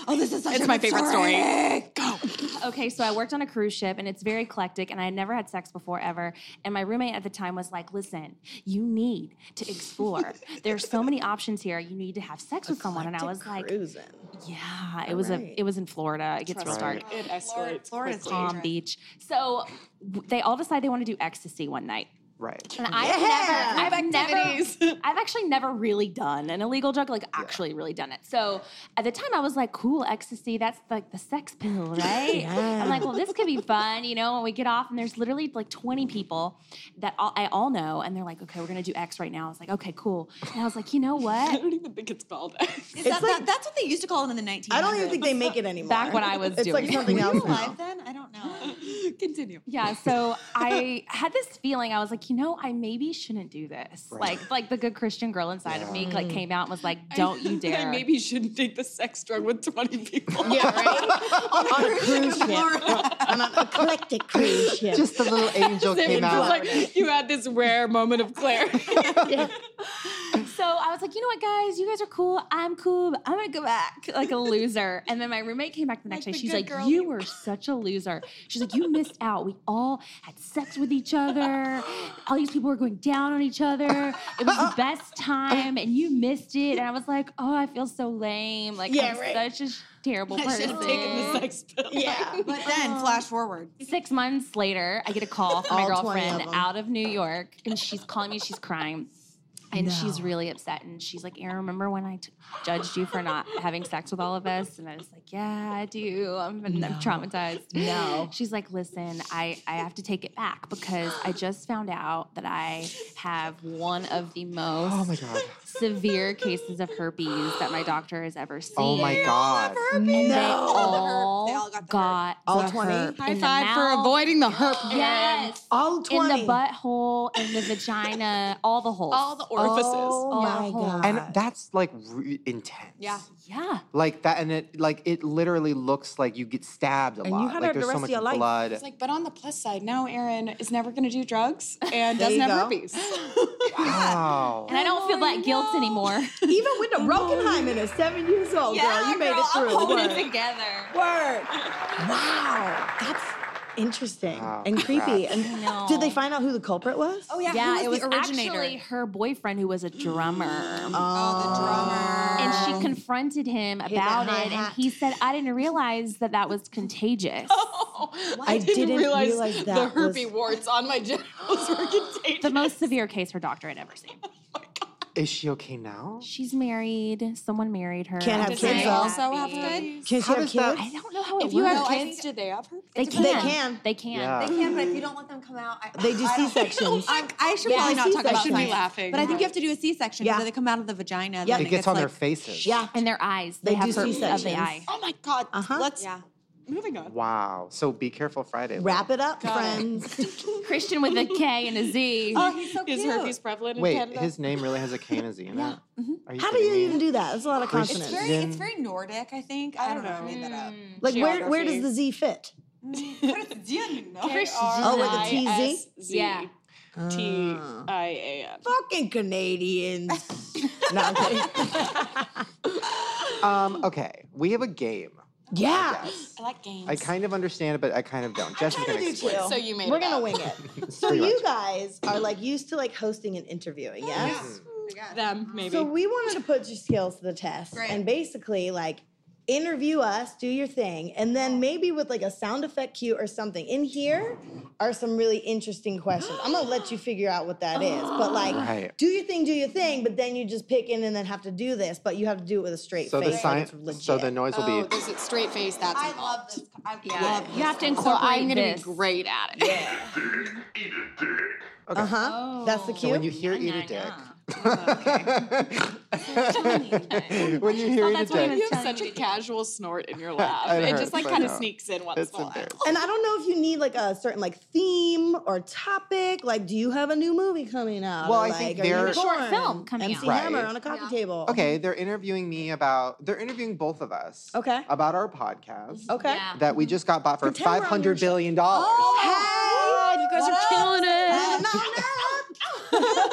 [SPEAKER 7] Oh, this is such
[SPEAKER 6] It's
[SPEAKER 7] a
[SPEAKER 6] my
[SPEAKER 7] good
[SPEAKER 6] favorite story.
[SPEAKER 4] Okay, so I worked on a cruise ship and it's very eclectic and I had never had sex before ever. And my roommate at the time was like, listen, you need to explore. There's so many options here. You need to have sex with someone. And I was like,
[SPEAKER 2] cruising.
[SPEAKER 4] yeah, it was
[SPEAKER 2] Alright.
[SPEAKER 4] a it was in Florida. It gets real dark.
[SPEAKER 1] Right.
[SPEAKER 6] It
[SPEAKER 7] Florida,
[SPEAKER 6] escalates.
[SPEAKER 7] Florida's
[SPEAKER 4] Palm Beach. So w- they all decide they want to do ecstasy one night.
[SPEAKER 1] Right.
[SPEAKER 4] And I've never, I've never, I've actually never really done an illegal drug, like actually really done it. So at the time, I was like, cool, ecstasy, that's like the sex pill, right? I'm like, well, this could be fun, you know. When we get off, and there's literally like 20 people that all, I all know, and they're like, okay, we're gonna do X right now. I was like, okay, cool. And I was like, you know
[SPEAKER 6] I
[SPEAKER 4] what?
[SPEAKER 6] don't even think it's called.
[SPEAKER 7] Is that, that, that's what they used to call it in the 1900s.
[SPEAKER 2] I don't even think they make it anymore.
[SPEAKER 4] Back when I was
[SPEAKER 2] it's
[SPEAKER 4] doing
[SPEAKER 2] like
[SPEAKER 4] it.
[SPEAKER 2] something
[SPEAKER 7] Were you
[SPEAKER 2] else. now.
[SPEAKER 7] alive then. I don't know.
[SPEAKER 6] Continue.
[SPEAKER 4] Yeah, so I had this feeling. I was like, you know, I maybe shouldn't do this. Like, like the good Christian girl inside of me like came out and was like, don't you dare.
[SPEAKER 6] I maybe shouldn't take the sex drug with 20 people.
[SPEAKER 2] Yeah, right. on a cruise ship. on an eclectic cruise ship.
[SPEAKER 1] Just the little angel
[SPEAKER 6] It
[SPEAKER 1] came
[SPEAKER 6] feels
[SPEAKER 1] out.
[SPEAKER 6] like you had this rare moment of clarity.
[SPEAKER 4] So I was like, you know what, guys, you guys are cool. I'm cool. but I'm gonna go back like a loser. And then my roommate came back the next day. She's like, you were such a loser. She's like, you missed out. We all had sex with each other. All these people were going down on each other. It was the best time, and you missed it. And I was like, oh, I feel so lame. Like
[SPEAKER 2] Yeah,
[SPEAKER 4] I'm
[SPEAKER 2] right.
[SPEAKER 4] such a sh- terrible person.
[SPEAKER 7] should've taken
[SPEAKER 6] the sex pill.
[SPEAKER 2] yeah.
[SPEAKER 7] But then, flash forward.
[SPEAKER 4] Six months later, I get a call from my
[SPEAKER 2] All 20 of
[SPEAKER 4] girlfriend
[SPEAKER 2] them.
[SPEAKER 4] out of New York, and she's calling me. She's crying, and she's really upset. And she's like, "Aaron, remember when I t- judged you for not having sex with all of us?" And I was like, "Yeah, I do. I'm, I'm traumatized." No. She's like, "Listen, I I have to take it back because I just found out that I have one of the most
[SPEAKER 1] oh my god.
[SPEAKER 4] severe cases of herpes that my doctor has ever seen."
[SPEAKER 1] Oh my god.
[SPEAKER 4] And they
[SPEAKER 2] No.
[SPEAKER 4] all,
[SPEAKER 7] They all got the herpes.
[SPEAKER 4] got
[SPEAKER 2] All
[SPEAKER 4] the
[SPEAKER 2] 20?
[SPEAKER 4] herp
[SPEAKER 6] High
[SPEAKER 4] in the
[SPEAKER 6] five for
[SPEAKER 4] mouth.
[SPEAKER 6] avoiding the herp.
[SPEAKER 4] Yes.
[SPEAKER 2] All 20.
[SPEAKER 4] In the butthole, in the vagina, all the holes.
[SPEAKER 6] All the orifices.
[SPEAKER 2] Oh my
[SPEAKER 4] All-
[SPEAKER 2] God.
[SPEAKER 1] And that's like re- intense.
[SPEAKER 6] Yeah.
[SPEAKER 4] yeah.
[SPEAKER 1] Like that, and it like it literally looks like you get stabbed a
[SPEAKER 2] And you
[SPEAKER 1] lot.
[SPEAKER 2] had
[SPEAKER 1] like
[SPEAKER 2] her
[SPEAKER 1] there's
[SPEAKER 2] the
[SPEAKER 1] so
[SPEAKER 2] rest
[SPEAKER 1] much
[SPEAKER 2] of your life.
[SPEAKER 1] blood.
[SPEAKER 6] It's like, but on the plus side, now Aaron is never going to do drugs and
[SPEAKER 2] There
[SPEAKER 6] doesn't
[SPEAKER 2] you
[SPEAKER 6] have
[SPEAKER 2] go.
[SPEAKER 6] herpes.
[SPEAKER 2] Oh
[SPEAKER 1] wow.
[SPEAKER 4] And I don't feel that guilt anymore.
[SPEAKER 2] Even with the Rockenheim in at seven years old, girl, you made it through.
[SPEAKER 4] Put it
[SPEAKER 2] Word.
[SPEAKER 4] together.
[SPEAKER 2] Word. Wow. That's interesting
[SPEAKER 1] Wow,
[SPEAKER 2] and creepy.
[SPEAKER 1] congrats.
[SPEAKER 2] And
[SPEAKER 4] No.
[SPEAKER 2] did they find out who the culprit was?
[SPEAKER 7] Oh yeah, who
[SPEAKER 4] Yeah,
[SPEAKER 7] was
[SPEAKER 4] it was
[SPEAKER 7] the originator.
[SPEAKER 4] actually her boyfriend who was a
[SPEAKER 2] Mm,
[SPEAKER 4] drummer.
[SPEAKER 7] oh, the drummer.
[SPEAKER 4] and she confronted him about it, and
[SPEAKER 2] hi-hat.
[SPEAKER 4] he said, "I didn't realize that that was contagious."
[SPEAKER 6] Oh,
[SPEAKER 2] I didn't realize that
[SPEAKER 6] the
[SPEAKER 2] was-
[SPEAKER 6] herpes warts on my genitals were contagious.
[SPEAKER 4] the most severe case her doctor had ever seen.
[SPEAKER 1] Is she okay now?
[SPEAKER 4] She's married. Someone married her.
[SPEAKER 2] Can't have
[SPEAKER 4] Did
[SPEAKER 2] kids,
[SPEAKER 4] they
[SPEAKER 2] though.
[SPEAKER 4] also-
[SPEAKER 6] have herpes?
[SPEAKER 2] Can she
[SPEAKER 1] How
[SPEAKER 2] have
[SPEAKER 1] does that-
[SPEAKER 2] kids?
[SPEAKER 4] I don't know how it
[SPEAKER 6] If you
[SPEAKER 4] works.
[SPEAKER 6] have kids, do they have herpes?
[SPEAKER 4] they can.
[SPEAKER 2] They can.
[SPEAKER 4] They can.
[SPEAKER 1] Yeah.
[SPEAKER 7] They can, but if you don't let them come out, I,
[SPEAKER 2] They do
[SPEAKER 7] I don't-
[SPEAKER 2] C-sections.
[SPEAKER 7] I, I should
[SPEAKER 2] Yeah,
[SPEAKER 7] probably not talk about
[SPEAKER 2] C-section.
[SPEAKER 6] Shouldn't be
[SPEAKER 7] science.
[SPEAKER 6] laughing.
[SPEAKER 7] But I think you have to do a C-section
[SPEAKER 2] Yeah.
[SPEAKER 7] so they come out of the vagina.
[SPEAKER 2] Yeah.
[SPEAKER 7] then
[SPEAKER 1] It
[SPEAKER 2] think
[SPEAKER 1] gets on their
[SPEAKER 7] like-
[SPEAKER 1] faces.
[SPEAKER 2] Yeah.
[SPEAKER 4] And their eyes. They,
[SPEAKER 2] They
[SPEAKER 4] have
[SPEAKER 2] do
[SPEAKER 4] herpes of the
[SPEAKER 2] C-sections.
[SPEAKER 4] eye.
[SPEAKER 6] Oh my God.
[SPEAKER 2] Uh-huh.
[SPEAKER 6] Let's.
[SPEAKER 7] Yeah.
[SPEAKER 6] Moving on.
[SPEAKER 1] Wow. So be careful Friday.
[SPEAKER 2] Wrap it up, friends.
[SPEAKER 4] Christian with a K and a Z.
[SPEAKER 7] Oh, he's so
[SPEAKER 6] Is
[SPEAKER 7] cute.
[SPEAKER 6] herpes prevalent in
[SPEAKER 1] Wait,
[SPEAKER 6] Canada?
[SPEAKER 1] his name really has a K and a Z in it? Are you
[SPEAKER 2] mm-hmm. How do
[SPEAKER 1] kidding
[SPEAKER 2] you
[SPEAKER 1] me?
[SPEAKER 2] even do that? That's a lot of
[SPEAKER 1] Christian.
[SPEAKER 2] confidence.
[SPEAKER 7] It's very, it's
[SPEAKER 1] Then-
[SPEAKER 7] very Nordic, I think. I don't know. I made that up.
[SPEAKER 2] Like where where does
[SPEAKER 6] Geography.
[SPEAKER 2] the Z fit?
[SPEAKER 7] What is Dian?
[SPEAKER 2] Oh, with a T Z?
[SPEAKER 6] Z.
[SPEAKER 4] Yeah.
[SPEAKER 2] Uh,
[SPEAKER 6] T I A N.
[SPEAKER 2] Fucking Canadians. no, I'm kidding.
[SPEAKER 1] Um, okay, we have a game
[SPEAKER 3] Yeah.
[SPEAKER 6] I like games.
[SPEAKER 1] I kind of understand it, but I kind of don't. Jess is
[SPEAKER 2] kinda
[SPEAKER 1] gonna
[SPEAKER 2] do
[SPEAKER 1] explain.
[SPEAKER 2] too.
[SPEAKER 6] so you made
[SPEAKER 2] We're
[SPEAKER 6] it
[SPEAKER 2] gonna
[SPEAKER 6] up.
[SPEAKER 2] wing it. So
[SPEAKER 1] Pretty
[SPEAKER 2] you
[SPEAKER 1] much.
[SPEAKER 2] guys are like used to like hosting and interviewing, yes?
[SPEAKER 5] Them, maybe.
[SPEAKER 2] So we wanted to put your skills to the test
[SPEAKER 7] Great.
[SPEAKER 2] and basically like interview us, do your thing, and then maybe with like a sound effect cue or something. In here are some really interesting questions. I'm gonna let you figure out what that is, but like
[SPEAKER 1] Right.
[SPEAKER 2] do your thing, do your thing, but then you just pick in and then have to do this, but you have to do it with a straight
[SPEAKER 1] So
[SPEAKER 2] face.
[SPEAKER 1] the
[SPEAKER 2] like
[SPEAKER 1] science,
[SPEAKER 2] it's legit.
[SPEAKER 1] so the noise will
[SPEAKER 6] Oh,
[SPEAKER 1] be.
[SPEAKER 6] this is straight face. That's
[SPEAKER 7] I
[SPEAKER 6] involved.
[SPEAKER 7] love this. I love
[SPEAKER 4] Uh, You have to
[SPEAKER 6] So
[SPEAKER 4] incorporate
[SPEAKER 6] I'm gonna
[SPEAKER 4] this.
[SPEAKER 6] be great at it.
[SPEAKER 1] Okay.
[SPEAKER 2] uh huh. That's the
[SPEAKER 4] Oh.
[SPEAKER 2] cue.
[SPEAKER 1] So when you hear
[SPEAKER 4] Nah,
[SPEAKER 1] eat a
[SPEAKER 4] nah,
[SPEAKER 1] dick.
[SPEAKER 2] uh,
[SPEAKER 4] okay.
[SPEAKER 1] when you hear
[SPEAKER 4] Oh,
[SPEAKER 1] eat a
[SPEAKER 4] that's what I
[SPEAKER 1] dick.
[SPEAKER 4] was
[SPEAKER 6] You have
[SPEAKER 4] telling
[SPEAKER 6] such a
[SPEAKER 4] you.
[SPEAKER 6] casual snort in your laugh.
[SPEAKER 1] I
[SPEAKER 6] it
[SPEAKER 1] heard,
[SPEAKER 6] just like
[SPEAKER 1] but
[SPEAKER 6] kind of
[SPEAKER 1] no.
[SPEAKER 6] sneaks in once
[SPEAKER 1] It's
[SPEAKER 6] in a while.
[SPEAKER 1] embarrassing.
[SPEAKER 2] and I don't know if you need like a certain like theme or topic. Like, do you have a new movie coming out?
[SPEAKER 1] Well,
[SPEAKER 2] Or,
[SPEAKER 1] I
[SPEAKER 2] like,
[SPEAKER 1] think
[SPEAKER 2] are you
[SPEAKER 1] they're-
[SPEAKER 2] in
[SPEAKER 4] Short
[SPEAKER 2] porn?
[SPEAKER 4] film coming
[SPEAKER 2] MC
[SPEAKER 1] out.
[SPEAKER 2] Hammer
[SPEAKER 1] Right.
[SPEAKER 2] on a coffee table.
[SPEAKER 1] Okay, they're interviewing me about. They're interviewing both of us.
[SPEAKER 2] Okay. Mm-hmm.
[SPEAKER 1] About our podcast.
[SPEAKER 2] Okay.
[SPEAKER 4] Yeah.
[SPEAKER 1] That we just got bought for
[SPEAKER 2] Pretend we're on
[SPEAKER 1] five
[SPEAKER 2] your
[SPEAKER 1] hundred
[SPEAKER 2] show.
[SPEAKER 1] billion dollars.
[SPEAKER 2] Oh, Hey, you guys are killing it.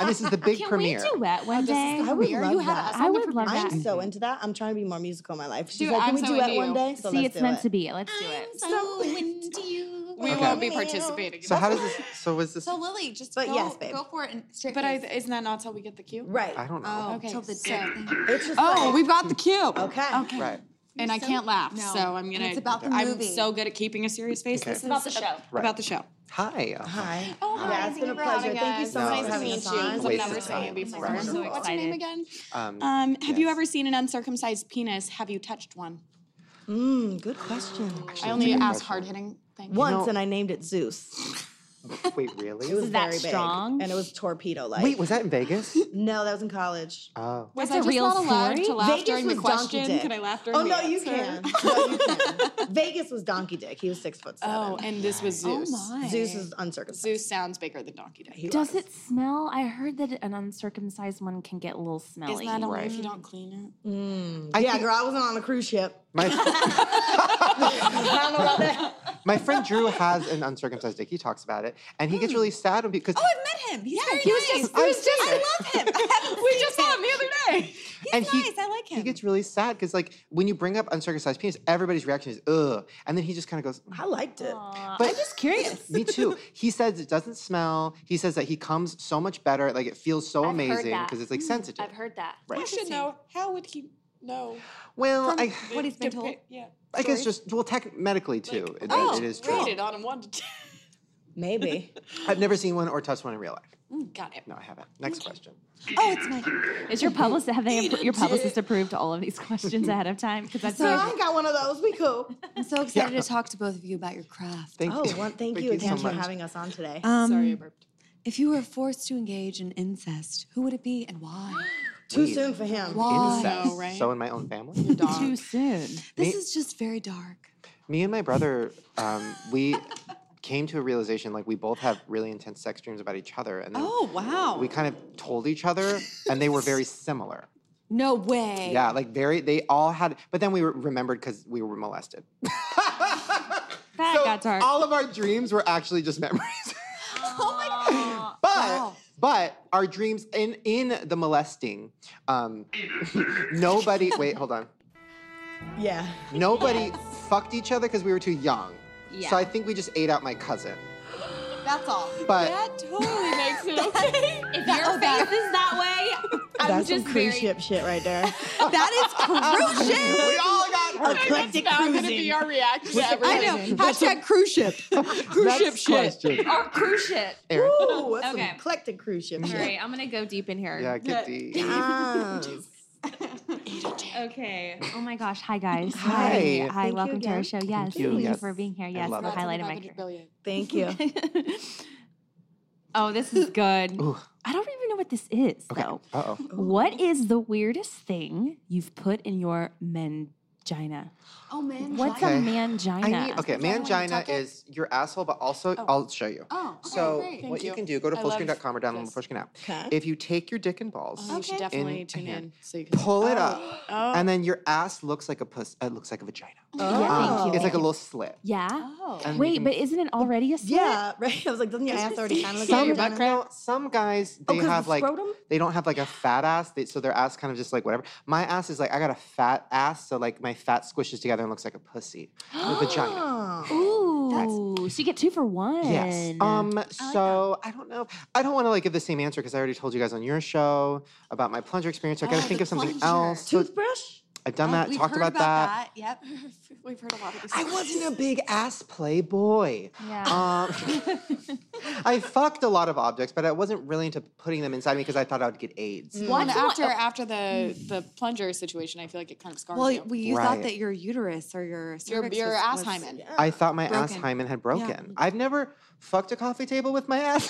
[SPEAKER 1] And this is the big
[SPEAKER 4] Can
[SPEAKER 1] premiere.
[SPEAKER 4] we duet one day?
[SPEAKER 2] I would love
[SPEAKER 6] You had
[SPEAKER 2] that.
[SPEAKER 6] us
[SPEAKER 4] I would love
[SPEAKER 2] I'm
[SPEAKER 4] that.
[SPEAKER 2] so into that. I'm trying to be more musical in my life. She's
[SPEAKER 6] Dude,
[SPEAKER 2] like, can
[SPEAKER 6] I'm
[SPEAKER 2] we
[SPEAKER 6] so
[SPEAKER 2] do that
[SPEAKER 6] into
[SPEAKER 2] one
[SPEAKER 6] you.
[SPEAKER 2] day? So
[SPEAKER 4] See,
[SPEAKER 2] let's
[SPEAKER 4] it's
[SPEAKER 2] do
[SPEAKER 4] meant
[SPEAKER 2] it.
[SPEAKER 4] to be. Let's do it.
[SPEAKER 2] So-
[SPEAKER 6] We
[SPEAKER 1] Okay.
[SPEAKER 6] won't be participating. in
[SPEAKER 1] So how
[SPEAKER 6] that.
[SPEAKER 1] does this? So is this?
[SPEAKER 7] So Lily, just
[SPEAKER 2] But
[SPEAKER 7] go,
[SPEAKER 2] yes, babe.
[SPEAKER 7] go for it and straight
[SPEAKER 6] But I,
[SPEAKER 7] face.
[SPEAKER 6] isn't that not till we get the cue?
[SPEAKER 2] Right.
[SPEAKER 1] I don't know.
[SPEAKER 7] oh,
[SPEAKER 6] Okay,
[SPEAKER 7] till the
[SPEAKER 6] so-
[SPEAKER 7] dick thing.
[SPEAKER 2] It's just
[SPEAKER 6] Oh,
[SPEAKER 2] like-
[SPEAKER 6] we've got the cue.
[SPEAKER 2] Okay. okay.
[SPEAKER 1] Right.
[SPEAKER 6] And I can't laugh,
[SPEAKER 7] No.
[SPEAKER 6] so I'm
[SPEAKER 7] And
[SPEAKER 6] gonna.
[SPEAKER 7] it's about the
[SPEAKER 6] I'm
[SPEAKER 7] movie.
[SPEAKER 6] so good at keeping a serious face.
[SPEAKER 1] Okay.
[SPEAKER 6] This
[SPEAKER 4] About the
[SPEAKER 6] is
[SPEAKER 4] show.
[SPEAKER 1] Right.
[SPEAKER 6] About the show.
[SPEAKER 1] Hi. uh,
[SPEAKER 2] Hi.
[SPEAKER 6] Oh,
[SPEAKER 2] yeah, it's been a pleasure. Thank you so
[SPEAKER 1] No,
[SPEAKER 2] much for
[SPEAKER 1] it's
[SPEAKER 2] having
[SPEAKER 1] been
[SPEAKER 2] us
[SPEAKER 1] a pleasure.
[SPEAKER 2] on.
[SPEAKER 1] Waste
[SPEAKER 6] I've never
[SPEAKER 1] of
[SPEAKER 6] seen you
[SPEAKER 1] time.
[SPEAKER 6] before.
[SPEAKER 1] Right. I'm so
[SPEAKER 6] What's your name
[SPEAKER 4] excited.
[SPEAKER 6] again?
[SPEAKER 1] Um,
[SPEAKER 6] Um, have you
[SPEAKER 1] yes.
[SPEAKER 6] ever seen an uncircumcised penis? Have you touched one?
[SPEAKER 2] Mm, good question.
[SPEAKER 1] Actually,
[SPEAKER 6] I
[SPEAKER 1] that's
[SPEAKER 6] only
[SPEAKER 1] a good
[SPEAKER 6] ask
[SPEAKER 1] question.
[SPEAKER 6] hard hitting things.
[SPEAKER 2] Once,
[SPEAKER 1] know-
[SPEAKER 2] and I named it Zeus.
[SPEAKER 1] Wait, really?
[SPEAKER 2] It was
[SPEAKER 4] that
[SPEAKER 2] very big,
[SPEAKER 4] strong?
[SPEAKER 2] and it was torpedo like.
[SPEAKER 1] Wait, was that in Vegas?
[SPEAKER 2] no, that was in college.
[SPEAKER 1] Oh.
[SPEAKER 6] Was
[SPEAKER 4] That's
[SPEAKER 6] I
[SPEAKER 4] a
[SPEAKER 6] just
[SPEAKER 4] real
[SPEAKER 6] not allowed
[SPEAKER 4] story?
[SPEAKER 6] to laugh
[SPEAKER 2] Vegas
[SPEAKER 6] during the
[SPEAKER 2] was donkey
[SPEAKER 6] question?
[SPEAKER 2] dick.
[SPEAKER 6] Can I laugh during
[SPEAKER 2] Oh
[SPEAKER 6] the
[SPEAKER 2] no, you can.
[SPEAKER 6] answer?
[SPEAKER 2] No, you can. Vegas was donkey dick. He was six foot
[SPEAKER 6] Oh,
[SPEAKER 2] seven.
[SPEAKER 6] and Oh this was Zeus.
[SPEAKER 2] Zeus is uncircumcised.
[SPEAKER 6] Zeus sounds bigger than Donkey Day.
[SPEAKER 2] He
[SPEAKER 4] Does
[SPEAKER 2] was.
[SPEAKER 4] it smell? I heard that an uncircumcised one can get a little smelly.
[SPEAKER 6] Isn't that only
[SPEAKER 1] Right.
[SPEAKER 6] if you don't clean it?
[SPEAKER 2] Mm.
[SPEAKER 1] I
[SPEAKER 2] yeah,
[SPEAKER 1] think-
[SPEAKER 2] girl, I wasn't on a cruise ship.
[SPEAKER 1] My,
[SPEAKER 2] I don't know about that.
[SPEAKER 1] my friend Drew has an uncircumcised dick. He talks about it, and he gets really sad because
[SPEAKER 7] Oh, I've met him. He's very
[SPEAKER 1] he was
[SPEAKER 7] nice.
[SPEAKER 1] just- he was just-
[SPEAKER 7] I love him. I haven't
[SPEAKER 6] We
[SPEAKER 7] seen
[SPEAKER 6] just saw him the other day.
[SPEAKER 7] He's
[SPEAKER 1] and he-
[SPEAKER 7] nice. I like him.
[SPEAKER 1] he gets really sad because like when you bring up uncircumcised penis, everybody's reaction is ugh, and then he just kind of goes.
[SPEAKER 2] I liked it.
[SPEAKER 1] But
[SPEAKER 4] I'm just curious.
[SPEAKER 1] Me too. He says it doesn't smell. He says that he comes so much better. Like it feels so
[SPEAKER 4] I've heard
[SPEAKER 1] amazing
[SPEAKER 4] that.
[SPEAKER 1] because it's like sensitive.
[SPEAKER 4] I've heard that.
[SPEAKER 6] I should know. How would he know?
[SPEAKER 1] Well,
[SPEAKER 6] from
[SPEAKER 1] I,
[SPEAKER 6] what he's been
[SPEAKER 7] told?
[SPEAKER 6] Yeah.
[SPEAKER 1] I guess just well, tech medically too. it-
[SPEAKER 6] oh,
[SPEAKER 1] it is true.
[SPEAKER 6] rated on him one to ten.
[SPEAKER 2] Maybe.
[SPEAKER 1] I've never seen one or touched one in real life.
[SPEAKER 6] Got it.
[SPEAKER 1] No, I haven't. Next question.
[SPEAKER 7] oh, it's my.
[SPEAKER 4] Is your publicist have they appro- your publicist approved all of these questions ahead of time? Because that's
[SPEAKER 2] So I ain't got one of those. We cool.
[SPEAKER 7] I'm so excited to talk to both of you about your craft.
[SPEAKER 1] Thank
[SPEAKER 2] Oh,
[SPEAKER 1] you.
[SPEAKER 2] one, thank you again for having us on today.
[SPEAKER 7] Um,
[SPEAKER 6] Sorry, I burped.
[SPEAKER 7] If you were forced to engage in incest, who would it be and why?
[SPEAKER 2] Too soon for him.
[SPEAKER 7] Why?
[SPEAKER 1] Incest.
[SPEAKER 6] know, right?
[SPEAKER 1] So in my own family,
[SPEAKER 4] too soon.
[SPEAKER 7] This is just very dark.
[SPEAKER 1] me and my brother, um, we came to a realization like we both have really intense sex dreams about each other, and then
[SPEAKER 7] Oh wow!
[SPEAKER 1] we kind of told each other, and they were very similar.
[SPEAKER 7] no way.
[SPEAKER 1] Yeah, like very. They all had, but then we were remembered because we were molested.
[SPEAKER 4] That
[SPEAKER 1] So
[SPEAKER 4] got dark.
[SPEAKER 1] All of our dreams were actually just memories.
[SPEAKER 7] Oh my god.
[SPEAKER 1] But
[SPEAKER 7] Wow.
[SPEAKER 1] but our dreams in in the molesting, um, nobody. Wait, hold on.
[SPEAKER 2] Yeah.
[SPEAKER 1] Nobody fucked each other because we were too young.
[SPEAKER 4] Yeah.
[SPEAKER 1] So I think we just ate out my cousin.
[SPEAKER 7] That's all.
[SPEAKER 1] But
[SPEAKER 7] that totally makes it
[SPEAKER 4] if your face is that way, I'm
[SPEAKER 2] That's some
[SPEAKER 4] just
[SPEAKER 2] cruise
[SPEAKER 4] very.
[SPEAKER 2] ship shit right there.
[SPEAKER 7] that is cruise ship.
[SPEAKER 1] we all got hurt.
[SPEAKER 2] Eclectic cruising.
[SPEAKER 6] our reaction to
[SPEAKER 7] I know. Hashtag cruise ship. Cruise ship
[SPEAKER 1] Next
[SPEAKER 7] shit.
[SPEAKER 1] question.
[SPEAKER 4] Oh, cruise ship.
[SPEAKER 1] Erin.
[SPEAKER 2] Ooh, that's
[SPEAKER 4] Okay.
[SPEAKER 2] some eclectic cruise ship
[SPEAKER 4] All
[SPEAKER 2] shit.
[SPEAKER 4] right, I'm gonna go deep in here.
[SPEAKER 1] Yeah, get the.
[SPEAKER 2] Yes.
[SPEAKER 4] Okay. Oh my gosh. Hi guys.
[SPEAKER 1] Hi.
[SPEAKER 4] Hi.
[SPEAKER 2] Thank you
[SPEAKER 4] welcome to
[SPEAKER 2] again.
[SPEAKER 4] our show. Yes. Thank
[SPEAKER 1] you.
[SPEAKER 4] you,
[SPEAKER 1] Yes.
[SPEAKER 4] for being here.
[SPEAKER 1] I
[SPEAKER 4] Yes.
[SPEAKER 1] love
[SPEAKER 4] The
[SPEAKER 1] it.
[SPEAKER 4] highlight of my career.
[SPEAKER 2] Thank you.
[SPEAKER 4] oh, this is good.
[SPEAKER 1] Ooh.
[SPEAKER 4] I don't even know what this is
[SPEAKER 1] Okay. Uh
[SPEAKER 4] though.
[SPEAKER 1] oh.
[SPEAKER 4] What is the weirdest thing you've put in your mangina?
[SPEAKER 7] Oh man.
[SPEAKER 4] What's
[SPEAKER 1] Okay.
[SPEAKER 4] a mangina?
[SPEAKER 1] I need, okay,
[SPEAKER 7] Is that when you
[SPEAKER 1] mangina
[SPEAKER 7] tuck it?
[SPEAKER 1] is your asshole, but also I'll show you.
[SPEAKER 7] Oh. Okay,
[SPEAKER 1] So what
[SPEAKER 7] great.
[SPEAKER 6] Thank
[SPEAKER 1] you.
[SPEAKER 6] you.
[SPEAKER 1] can do, go to
[SPEAKER 6] I love
[SPEAKER 1] fullscreen.com or download the
[SPEAKER 6] this.
[SPEAKER 1] fullscreen app.
[SPEAKER 2] Okay.
[SPEAKER 1] If you take your dick and balls,
[SPEAKER 7] Oh,
[SPEAKER 6] You should definitely
[SPEAKER 1] in
[SPEAKER 6] tune
[SPEAKER 1] hand,
[SPEAKER 6] in so you can
[SPEAKER 1] pull it
[SPEAKER 6] Oh.
[SPEAKER 1] up,
[SPEAKER 6] Oh.
[SPEAKER 1] and then your ass looks like a puss. It looks like a vagina.
[SPEAKER 2] Oh,
[SPEAKER 4] Yeah, thank
[SPEAKER 1] Um,
[SPEAKER 4] you.
[SPEAKER 1] It's like a little slit.
[SPEAKER 4] Yeah.
[SPEAKER 1] And you
[SPEAKER 4] Wait,
[SPEAKER 1] can-
[SPEAKER 4] but isn't it already a slit?
[SPEAKER 2] Yeah, right. I was like, doesn't your ass already kind of look
[SPEAKER 1] some,
[SPEAKER 2] like your vagina?
[SPEAKER 1] no, some guys they
[SPEAKER 2] 'cause
[SPEAKER 1] have
[SPEAKER 2] the
[SPEAKER 1] like
[SPEAKER 2] scrotum?
[SPEAKER 1] they don't have like a fat ass, they, so their ass kind of just like whatever. My ass is like I got a fat ass, so like my my fat squishes together and looks like a pussy. or a vagina.
[SPEAKER 4] Ooh, so you get two for one.
[SPEAKER 1] Yes. Um. So I don't know. if- I don't want to like give the same answer because I already told you guys on your show about my plunger experience. So I got to think of something
[SPEAKER 7] plunger.
[SPEAKER 1] else. So
[SPEAKER 2] Toothbrush?
[SPEAKER 1] I've done
[SPEAKER 7] Oh,
[SPEAKER 1] that.
[SPEAKER 7] we've
[SPEAKER 1] Talked
[SPEAKER 7] heard
[SPEAKER 1] about, that.
[SPEAKER 7] Yep.
[SPEAKER 6] We've heard a lot of these.
[SPEAKER 1] I wasn't a big ass playboy.
[SPEAKER 4] Yeah.
[SPEAKER 1] Um, I fucked a lot of objects, but I wasn't really into putting them inside me because I thought I would get AIDS.
[SPEAKER 6] Well, and after after the the plunger situation, I feel like it kind of scarred
[SPEAKER 7] Well,
[SPEAKER 6] you.
[SPEAKER 7] we, you
[SPEAKER 1] Right.
[SPEAKER 7] thought that your uterus or your
[SPEAKER 6] Your
[SPEAKER 7] cervix
[SPEAKER 6] your
[SPEAKER 7] was,
[SPEAKER 6] ass
[SPEAKER 7] was-
[SPEAKER 6] hymen.
[SPEAKER 1] I thought my ass
[SPEAKER 7] Broken.
[SPEAKER 1] hymen had broken. I've never fucked a coffee table with my ass.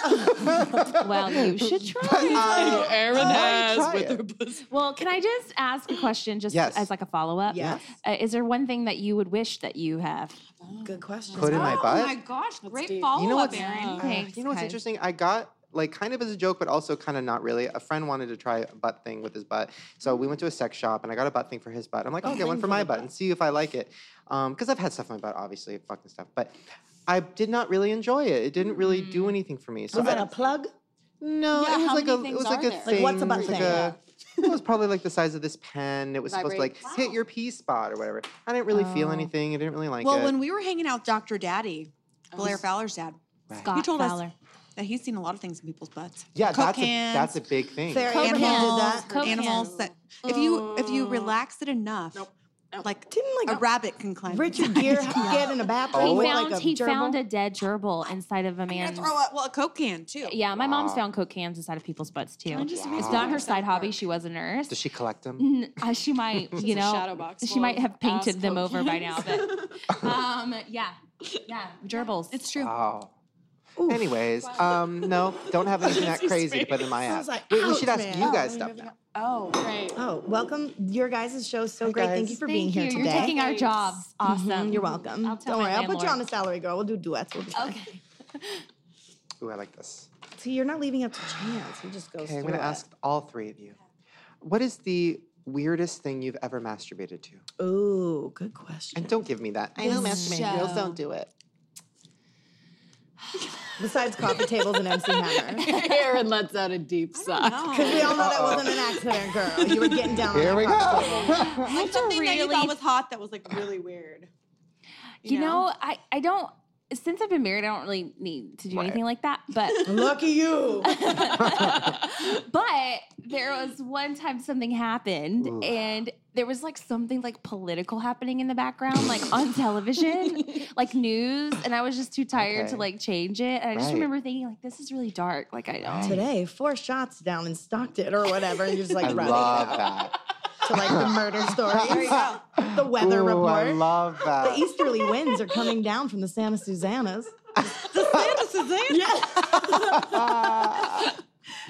[SPEAKER 4] well, you should try.
[SPEAKER 1] I-
[SPEAKER 5] Aaron
[SPEAKER 1] I
[SPEAKER 5] has
[SPEAKER 1] try
[SPEAKER 5] with
[SPEAKER 1] it.
[SPEAKER 5] her pussy.
[SPEAKER 4] well, can I just ask a question, just
[SPEAKER 1] Yes.
[SPEAKER 4] as like a follow up?
[SPEAKER 2] Yes.
[SPEAKER 4] Uh, is there one thing that you would wish that you have?
[SPEAKER 2] Good question.
[SPEAKER 1] Put in my butt.
[SPEAKER 3] Oh my gosh, great
[SPEAKER 6] deep.
[SPEAKER 3] follow
[SPEAKER 1] You know
[SPEAKER 3] up,
[SPEAKER 1] what's-
[SPEAKER 3] Aaron.
[SPEAKER 1] Uh,
[SPEAKER 4] Thanks,
[SPEAKER 1] you know what's
[SPEAKER 4] guys.
[SPEAKER 1] interesting? I got like kind of as a joke, but also kind of not really. A friend wanted to try a butt thing with his butt, so we went to a sex shop and I got a butt thing for his butt. I'm like, I'll get one for my butt and see if I like it, because I've had stuff in my butt, obviously, fucking stuff, but. I did not really enjoy it. It didn't really do anything for me. So
[SPEAKER 2] Was
[SPEAKER 1] I
[SPEAKER 2] that a
[SPEAKER 1] don't-
[SPEAKER 2] plug?
[SPEAKER 1] no,
[SPEAKER 6] Yeah,
[SPEAKER 1] it was
[SPEAKER 6] how
[SPEAKER 1] like
[SPEAKER 6] many
[SPEAKER 1] a it
[SPEAKER 6] things
[SPEAKER 1] was like
[SPEAKER 6] are
[SPEAKER 1] a
[SPEAKER 6] there?
[SPEAKER 1] thing.
[SPEAKER 2] Like, what's a butt
[SPEAKER 1] it was like
[SPEAKER 2] thing?
[SPEAKER 1] a- it was probably like the size of this pen. It was supposed
[SPEAKER 6] Vibrate.
[SPEAKER 1] to like hit your pee spot or whatever. I didn't really feel anything. I didn't really like
[SPEAKER 7] Well,
[SPEAKER 1] it.
[SPEAKER 7] when we were hanging out with Dr. Daddy, Blair Fowler's dad,
[SPEAKER 4] Scott
[SPEAKER 7] he told
[SPEAKER 4] Fowler.
[SPEAKER 7] us that he's seen a lot of things in people's butts.
[SPEAKER 1] yeah,
[SPEAKER 7] Coke
[SPEAKER 1] that's
[SPEAKER 7] cans,
[SPEAKER 1] a, that's a big thing.
[SPEAKER 2] Fair
[SPEAKER 7] animals,
[SPEAKER 2] Abraham did that.
[SPEAKER 4] Coke
[SPEAKER 7] animals that if you if you relax it enough, like
[SPEAKER 2] Didn't
[SPEAKER 7] a
[SPEAKER 2] like
[SPEAKER 7] rabbit can climb.
[SPEAKER 2] Richard
[SPEAKER 7] inside.
[SPEAKER 2] Gere get in a bathroom
[SPEAKER 1] Oh.
[SPEAKER 4] He
[SPEAKER 2] with
[SPEAKER 4] found
[SPEAKER 2] like a
[SPEAKER 4] he
[SPEAKER 2] gerbil?
[SPEAKER 4] found a dead gerbil inside of a
[SPEAKER 7] Yeah,
[SPEAKER 4] man's.
[SPEAKER 7] throw a, well, a Coke can too.
[SPEAKER 4] Yeah, my mom's found coke cans inside of people's butts too. It's not her side hobby. She was a nurse.
[SPEAKER 1] Does she collect them?
[SPEAKER 4] N- uh, she might, you
[SPEAKER 6] a
[SPEAKER 4] know,
[SPEAKER 6] shadow box
[SPEAKER 4] she
[SPEAKER 6] full
[SPEAKER 4] might
[SPEAKER 6] of
[SPEAKER 4] have painted
[SPEAKER 6] ass
[SPEAKER 4] them
[SPEAKER 6] Coke
[SPEAKER 4] over by now. But um, yeah, yeah, gerbils.
[SPEAKER 7] It's true.
[SPEAKER 1] Wow. Oh. Anyways, um, no, don't have anything that crazy to put in my ass.
[SPEAKER 2] Sounds like,
[SPEAKER 1] Wait, we should
[SPEAKER 2] ouch,
[SPEAKER 1] ask
[SPEAKER 2] man.
[SPEAKER 1] you guys stuff now.
[SPEAKER 6] Oh, right.
[SPEAKER 2] Oh, welcome. Your guys' show is so great. Thank you
[SPEAKER 1] guys.
[SPEAKER 2] for
[SPEAKER 4] Thank
[SPEAKER 2] being
[SPEAKER 4] you.
[SPEAKER 2] here today.
[SPEAKER 4] You're taking our jobs. Awesome.
[SPEAKER 2] Mm, You're welcome.
[SPEAKER 4] Um, I'll tell
[SPEAKER 2] Don't
[SPEAKER 4] my
[SPEAKER 2] worry, I'll put you on a
[SPEAKER 4] landlord.
[SPEAKER 2] salary girl. We'll do duets. We'll be fine.
[SPEAKER 4] Okay.
[SPEAKER 1] Ooh, I like this.
[SPEAKER 2] See, you're not leaving up to chance. You just go
[SPEAKER 1] Okay, I'm
[SPEAKER 2] through
[SPEAKER 1] gonna
[SPEAKER 2] it.
[SPEAKER 1] ask all three of you. What is the weirdest thing you've ever masturbated to?
[SPEAKER 2] Ooh, good question.
[SPEAKER 1] And don't give me that. I don't masturbate. Girls don't do it.
[SPEAKER 2] Besides coffee tables and MC Hammer.
[SPEAKER 5] Aaron lets out a deep sigh.
[SPEAKER 2] Because we all know that wasn't an accident, girl. You were getting down
[SPEAKER 1] Here
[SPEAKER 2] on
[SPEAKER 1] we
[SPEAKER 2] that coffee table.
[SPEAKER 1] go.
[SPEAKER 7] What's something that you
[SPEAKER 4] really-
[SPEAKER 7] thought was hot that was like really weird?
[SPEAKER 4] You know, I I don't. Since I've been married, I don't really need to do anything like that. But
[SPEAKER 2] Lucky you.
[SPEAKER 4] but there was one time something happened and there was like something like political happening in the background like on television like news and i was just too tired to
[SPEAKER 1] Okay.
[SPEAKER 4] like change it and i just
[SPEAKER 1] Right.
[SPEAKER 4] remember thinking like this is really dark like i don't
[SPEAKER 2] Today, four shots down in Stockton or whatever. And you're just like
[SPEAKER 1] I
[SPEAKER 2] running
[SPEAKER 1] love that.
[SPEAKER 2] to like the murder stories, the weather
[SPEAKER 1] Ooh,
[SPEAKER 2] report.
[SPEAKER 1] I love
[SPEAKER 2] the
[SPEAKER 1] that.
[SPEAKER 2] easterly winds are coming down from the Santa Susanas.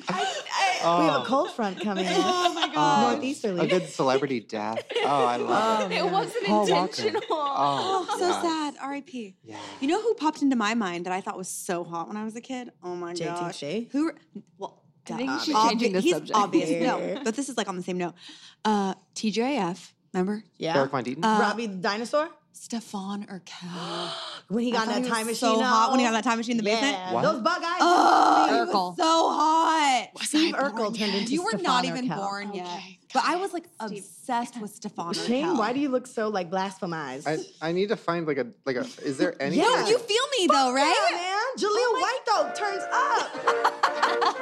[SPEAKER 2] We have a
[SPEAKER 1] oh,
[SPEAKER 2] cold front coming in. Oh my
[SPEAKER 1] God.
[SPEAKER 2] Northeasterly. Um,
[SPEAKER 1] a good celebrity death. Oh, I love it.
[SPEAKER 4] it wasn't
[SPEAKER 1] Paul Walker.
[SPEAKER 4] intentional
[SPEAKER 1] Oh,
[SPEAKER 7] So
[SPEAKER 1] yeah.
[SPEAKER 7] sad. R.I.P.
[SPEAKER 1] Yeah.
[SPEAKER 7] You know who popped into my mind that I thought was so hot when I was a kid? Oh my
[SPEAKER 2] JT
[SPEAKER 7] gosh.
[SPEAKER 2] Shea?
[SPEAKER 7] Who? Well,
[SPEAKER 4] I think
[SPEAKER 7] duh.
[SPEAKER 4] you should
[SPEAKER 7] Obvi-
[SPEAKER 4] changing the
[SPEAKER 7] he's
[SPEAKER 4] subject.
[SPEAKER 7] Obvious.
[SPEAKER 2] Yeah.
[SPEAKER 7] No, but this is like on the same note. Uh, TJF. Remember?
[SPEAKER 2] yeah. Uh, Um,
[SPEAKER 1] Eric Von Deeten?
[SPEAKER 2] Robbie the dinosaur?
[SPEAKER 7] Stefan Urkel.
[SPEAKER 2] When he got
[SPEAKER 7] thought
[SPEAKER 2] in that
[SPEAKER 7] he was
[SPEAKER 2] time machine.
[SPEAKER 7] So hot when he got in
[SPEAKER 2] oh.
[SPEAKER 7] that time machine in the basement.
[SPEAKER 2] Yeah.
[SPEAKER 1] What?
[SPEAKER 2] Those bug eyes.
[SPEAKER 7] Oh, he
[SPEAKER 4] Urkel.
[SPEAKER 7] was so hot.
[SPEAKER 2] Steve Urkel turned into
[SPEAKER 7] You were
[SPEAKER 2] Stefan
[SPEAKER 7] not even
[SPEAKER 2] Urkel.
[SPEAKER 7] born yet. But I was like obsessed with Stefan Urkel.
[SPEAKER 2] Shane, why do you look so like blasphemized?
[SPEAKER 8] I, I need to find like a like a. Is there any?
[SPEAKER 2] Yeah.
[SPEAKER 7] No, you feel me though, right? Oh
[SPEAKER 2] yeah, man. Jaleel White though turns up.
[SPEAKER 8] That-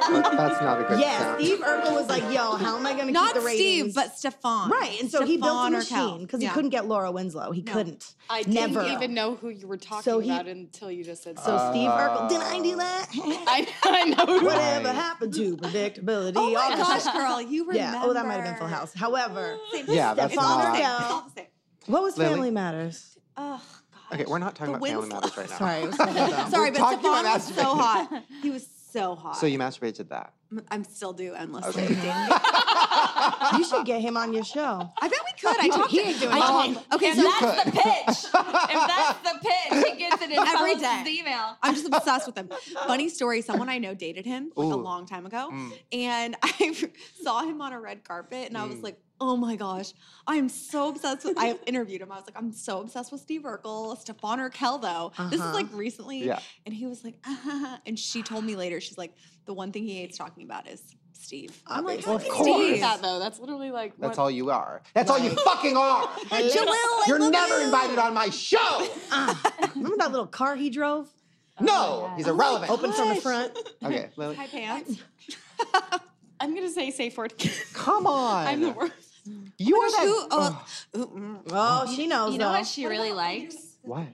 [SPEAKER 8] that's not a good
[SPEAKER 2] Yeah,
[SPEAKER 8] sound.
[SPEAKER 2] Steve Urkel was like, "Yo, how am I gonna
[SPEAKER 7] Not
[SPEAKER 2] keep the ratings?"
[SPEAKER 7] Steve, but Stefan.
[SPEAKER 2] right, and so he built a
[SPEAKER 7] Stefan
[SPEAKER 2] machine
[SPEAKER 7] Urkel.
[SPEAKER 2] because
[SPEAKER 7] Yeah.
[SPEAKER 2] he couldn't get Laura Winslow. He couldn't.
[SPEAKER 6] I didn't
[SPEAKER 2] never
[SPEAKER 6] even know who you were talking
[SPEAKER 2] So he-
[SPEAKER 6] about until you just said
[SPEAKER 2] So
[SPEAKER 6] so.
[SPEAKER 2] Steve Urkel, did
[SPEAKER 1] Uh,
[SPEAKER 2] I do that?
[SPEAKER 6] I, I know. who-
[SPEAKER 2] Whatever happened to predictability?
[SPEAKER 7] Oh
[SPEAKER 2] all
[SPEAKER 7] my
[SPEAKER 2] the
[SPEAKER 7] gosh,
[SPEAKER 2] shit.
[SPEAKER 7] girl, you remember?
[SPEAKER 2] Yeah. Oh, that might have been Full House. However,
[SPEAKER 1] Yeah, that's
[SPEAKER 7] It's all the
[SPEAKER 1] not-
[SPEAKER 7] same. It's all the same.
[SPEAKER 2] what was
[SPEAKER 1] Lily?
[SPEAKER 2] Family Matters?
[SPEAKER 7] Oh, God.
[SPEAKER 1] Okay, we're not talking
[SPEAKER 7] The
[SPEAKER 1] about family
[SPEAKER 7] Winslow-
[SPEAKER 1] matters right now.
[SPEAKER 2] Sorry, it was something dumb.
[SPEAKER 7] Sorry,
[SPEAKER 1] We're
[SPEAKER 7] but
[SPEAKER 1] talking
[SPEAKER 7] Stefan
[SPEAKER 1] about
[SPEAKER 7] was so hot. He was so hot.
[SPEAKER 1] So you masturbated to that.
[SPEAKER 7] I'm still do endlessly.
[SPEAKER 2] you should get him on your show.
[SPEAKER 7] I bet we could. I talked to him. I talked. Okay, so
[SPEAKER 4] that's the pitch if that's the pitch he gets it in
[SPEAKER 7] Every
[SPEAKER 4] Alex's
[SPEAKER 7] day.
[SPEAKER 4] email
[SPEAKER 7] I'm just obsessed with him. Funny story: someone I know dated him like a
[SPEAKER 1] Ooh.
[SPEAKER 7] long time ago, and I saw him on a red carpet, and I was like, "Oh my gosh, I am so obsessed with." I have interviewed him. I was like, "I'm so obsessed with Steve Urkel, Stefan Urkel, though." This is like recently,
[SPEAKER 1] Yeah.
[SPEAKER 7] "Uh-huh," and he was like, uh and she told me later, she's like, "The one thing he hates talking about is."
[SPEAKER 6] Steve.
[SPEAKER 2] I'm like,
[SPEAKER 1] Well,
[SPEAKER 2] well,
[SPEAKER 1] of
[SPEAKER 6] Steve.
[SPEAKER 1] course.
[SPEAKER 6] That though, that's literally like
[SPEAKER 1] That's
[SPEAKER 6] what-
[SPEAKER 1] all you are. That's all you fucking are. You're never invited on my show.
[SPEAKER 2] Oh remember that little car he drove?
[SPEAKER 1] No, he's irrelevant.
[SPEAKER 2] Open from the front.
[SPEAKER 1] Okay, Lily.
[SPEAKER 7] Hi, pants.
[SPEAKER 6] I'm gonna say safe word.
[SPEAKER 1] Come on.
[SPEAKER 6] I'm the worst.
[SPEAKER 1] You are that.
[SPEAKER 7] Ooh, oh,
[SPEAKER 1] Ugh,
[SPEAKER 7] ooh, mm.
[SPEAKER 2] Oh, she knows
[SPEAKER 4] You know
[SPEAKER 2] though.
[SPEAKER 4] what she really likes?
[SPEAKER 1] what?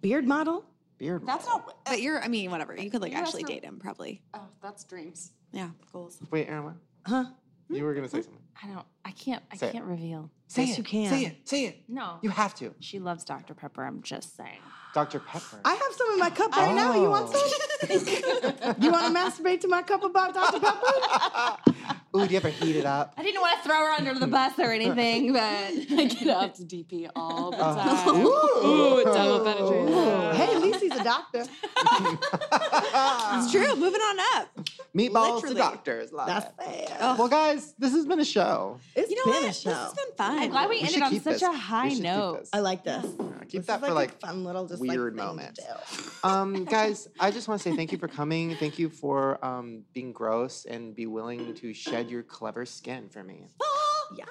[SPEAKER 2] Beard model.
[SPEAKER 1] Beard.
[SPEAKER 7] That's not. But you're. I mean, whatever. You could like
[SPEAKER 6] that's
[SPEAKER 7] actually
[SPEAKER 6] not-
[SPEAKER 7] date him, probably.
[SPEAKER 6] Oh, that's dreams.
[SPEAKER 7] Yeah, goals.
[SPEAKER 1] Wait, Aaron, what?
[SPEAKER 2] Huh?
[SPEAKER 1] You were gonna say something.
[SPEAKER 4] I don't. I can't. I
[SPEAKER 1] Say it.
[SPEAKER 4] can't reveal.
[SPEAKER 1] Say
[SPEAKER 2] Yes,
[SPEAKER 1] it.
[SPEAKER 2] you can.
[SPEAKER 1] Say it. Say it.
[SPEAKER 4] No.
[SPEAKER 1] You have to.
[SPEAKER 4] She loves Dr Pepper. I'm just saying.
[SPEAKER 1] Dr. Pepper.
[SPEAKER 2] I have some in my cup right now. You want some? you want to masturbate to my cup about Dr. Pepper?
[SPEAKER 1] Ooh, do you ever heat it up?
[SPEAKER 4] I didn't want to throw her under the bus or anything, but
[SPEAKER 6] I get up to DP all the time.
[SPEAKER 1] Uh, ooh,
[SPEAKER 6] double penetration.
[SPEAKER 2] Hey, at least he's a doctor.
[SPEAKER 7] It's true. Moving on up.
[SPEAKER 1] Meatballs
[SPEAKER 7] Literally.
[SPEAKER 1] to doctors. Love
[SPEAKER 2] That's
[SPEAKER 1] it.
[SPEAKER 2] it.
[SPEAKER 1] Well, guys, this has been a show.
[SPEAKER 2] It's
[SPEAKER 7] You know
[SPEAKER 2] been
[SPEAKER 7] what?
[SPEAKER 2] a
[SPEAKER 7] This
[SPEAKER 2] show.
[SPEAKER 7] has been fun.
[SPEAKER 4] I'm glad we,
[SPEAKER 1] We
[SPEAKER 4] ended
[SPEAKER 1] should
[SPEAKER 4] on
[SPEAKER 1] keep
[SPEAKER 4] such
[SPEAKER 1] this.
[SPEAKER 4] a
[SPEAKER 1] We
[SPEAKER 4] high
[SPEAKER 1] should keep
[SPEAKER 4] note.
[SPEAKER 1] this.
[SPEAKER 2] I like this.
[SPEAKER 1] Keep
[SPEAKER 2] This
[SPEAKER 1] that
[SPEAKER 2] is
[SPEAKER 1] for,
[SPEAKER 2] a
[SPEAKER 1] like,
[SPEAKER 2] fun little just
[SPEAKER 1] weird
[SPEAKER 2] like, thing to
[SPEAKER 1] moments.
[SPEAKER 2] do.
[SPEAKER 1] Um, guys, I just want to say thank you for coming. Thank you for um, being gross and be willing to shed your clever skin for me.
[SPEAKER 2] Yes.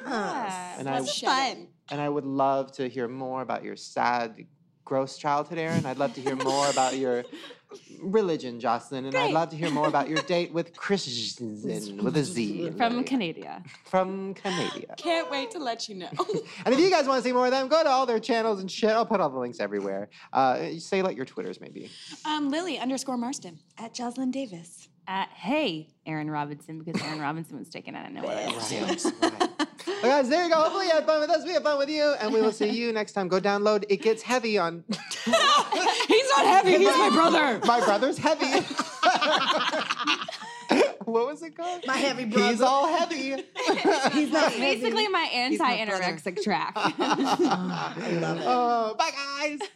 [SPEAKER 1] And I
[SPEAKER 7] This is fun.
[SPEAKER 1] and I would love to hear more about your sad, gross childhood, Aaron. I'd love to hear more about your religion, Jocelyn, and I'd love to hear more about your date with Christensen with a Z
[SPEAKER 4] From Canada.
[SPEAKER 1] from Canada.
[SPEAKER 6] Can't wait to let you know.
[SPEAKER 1] And if you guys want to see more of them, go to all their channels and shit. I'll put all the links everywhere. Uh, say like your Twitters, maybe.
[SPEAKER 6] um, Lily underscore Marston.
[SPEAKER 7] At Jocelyn Davis.
[SPEAKER 4] Uh, hey, Aaron Robinson, because Aaron Robinson was taken out of nowhere.
[SPEAKER 1] Right. right. Well, guys, there you go. Hopefully, you had fun with us. We had fun with you, and we will see you next time. Go download. It gets heavy on.
[SPEAKER 6] He's not heavy. He's my brother.
[SPEAKER 1] My brother's heavy. what was it called?
[SPEAKER 2] My heavy
[SPEAKER 1] He's
[SPEAKER 2] brother.
[SPEAKER 1] all heavy.
[SPEAKER 2] He's not heavy.
[SPEAKER 4] Basically, my
[SPEAKER 2] my
[SPEAKER 4] anti anorexic track.
[SPEAKER 2] I love it.
[SPEAKER 1] Oh, bye, guys.